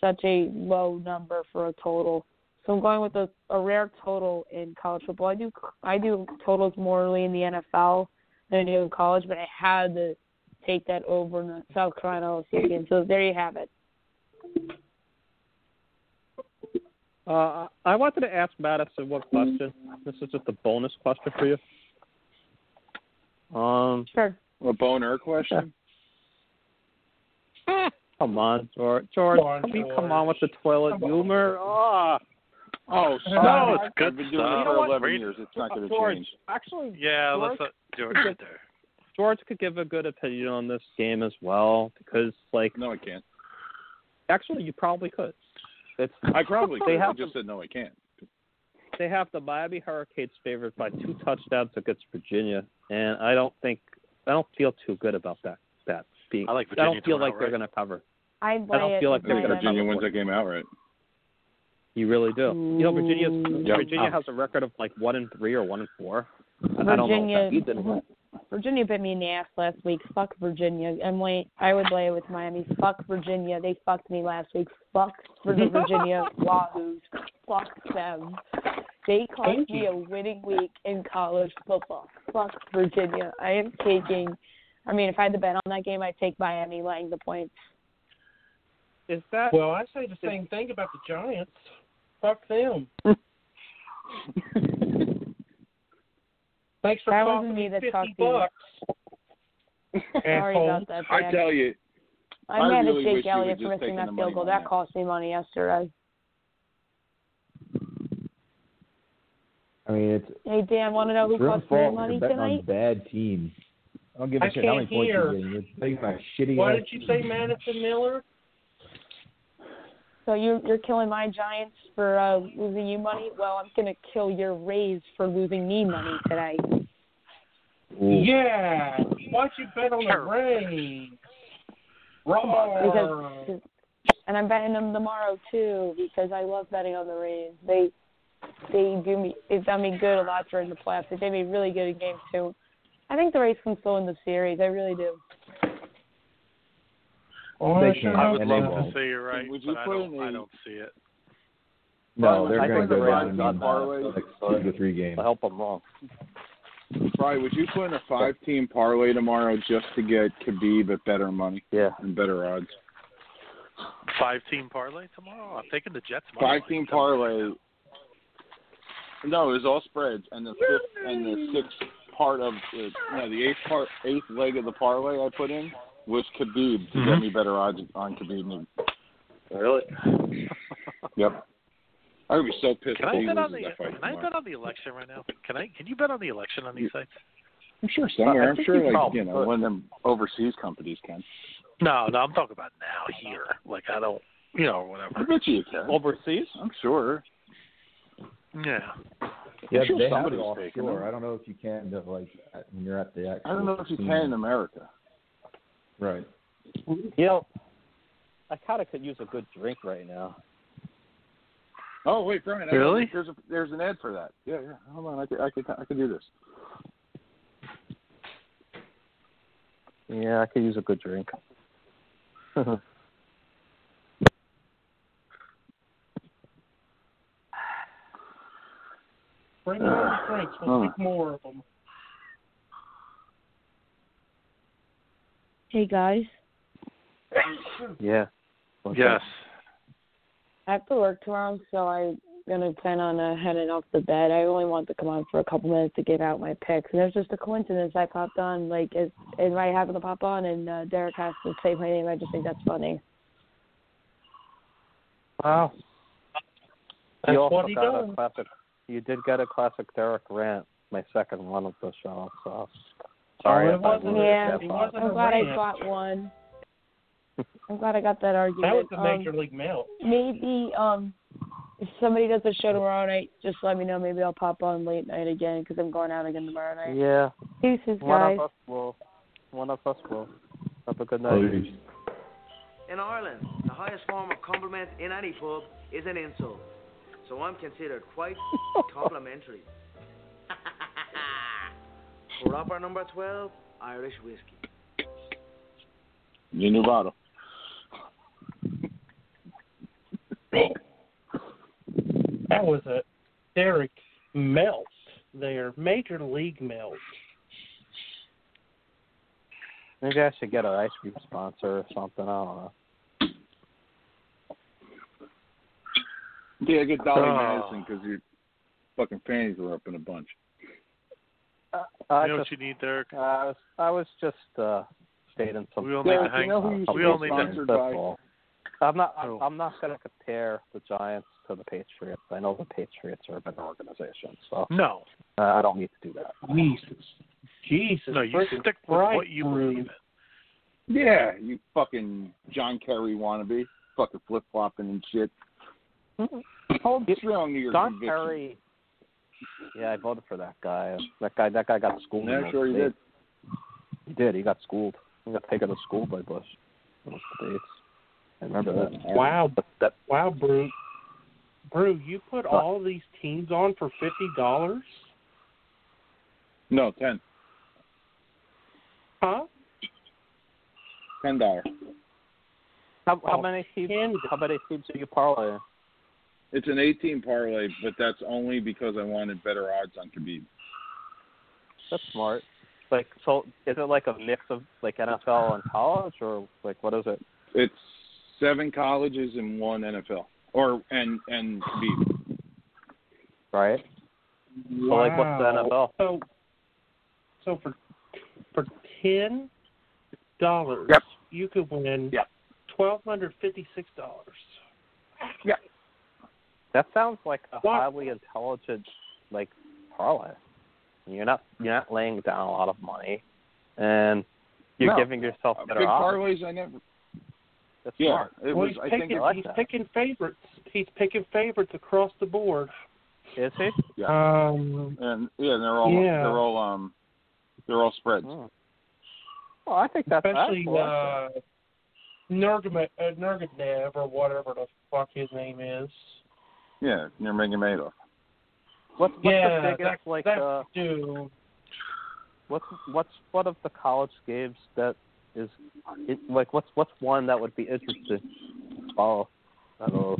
such a low number for a total. So I'm going with a, a rare total in college football. I do I do totals more early in the NFL than I do in college, but I had to take that over in the South Carolina LSU game. So there you have it.
Uh, I wanted to ask Madison one question. This is just a bonus question for you. Um,
sure.
a boner question?
Come on, George. George,
Come on,
come, you
George.
come on with the toilet humor. Ah.
Oh,
No,
stop.
it's good
I've been
stuff.
doing
You know
it for
what?
11
Read-
years. It's not going to
George,
change.
Actually,
Yeah,
George,
let's not, George,
could
right
give-
there.
George could give a good opinion on this game as well because, like,
no, I can't.
Actually, you probably could. It's
I probably
they
could. I
have
just said no, I can't.
they have the Miami Hurricanes favored by two touchdowns against Virginia, and I don't think I don't feel too good about that. That being,
I like
I don't
Virginia
feel
to win
like they're going
outright.
to cover.
I'd
I don't feel like they're
I think
going to
Virginia
cover.
wins that game outright.
You really do. You know, Virginia's
Yep.
Virginia has a record of like one and three or one and four. I- I don't know what that
Virginia-
means anymore.
Virginia bit me in the ass last week. Fuck Virginia. I'm like, I would lay with Miami. Fuck Virginia. They fucked me last week. Fuck for the Virginia Wahoos. Fuck them. They cost
Thank
me
you.
a winning week in college football. Fuck Virginia. I am taking. I mean, if I had to bet on that game, I'd take Miami laying the points.
Is that
Well, I say the same thing about the Giants. Fuck them. Thanks for
that
costing
wasn't me that
50
talked to you.
bucks.
Sorry about that.
I
Brad.
tell you,
I'm
I
mad
really
at
wish
Jake
you
Elliott
would
for
just
missing
taken
that
the
field
money
goal.
line
That cost me money yesterday.
I mean, it's
Hey Dan, want to know who
it's your own
cost me
fault. You're
money
betting
tonight?
on bad teams. I don't give a
I
shit how many
can't
points
hear.
you're getting. You're taking my shitty.
Why
ass
did you say
team.
Madison Miller?
So you're you're killing my Giants for uh, losing you money. Well, I'm gonna kill your Rays for losing me money today.
Yeah. Why'd you bet on the Rays? Roar.
Because, and I'm betting them tomorrow too because I love betting on the Rays. They they do me. They've done me good a lot during the playoffs. They did me really good in game two. I think the race can still win the series. I really do.
Oh,
They
I
can't,
sure hope
and
I'd
they
love to
won't.
say you're right,
Would you
but I
put
don't,
in
I
a-
don't see it.
No, they're
I
going
think
to
the
go
five-team
down on
parlay-
the next two to three games.
help them wrong.
Brian, would you put in a five-team parlay tomorrow just to get Khabib at better money?
Yeah.
And better odds.
Five team parlay tomorrow. I'm taking the Jets. money line.
Five-team parlay. No, it was all spreads, and the fifth and the sixth part of the no, the eighth part, eighth leg of the parlay I put in was Khabib to
Mm-hmm.
get me better odds on Khabib. Really? yep. I would be so pissed
Can
if
I
he
bet on the
loses that fight
Can I
tomorrow.
bet on the election right now? Can I? Can you bet on the election on these sites?
I'm sure
I
somewhere. I'm
think
sure,
you
like
probably
you know,
could.
one of them overseas companies can.
No, no, I'm talking about now here. Like I don't, you know, whatever.
I bet you can.
Overseas?
I'm sure.
Yeah.
Yeah,
I'm sure
they have it
somebody's taking
offshore.
them.
I don't know if you can, to, like, at- when you're at the actual.
I don't know if you
Hmm.
casino.
can in America.
Right.
You know, I kind of could use a good drink right now.
Oh wait, Brian. I-
Really?
There's a there's an ad for that. Yeah, yeah. Hold on, I could I could I could do this.
Yeah, I could use a good drink.
Bring on the Franks. We'll
Huh.
take more of them.
Hey guys,
yeah.
Yes.
I have to work tomorrow, so I'm gonna plan on uh, heading off to bed. I only want to come on for a couple minutes to get out my picks, and it was just a coincidence I popped on. Like, it, it might happen to pop on, and uh, Derek has to say my name. I just think that's funny.
Wow.
That's
you also
what he
got
does.
a classic. You did get a classic Derek rant, my second one of the show. So sorry.
Oh, it
if I
wasn't-
blew
Yeah,
that
it
thought.
wasn't
I'm glad I
rant.
got one. I'm glad I got that argument.
That was the
Um,
major league melt.
maybe um if somebody does a show tomorrow night, just let me know. Maybe I'll pop on late night again 'cause I'm going out again tomorrow night.
Yeah.
Deuces,
One
guys.
of us will. One of us will. Have a good night.
Please.
In Ireland, the highest form of compliment in any pub is an insult. So I'm considered quite complimentary. Proper number 12, Irish whiskey.
Your new bottle.
That was a Derek melt there. Major league melt.
Maybe I should get an ice cream sponsor or something. I don't know.
Yeah, get Dolly
Oh.
Madison because your fucking panties were up in a bunch.
I
you know
just,
what you need, Derek?
I was, I was just uh, stating something.
We all need to hang. we all need to.
I'm not.
Oh.
I'm, I'm not going to compare the Giants to the Patriots. I know the Patriots are a better organization, so
No.
uh, I don't need to do that.
Jesus. Jesus.
No, you
freaking
stick with
Christ,
what you believe in.
Yeah, you fucking John Kerry wannabe, fucking flip flopping and shit. Hold strong to your
John
conviction.
Perry. Yeah, I voted for that guy. That guy. That guy got schooled.
Yeah,
in Old
sure he
State.
did.
He did. He got schooled. He got taken to school by Bush. in Old States. I remember that.
Wow.
But that.
Wow, Brew. Brew, you put all these teams on for fifty dollars?
No, ten.
Huh?
Ten dollar.
How, how
Oh,
many teams? How many teams are you parlaying?
It's an eighteen parlay, but that's only because I wanted better odds on Khabib.
That's smart. Like, so is it like a mix of like NFL and college, or like what is it?
It's seven colleges and one NFL, or and and Khabib.
Right. So, like, what's the
Wow.
NFL?
So, so for for ten dollars,
Yep.
you could win
Yep.
twelve hundred fifty six dollars.
That sounds like a
What?
highly intelligent like parlay. You're not you're not laying down a lot of money, and you're
No.
giving yourself
Uh,
better
Big
odds.
parlays, I never.
That's
yeah,
smart.
it
well,
was.
he's
I think
picking
it,
he's picking favorites. He's picking favorites across the board.
Is he?
Yeah.
Um,
and yeah, they're all
yeah.
they're all um they're all spreads.
Oh. Hmm. Well, I think that's
especially
that's awesome.
uh, Nurgamev uh, Nurgadev or whatever the fuck his name is.
Yeah, near Megan Madoff.
What, what's
yeah,
the biggest
that,
like
that's
uh,
due.
what's what's one of the college games that is it, like what's what's one that would be interesting? Oh, I don't know.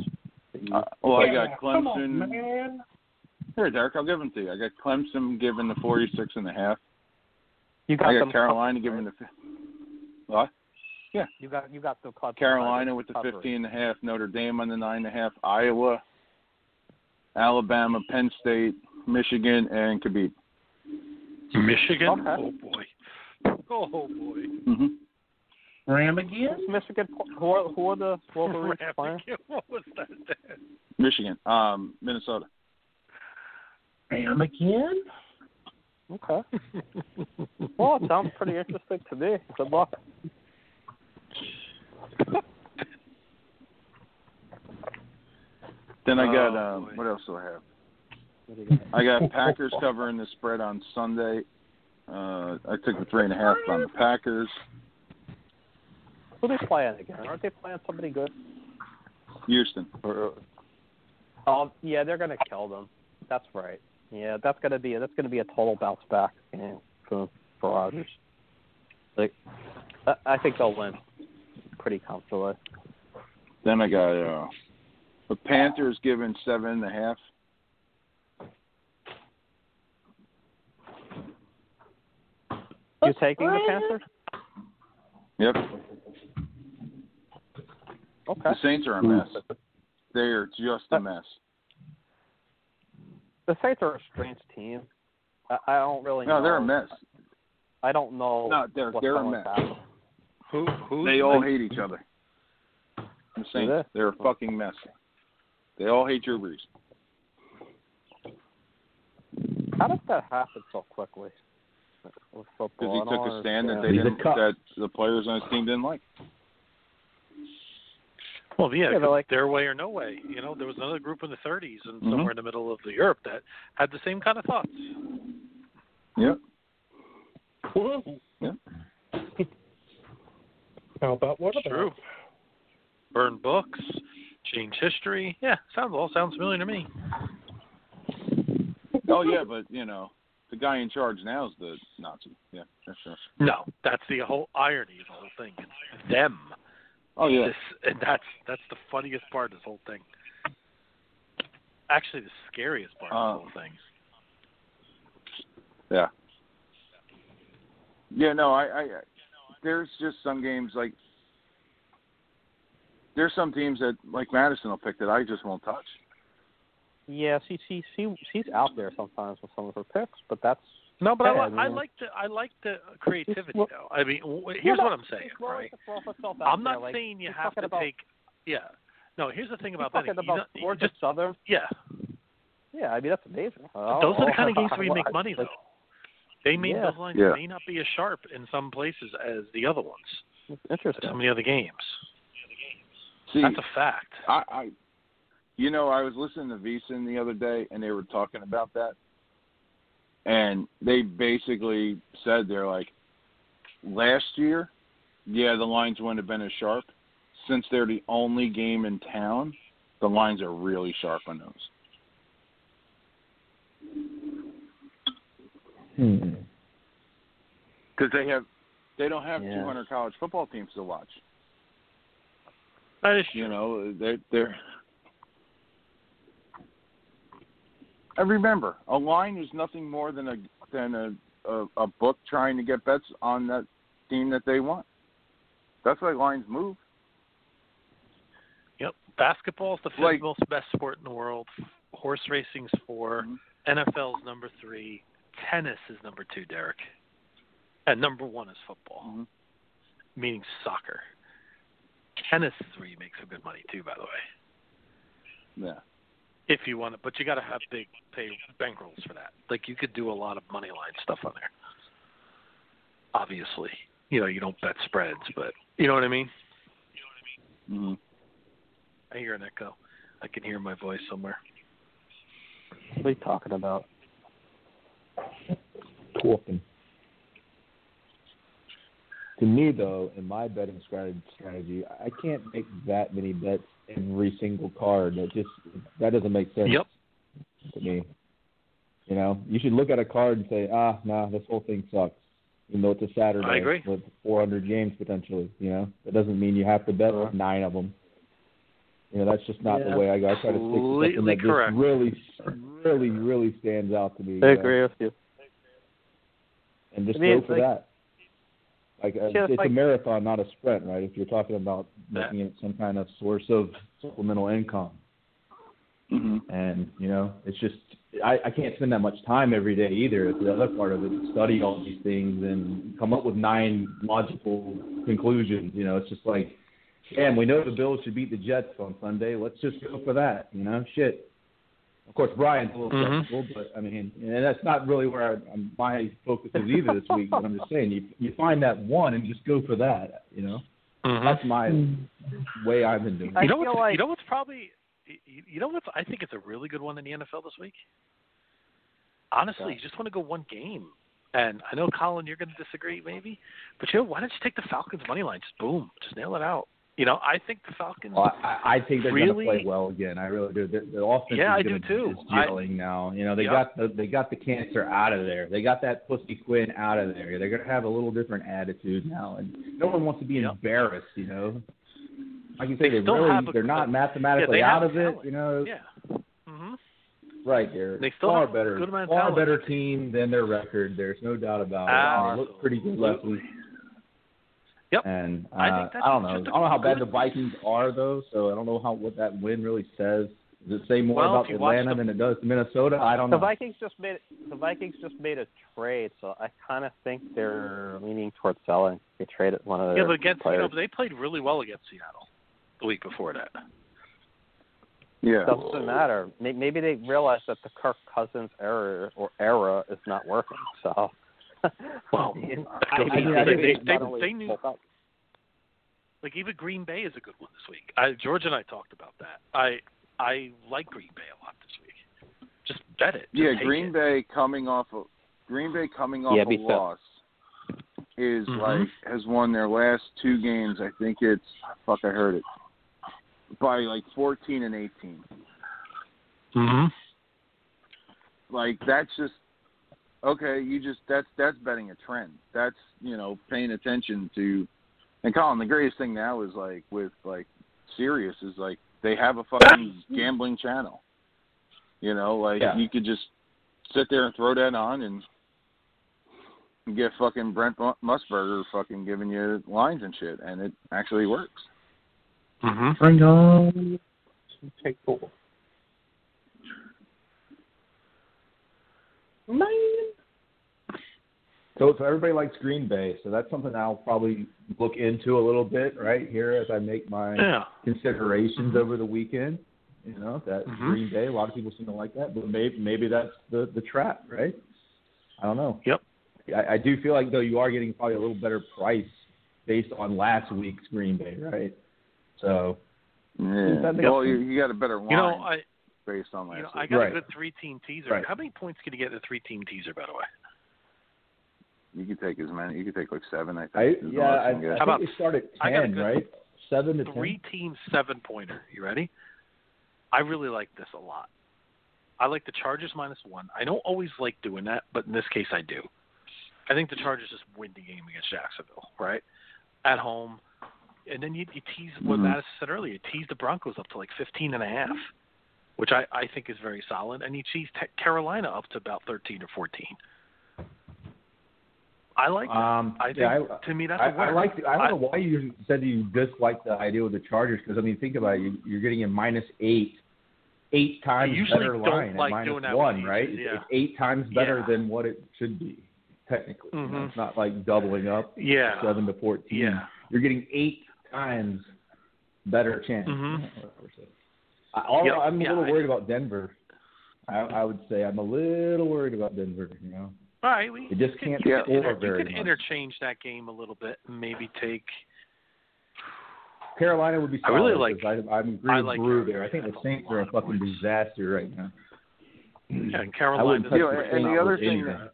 Uh, well, I
Yeah,
got Clemson.
come on,
man.
Here, Derek, I'll give them to you. I got Clemson giving the forty-six and a half.
You got
I got
them
Carolina giving the. fif- What? Yeah.
You got you got the cover.
Carolina with the
cover.
fifteen and a half. Notre Dame on the nine and a half. Iowa, Alabama, Penn State, Michigan, and Khabib.
Michigan.
Okay.
Oh boy. Oh boy.
Mm-hmm.
Ram again?
Who's Michigan. Who are, who are the Wolverines
Ram
playing?
What was that?
Michigan, um, Minnesota.
Ram again?
Okay. well, it sounds pretty interesting to me. Good luck.
Then I got
Oh,
um, what else do I have? I got Packers covering the spread on Sunday. Uh, I took the three and a half on the Packers.
Who they playing again? Aren't they playing somebody good?
Houston.
Oh, yeah, they're gonna kill them. That's right. Yeah, that's gonna be that's gonna be a total bounce back yeah, for for Rodgers. Like, I, I think they'll win pretty comfortably.
Then I got uh, the Panthers giving seven and a half.
You taking the Panthers?
Yep.
Okay.
The Saints are a mess. They are just a mess.
The Saints are a strange team. I, I don't really.
No,
know.
they're a mess.
I don't know.
No, they're
what's
they're a
going
mess.
on.
Who, who
They all hate each other. The Saints. They're a fucking mess. They all hate Drew Brees.
How did that happen so quickly? With
Oh,
because
football,
he took a stand that they
He's a
didn't
cuck.
that the players on his team didn't like.
Well, yeah,
Yeah, they're
'cause
like-
their way or no way. You know, there was another group in the 30s and
Mhm.
somewhere in the middle of the Europe that had the same kind of thoughts.
Yep.
How about what
It's true. Burn books, change history. Yeah, sounds all sounds familiar to me.
Oh yeah, but you know the guy in charge now is the Nazi. Yeah, that's right.
No, that's the whole irony of the whole thing. It's them.
Oh yeah.
This, and that's that's the funniest part of this whole thing. Actually, the scariest part
Uh,
of the whole thing.
Yeah. Yeah, no, I, I I- there's just some games like there's some teams that like Madison will pick that I just won't touch.
Yeah, she she she she's out there sometimes with some of her picks, but that's
No, but
okay,
I, li- I
mean,
like the I like the creativity though. I mean, w-
Yeah,
here's
but
what I'm saying,
she's willing
right?
to throw herself out
I'm
there,
not
like,
saying you
she's
have
talking
to
about,
take. Yeah. No, here's the thing
she's
about
talking
betting. You
about
don't- you
Georgia
just
Southern.
yeah.
Yeah, I mean that's amazing.
Those are the kind of games where you make money, though. They may
Oh. Yeah.
those lines
Yeah.
may not be as sharp in some places as the other ones.
Interesting.
Some of the other games.
See,
That's a fact.
I, I you know, I was listening to Veasan the other day and they were talking about that. And they basically said they're like last year, yeah, the lines wouldn't have been as sharp. Since they're the only game in town, the lines are really sharp on those.
Hmm.
Because they have they don't have
Yeah.
200 college football teams to watch.
That is
you know they're they're. And remember, a line is nothing more than a than a, a a book trying to get bets on that team that they want. That's why lines move.
Yep. Basketball's the fifth
Like-
most best sport in the world. Horse racing's 4 NFL's number three. Tennis is number two, Derek. And number one is football,
Mm-hmm.
meaning soccer. Tennis is where you make some good money too, by the way.
Yeah.
If you want to, but you got to have big pay bankrolls for that. Like you could do a lot of money line stuff on there. Obviously, you know you don't bet spreads, but you know what I mean.
Mm-hmm.
I hear an echo. I can hear my voice somewhere.
What are you talking about?
talking. To me, though, in my betting strat- strategy, I can't make that many bets every single card. That just that doesn't make sense
Yep.
to me. You know, you should look at a card and say, ah, nah, this whole thing sucks. Even though it's a Saturday
I agree.
with 400 games potentially, you know, that doesn't mean you have to bet nine of them. You know, that's just not
Yeah.
the way I go. I try to stick to something
Completely
that
correct.
just really, really, really stands out to me.
I
you know,
agree with you.
And just
I mean,
go for
like-
that. Like uh,
Yeah, it's
it's
like-
a marathon, not a sprint, right? If you're talking about making it some kind of source of supplemental income.
Mm-hmm.
And you know, it's just I, I can't spend that much time every day either. It's the other part of it. Study all these things and come up with nine logical conclusions. You know, it's just like, damn, we know the Bills should beat the Jets on Sunday. Let's just go for that. You know, shit. Of course, Brian's a little
Mhm.
flexible, but I mean, and that's not really where I, my focus is either this week. But I'm just saying, you you find that one and just go for that. You know,
Mm-hmm.
that's my way I've been doing. it.
You know what's you know what's probably you you know what's I think it's a really good one in the NFL this week. Honestly, you just want to go one game, and I know Colin, you're going to disagree maybe, but you know why don't you take the Falcons money line? Just boom, just nail it out. You know, I think the Falcons.
Well, Oh, I, I think they're
Really?
going to play well again. I really do. Their, their offense
Yeah, I
is,
do
gonna,
too.
is gelling now. You know, they
Yeah.
got the they got the cancer out of there. They got that pussy Quinn out of there. They're going to have a little different attitude now, and no one wants to be embarrassed. You know, like you say,
They
they
still
really
have a-
they're not mathematically
yeah, they have
out of it.
talent.
You know,
Yeah. hmm
right? They're
They still
far
have a
better,
good amount of
far
talent.
better team than their record. There's no doubt about it. They look pretty good last week.
Ah, Yep.
And uh,
I
I,
think that's
don't know. I
just a
don't know how bad
good-
the Vikings are though, so I don't know how what that win really says. Does it say more
Well,
about
if you watch
Atlanta
the-
than it does Minnesota? I don't
the
know.
Vikings just made the Vikings just made a trade, so I kind of think they're leaning towards selling. They traded one of their
Yeah, but against you know
players.
they played really well against Seattle the week before that.
Yeah.
doesn't matter. May- Maybe they realize that the Kirk Cousins era or era is not working. So,
well,
I,
I mean,
I
they-
think
they-
it's
they-
not only
they knew-
full-
Like even Green Bay is a good one this week. I, George and I talked about that. I I like Green Bay a lot this week. Just bet it. Just
Yeah,
take
Green
it.
Bay coming off a Green Bay coming off
Yeah,
a
be Mm-hmm. tough.
loss is like has won their last two games. I think it's fuck. I heard it by like fourteen and eighteen.
Mm-hmm.
Like that's just okay. You just that's that's betting a trend. That's you know paying attention to. And Colin, the greatest thing now is like with like Sirius is like they have a fucking gambling channel. You know, like
Yeah.
you could just sit there and throw that on and get fucking Brent Mu- Musburger fucking giving you lines and shit, and it actually works.
Mm-hmm.
Bring on. Take four.
Man. So, so everybody likes Green Bay, so that's something I'll probably look into a little bit right here as I make my
Yeah.
considerations
Mm-hmm.
over the weekend. You know that
Mhm.
Green Bay, a lot of people seem to like that, but maybe maybe that's the the trap, right? I don't know.
Yep.
I, I do feel like though you are getting probably a little better price based on last week's Green Bay, right? So.
Yeah.
That makes
Well, you,
sense.
you got a better line
You know, I
based on last
you know,
week.
I got a good three team teaser.
Right.
How many points can you get in a three team teaser, by the way?
You could take as many. You could take like seven. I think.
I,
is the
yeah,
most
I,
you
I
can get.
think they start at
I got a
ten,
good-
right? Seven to
Three team seven pointer. You ready? I really like this a lot. I like the Chargers minus one. I don't always like doing that, but in this case, I do. I think the Chargers just win the game against Jacksonville, right? At home, and then you, you tease what
Mm-hmm.
Mhm.
Madison said earlier. You tease the Broncos up to like fifteen and a half, which I, I think is very solid, and you tease Te- Carolina up to about thirteen or fourteen. I like.
ten.
that.
Um,
I think
yeah,
to me that's
I,
a winner.
I like. The, I don't know why you said you dislike the idea with the Chargers because I mean, think about it. You, you're getting a minus eight, eight times
usually
better
don't
line at
like
minus
doing that with
one,
these,
right? It's-
yeah.
It's eight times better
Yeah.
than what it should be technically. You know,
Mhm.
It's not like doubling up.
Yeah.
Seven to fourteen.
Yeah.
You're getting eight times better chance.
Mhm.
I, all,
Yeah,
I'm
yeah,
a little
I-
worried about Denver. I, I would say I'm a little worried about Denver. You know.
All right, we
They just
you could-
can't
you could
score
inter-
very
You could
much.
interchange that game a little bit, and maybe take.
Carolina would be.
I
Solid
really
because I, I'm agreeing
I
with
like
Brew
Carolina.
there. I think the
That's a
Saints are a fucking disaster right now.
Yeah, and
Mm-hmm. I
Carolina.
wouldn't touch
You know,
the
and
Saints
the other
with
thing,
anything.
that,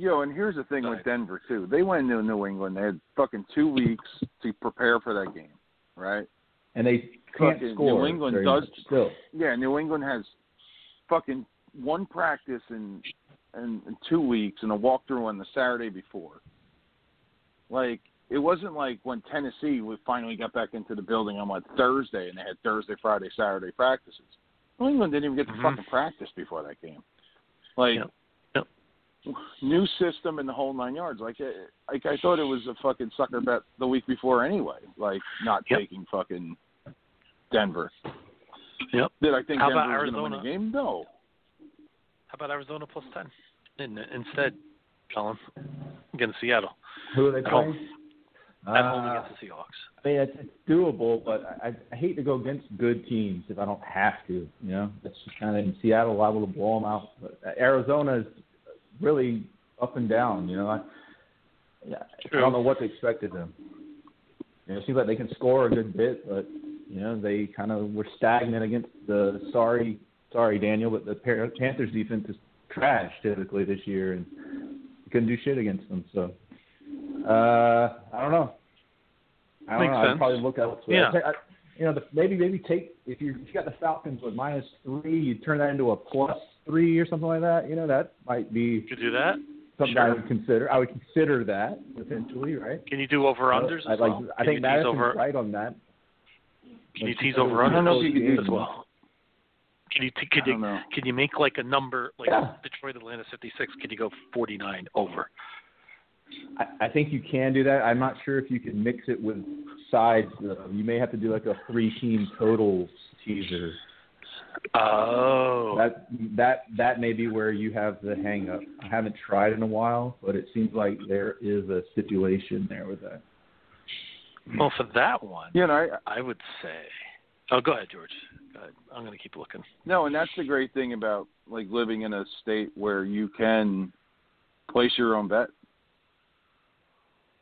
yo, and here's the thing with Denver too. They went into New England. They had fucking two weeks to prepare for that game, right?
and they can't
fucking
score.
New England
very
does-
much still.
Yeah, New England has fucking one practice in, in in two weeks and a walkthrough on the Saturday before. Like it wasn't like when Tennessee we finally got back into the building on like Thursday and they had Thursday, Friday, Saturday practices. New England didn't even get to
Mm-hmm.
fucking practice before that game. Like new system and the whole nine yards. Like it, like I thought it was a fucking sucker bet the week before anyway. Like not taking fucking Denver.
Yep.
Did I think
How about
Denver was going to
Arizona?
win the game? No.
How about Arizona plus ten? In, instead, Colin, against Seattle.
Who are they
At home.
playing?
Oh. At home
Uh,
against the Seahawks.
I mean, it's, it's doable, but I, I hate to go against good teams if I don't have to. You know, that's just kind of in Seattle liable to blow them out. But Arizona is really up and down. You know, I, yeah, I don't know what to expect of them. You know, it seems like they can score a good bit, but you know they kind of were stagnant against the sorry, sorry Daniel, but the Par- Panthers defense is trash typically this year, and couldn't do shit against them. So uh, I don't know. I don't
Makes
know.
sense.
I'd probably look elsewhere.
Yeah.
I'd ta- I, you know, the, maybe maybe take if you if you got the Falcons with minus three, you turn that into a plus three or something like that. You know, that might be
Could do that.
something I would consider. I would consider that eventually, right?
Can you do over unders
I,
as
like,
well?
I
Can you
think
tease
Madison's
over-
right on that.
Can you
Like,
tease
consider
over
it
under
a
those
close
games as
game.
well? Can you t- could you can you make like a number like Detroit Atlanta fifty six? Could you go forty nine over?
I, I think you can do that. I'm not sure if you can mix it with sides. Though. You may have to do like a three-team totals teaser.
Oh.
That that that may be where you have the hang up. I haven't tried in a while, but it seems like there is a stipulation there with that.
Well, for that one,
you know,
I, would say. Oh, go ahead, George. Go ahead. I'm going to keep looking.
No, and that's the great thing about like living in a state where you can place your own bet.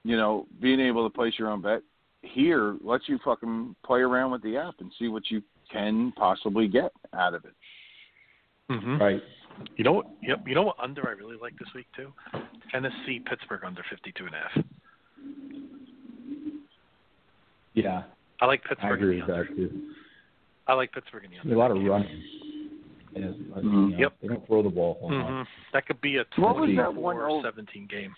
You know, being able to place your own bet here lets you fucking play around with the app and see what you can possibly get out of it.
Mm-hmm.
Right.
You know what? Yep. You know what under I really like this week too? Tennessee Pittsburgh under fifty two and a half.
Yeah,
I like
I
Pittsburgh.
agree with that too.
I like Pittsburgh in the under.
A lot of running. Yeah, you know,
Hmm. Yep.
They don't throw the ball. a lot.
hmm That could be a
What was that one
24 17 game.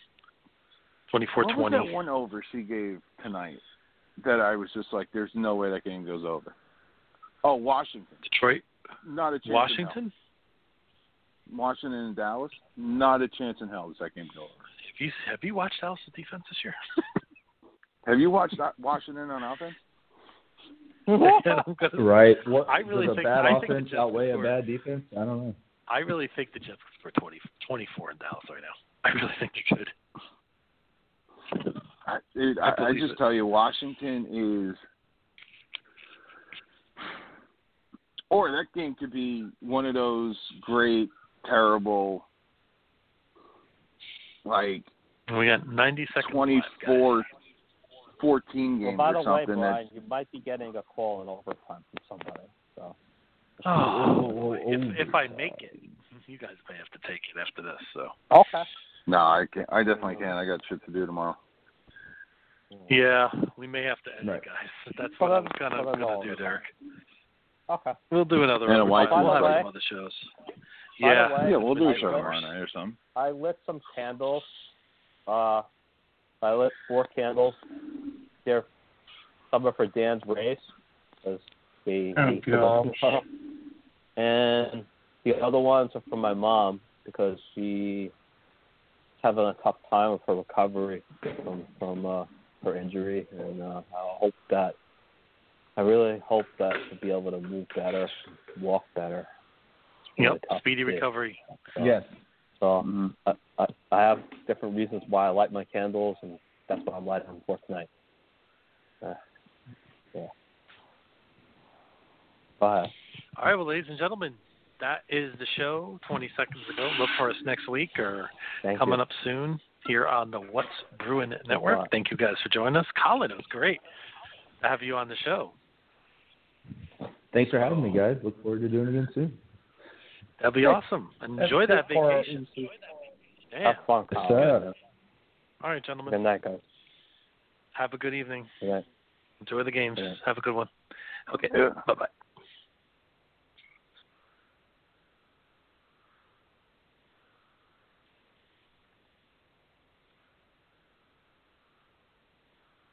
24
What was
20.
that one over she gave tonight that I was just like, "There's no way that game goes over." Oh, Washington.
Detroit.
Not a chance. in hell.
Washington?
Washington and Dallas. Not a chance in hell does that game go over.
Have you, have you watched Dallas' defense this year?
Have you watched that Washington on offense?
I'm gonna-
Right. What,
I really
does a
think-
bad
I think the
offense
Jets
outweigh a
score.
bad defense? I don't know.
I really think the Jets could score 20, 24 in Dallas right now. I really think they could.
I, dude,
I
I, I
believe
just
it.
tell you, Washington is. Or that game could be one of those great, terrible, like
We got 90 seconds.
24 14
Well,
game
by the
or
way,
something.
Brian,
that's,
you might be getting a call in overtime from somebody. So.
Oh, if, if I make it, you guys may have to take it after this. So
Okay.
no, I can't. I definitely can't. I got shit to do tomorrow.
yeah, we may have to end
Right.
it, guys. That's
But
what I'm
I'm-
kind of
but I'm all
going to do,
over
Derek.
Okay.
We'll do another
And a
overtime.
white
We'll
one.
By
have
the
some
way-
other shows.
by the
Yeah.
way,
Yeah, we'll do a
I
show
lit-
tomorrow night or something.
I lit some candles. Uh, I lit four candles. They're some are for Dan's race because they
Oh,
eat them all. and the other ones are for my mom because she's having a tough time with her recovery from from uh, her injury, and uh, I hope that I really hope that she'll be able to move better, walk better. It's really
Yep.
tough
Speedy
to see.
recovery.
Yes.
So
Mm-hmm.
I, I, I have different reasons why I light my candles, and that's why I'm lighting them for tonight. Uh, yeah. Go ahead.
All right, well, ladies and gentlemen, that is the show 20 seconds ago. Look for us next week or
Thank
coming
you.
up soon here on the What's Brewing
a lot.
Network. Thank you guys for joining us. Colin, it was great to have you on the show.
Thanks for having me, guys. Look forward to doing it again soon.
That'd be
Thanks.
awesome.
That's
Enjoy that
good for our Uh,
vacation. Yeah.
Have fun,
Yes,
Kyle.
sir.
All right, gentlemen.
Good night, guys.
Have a good evening.
Good night.
Enjoy the games.
Yeah.
Have a good one. Okay.
Yeah.
Bye bye.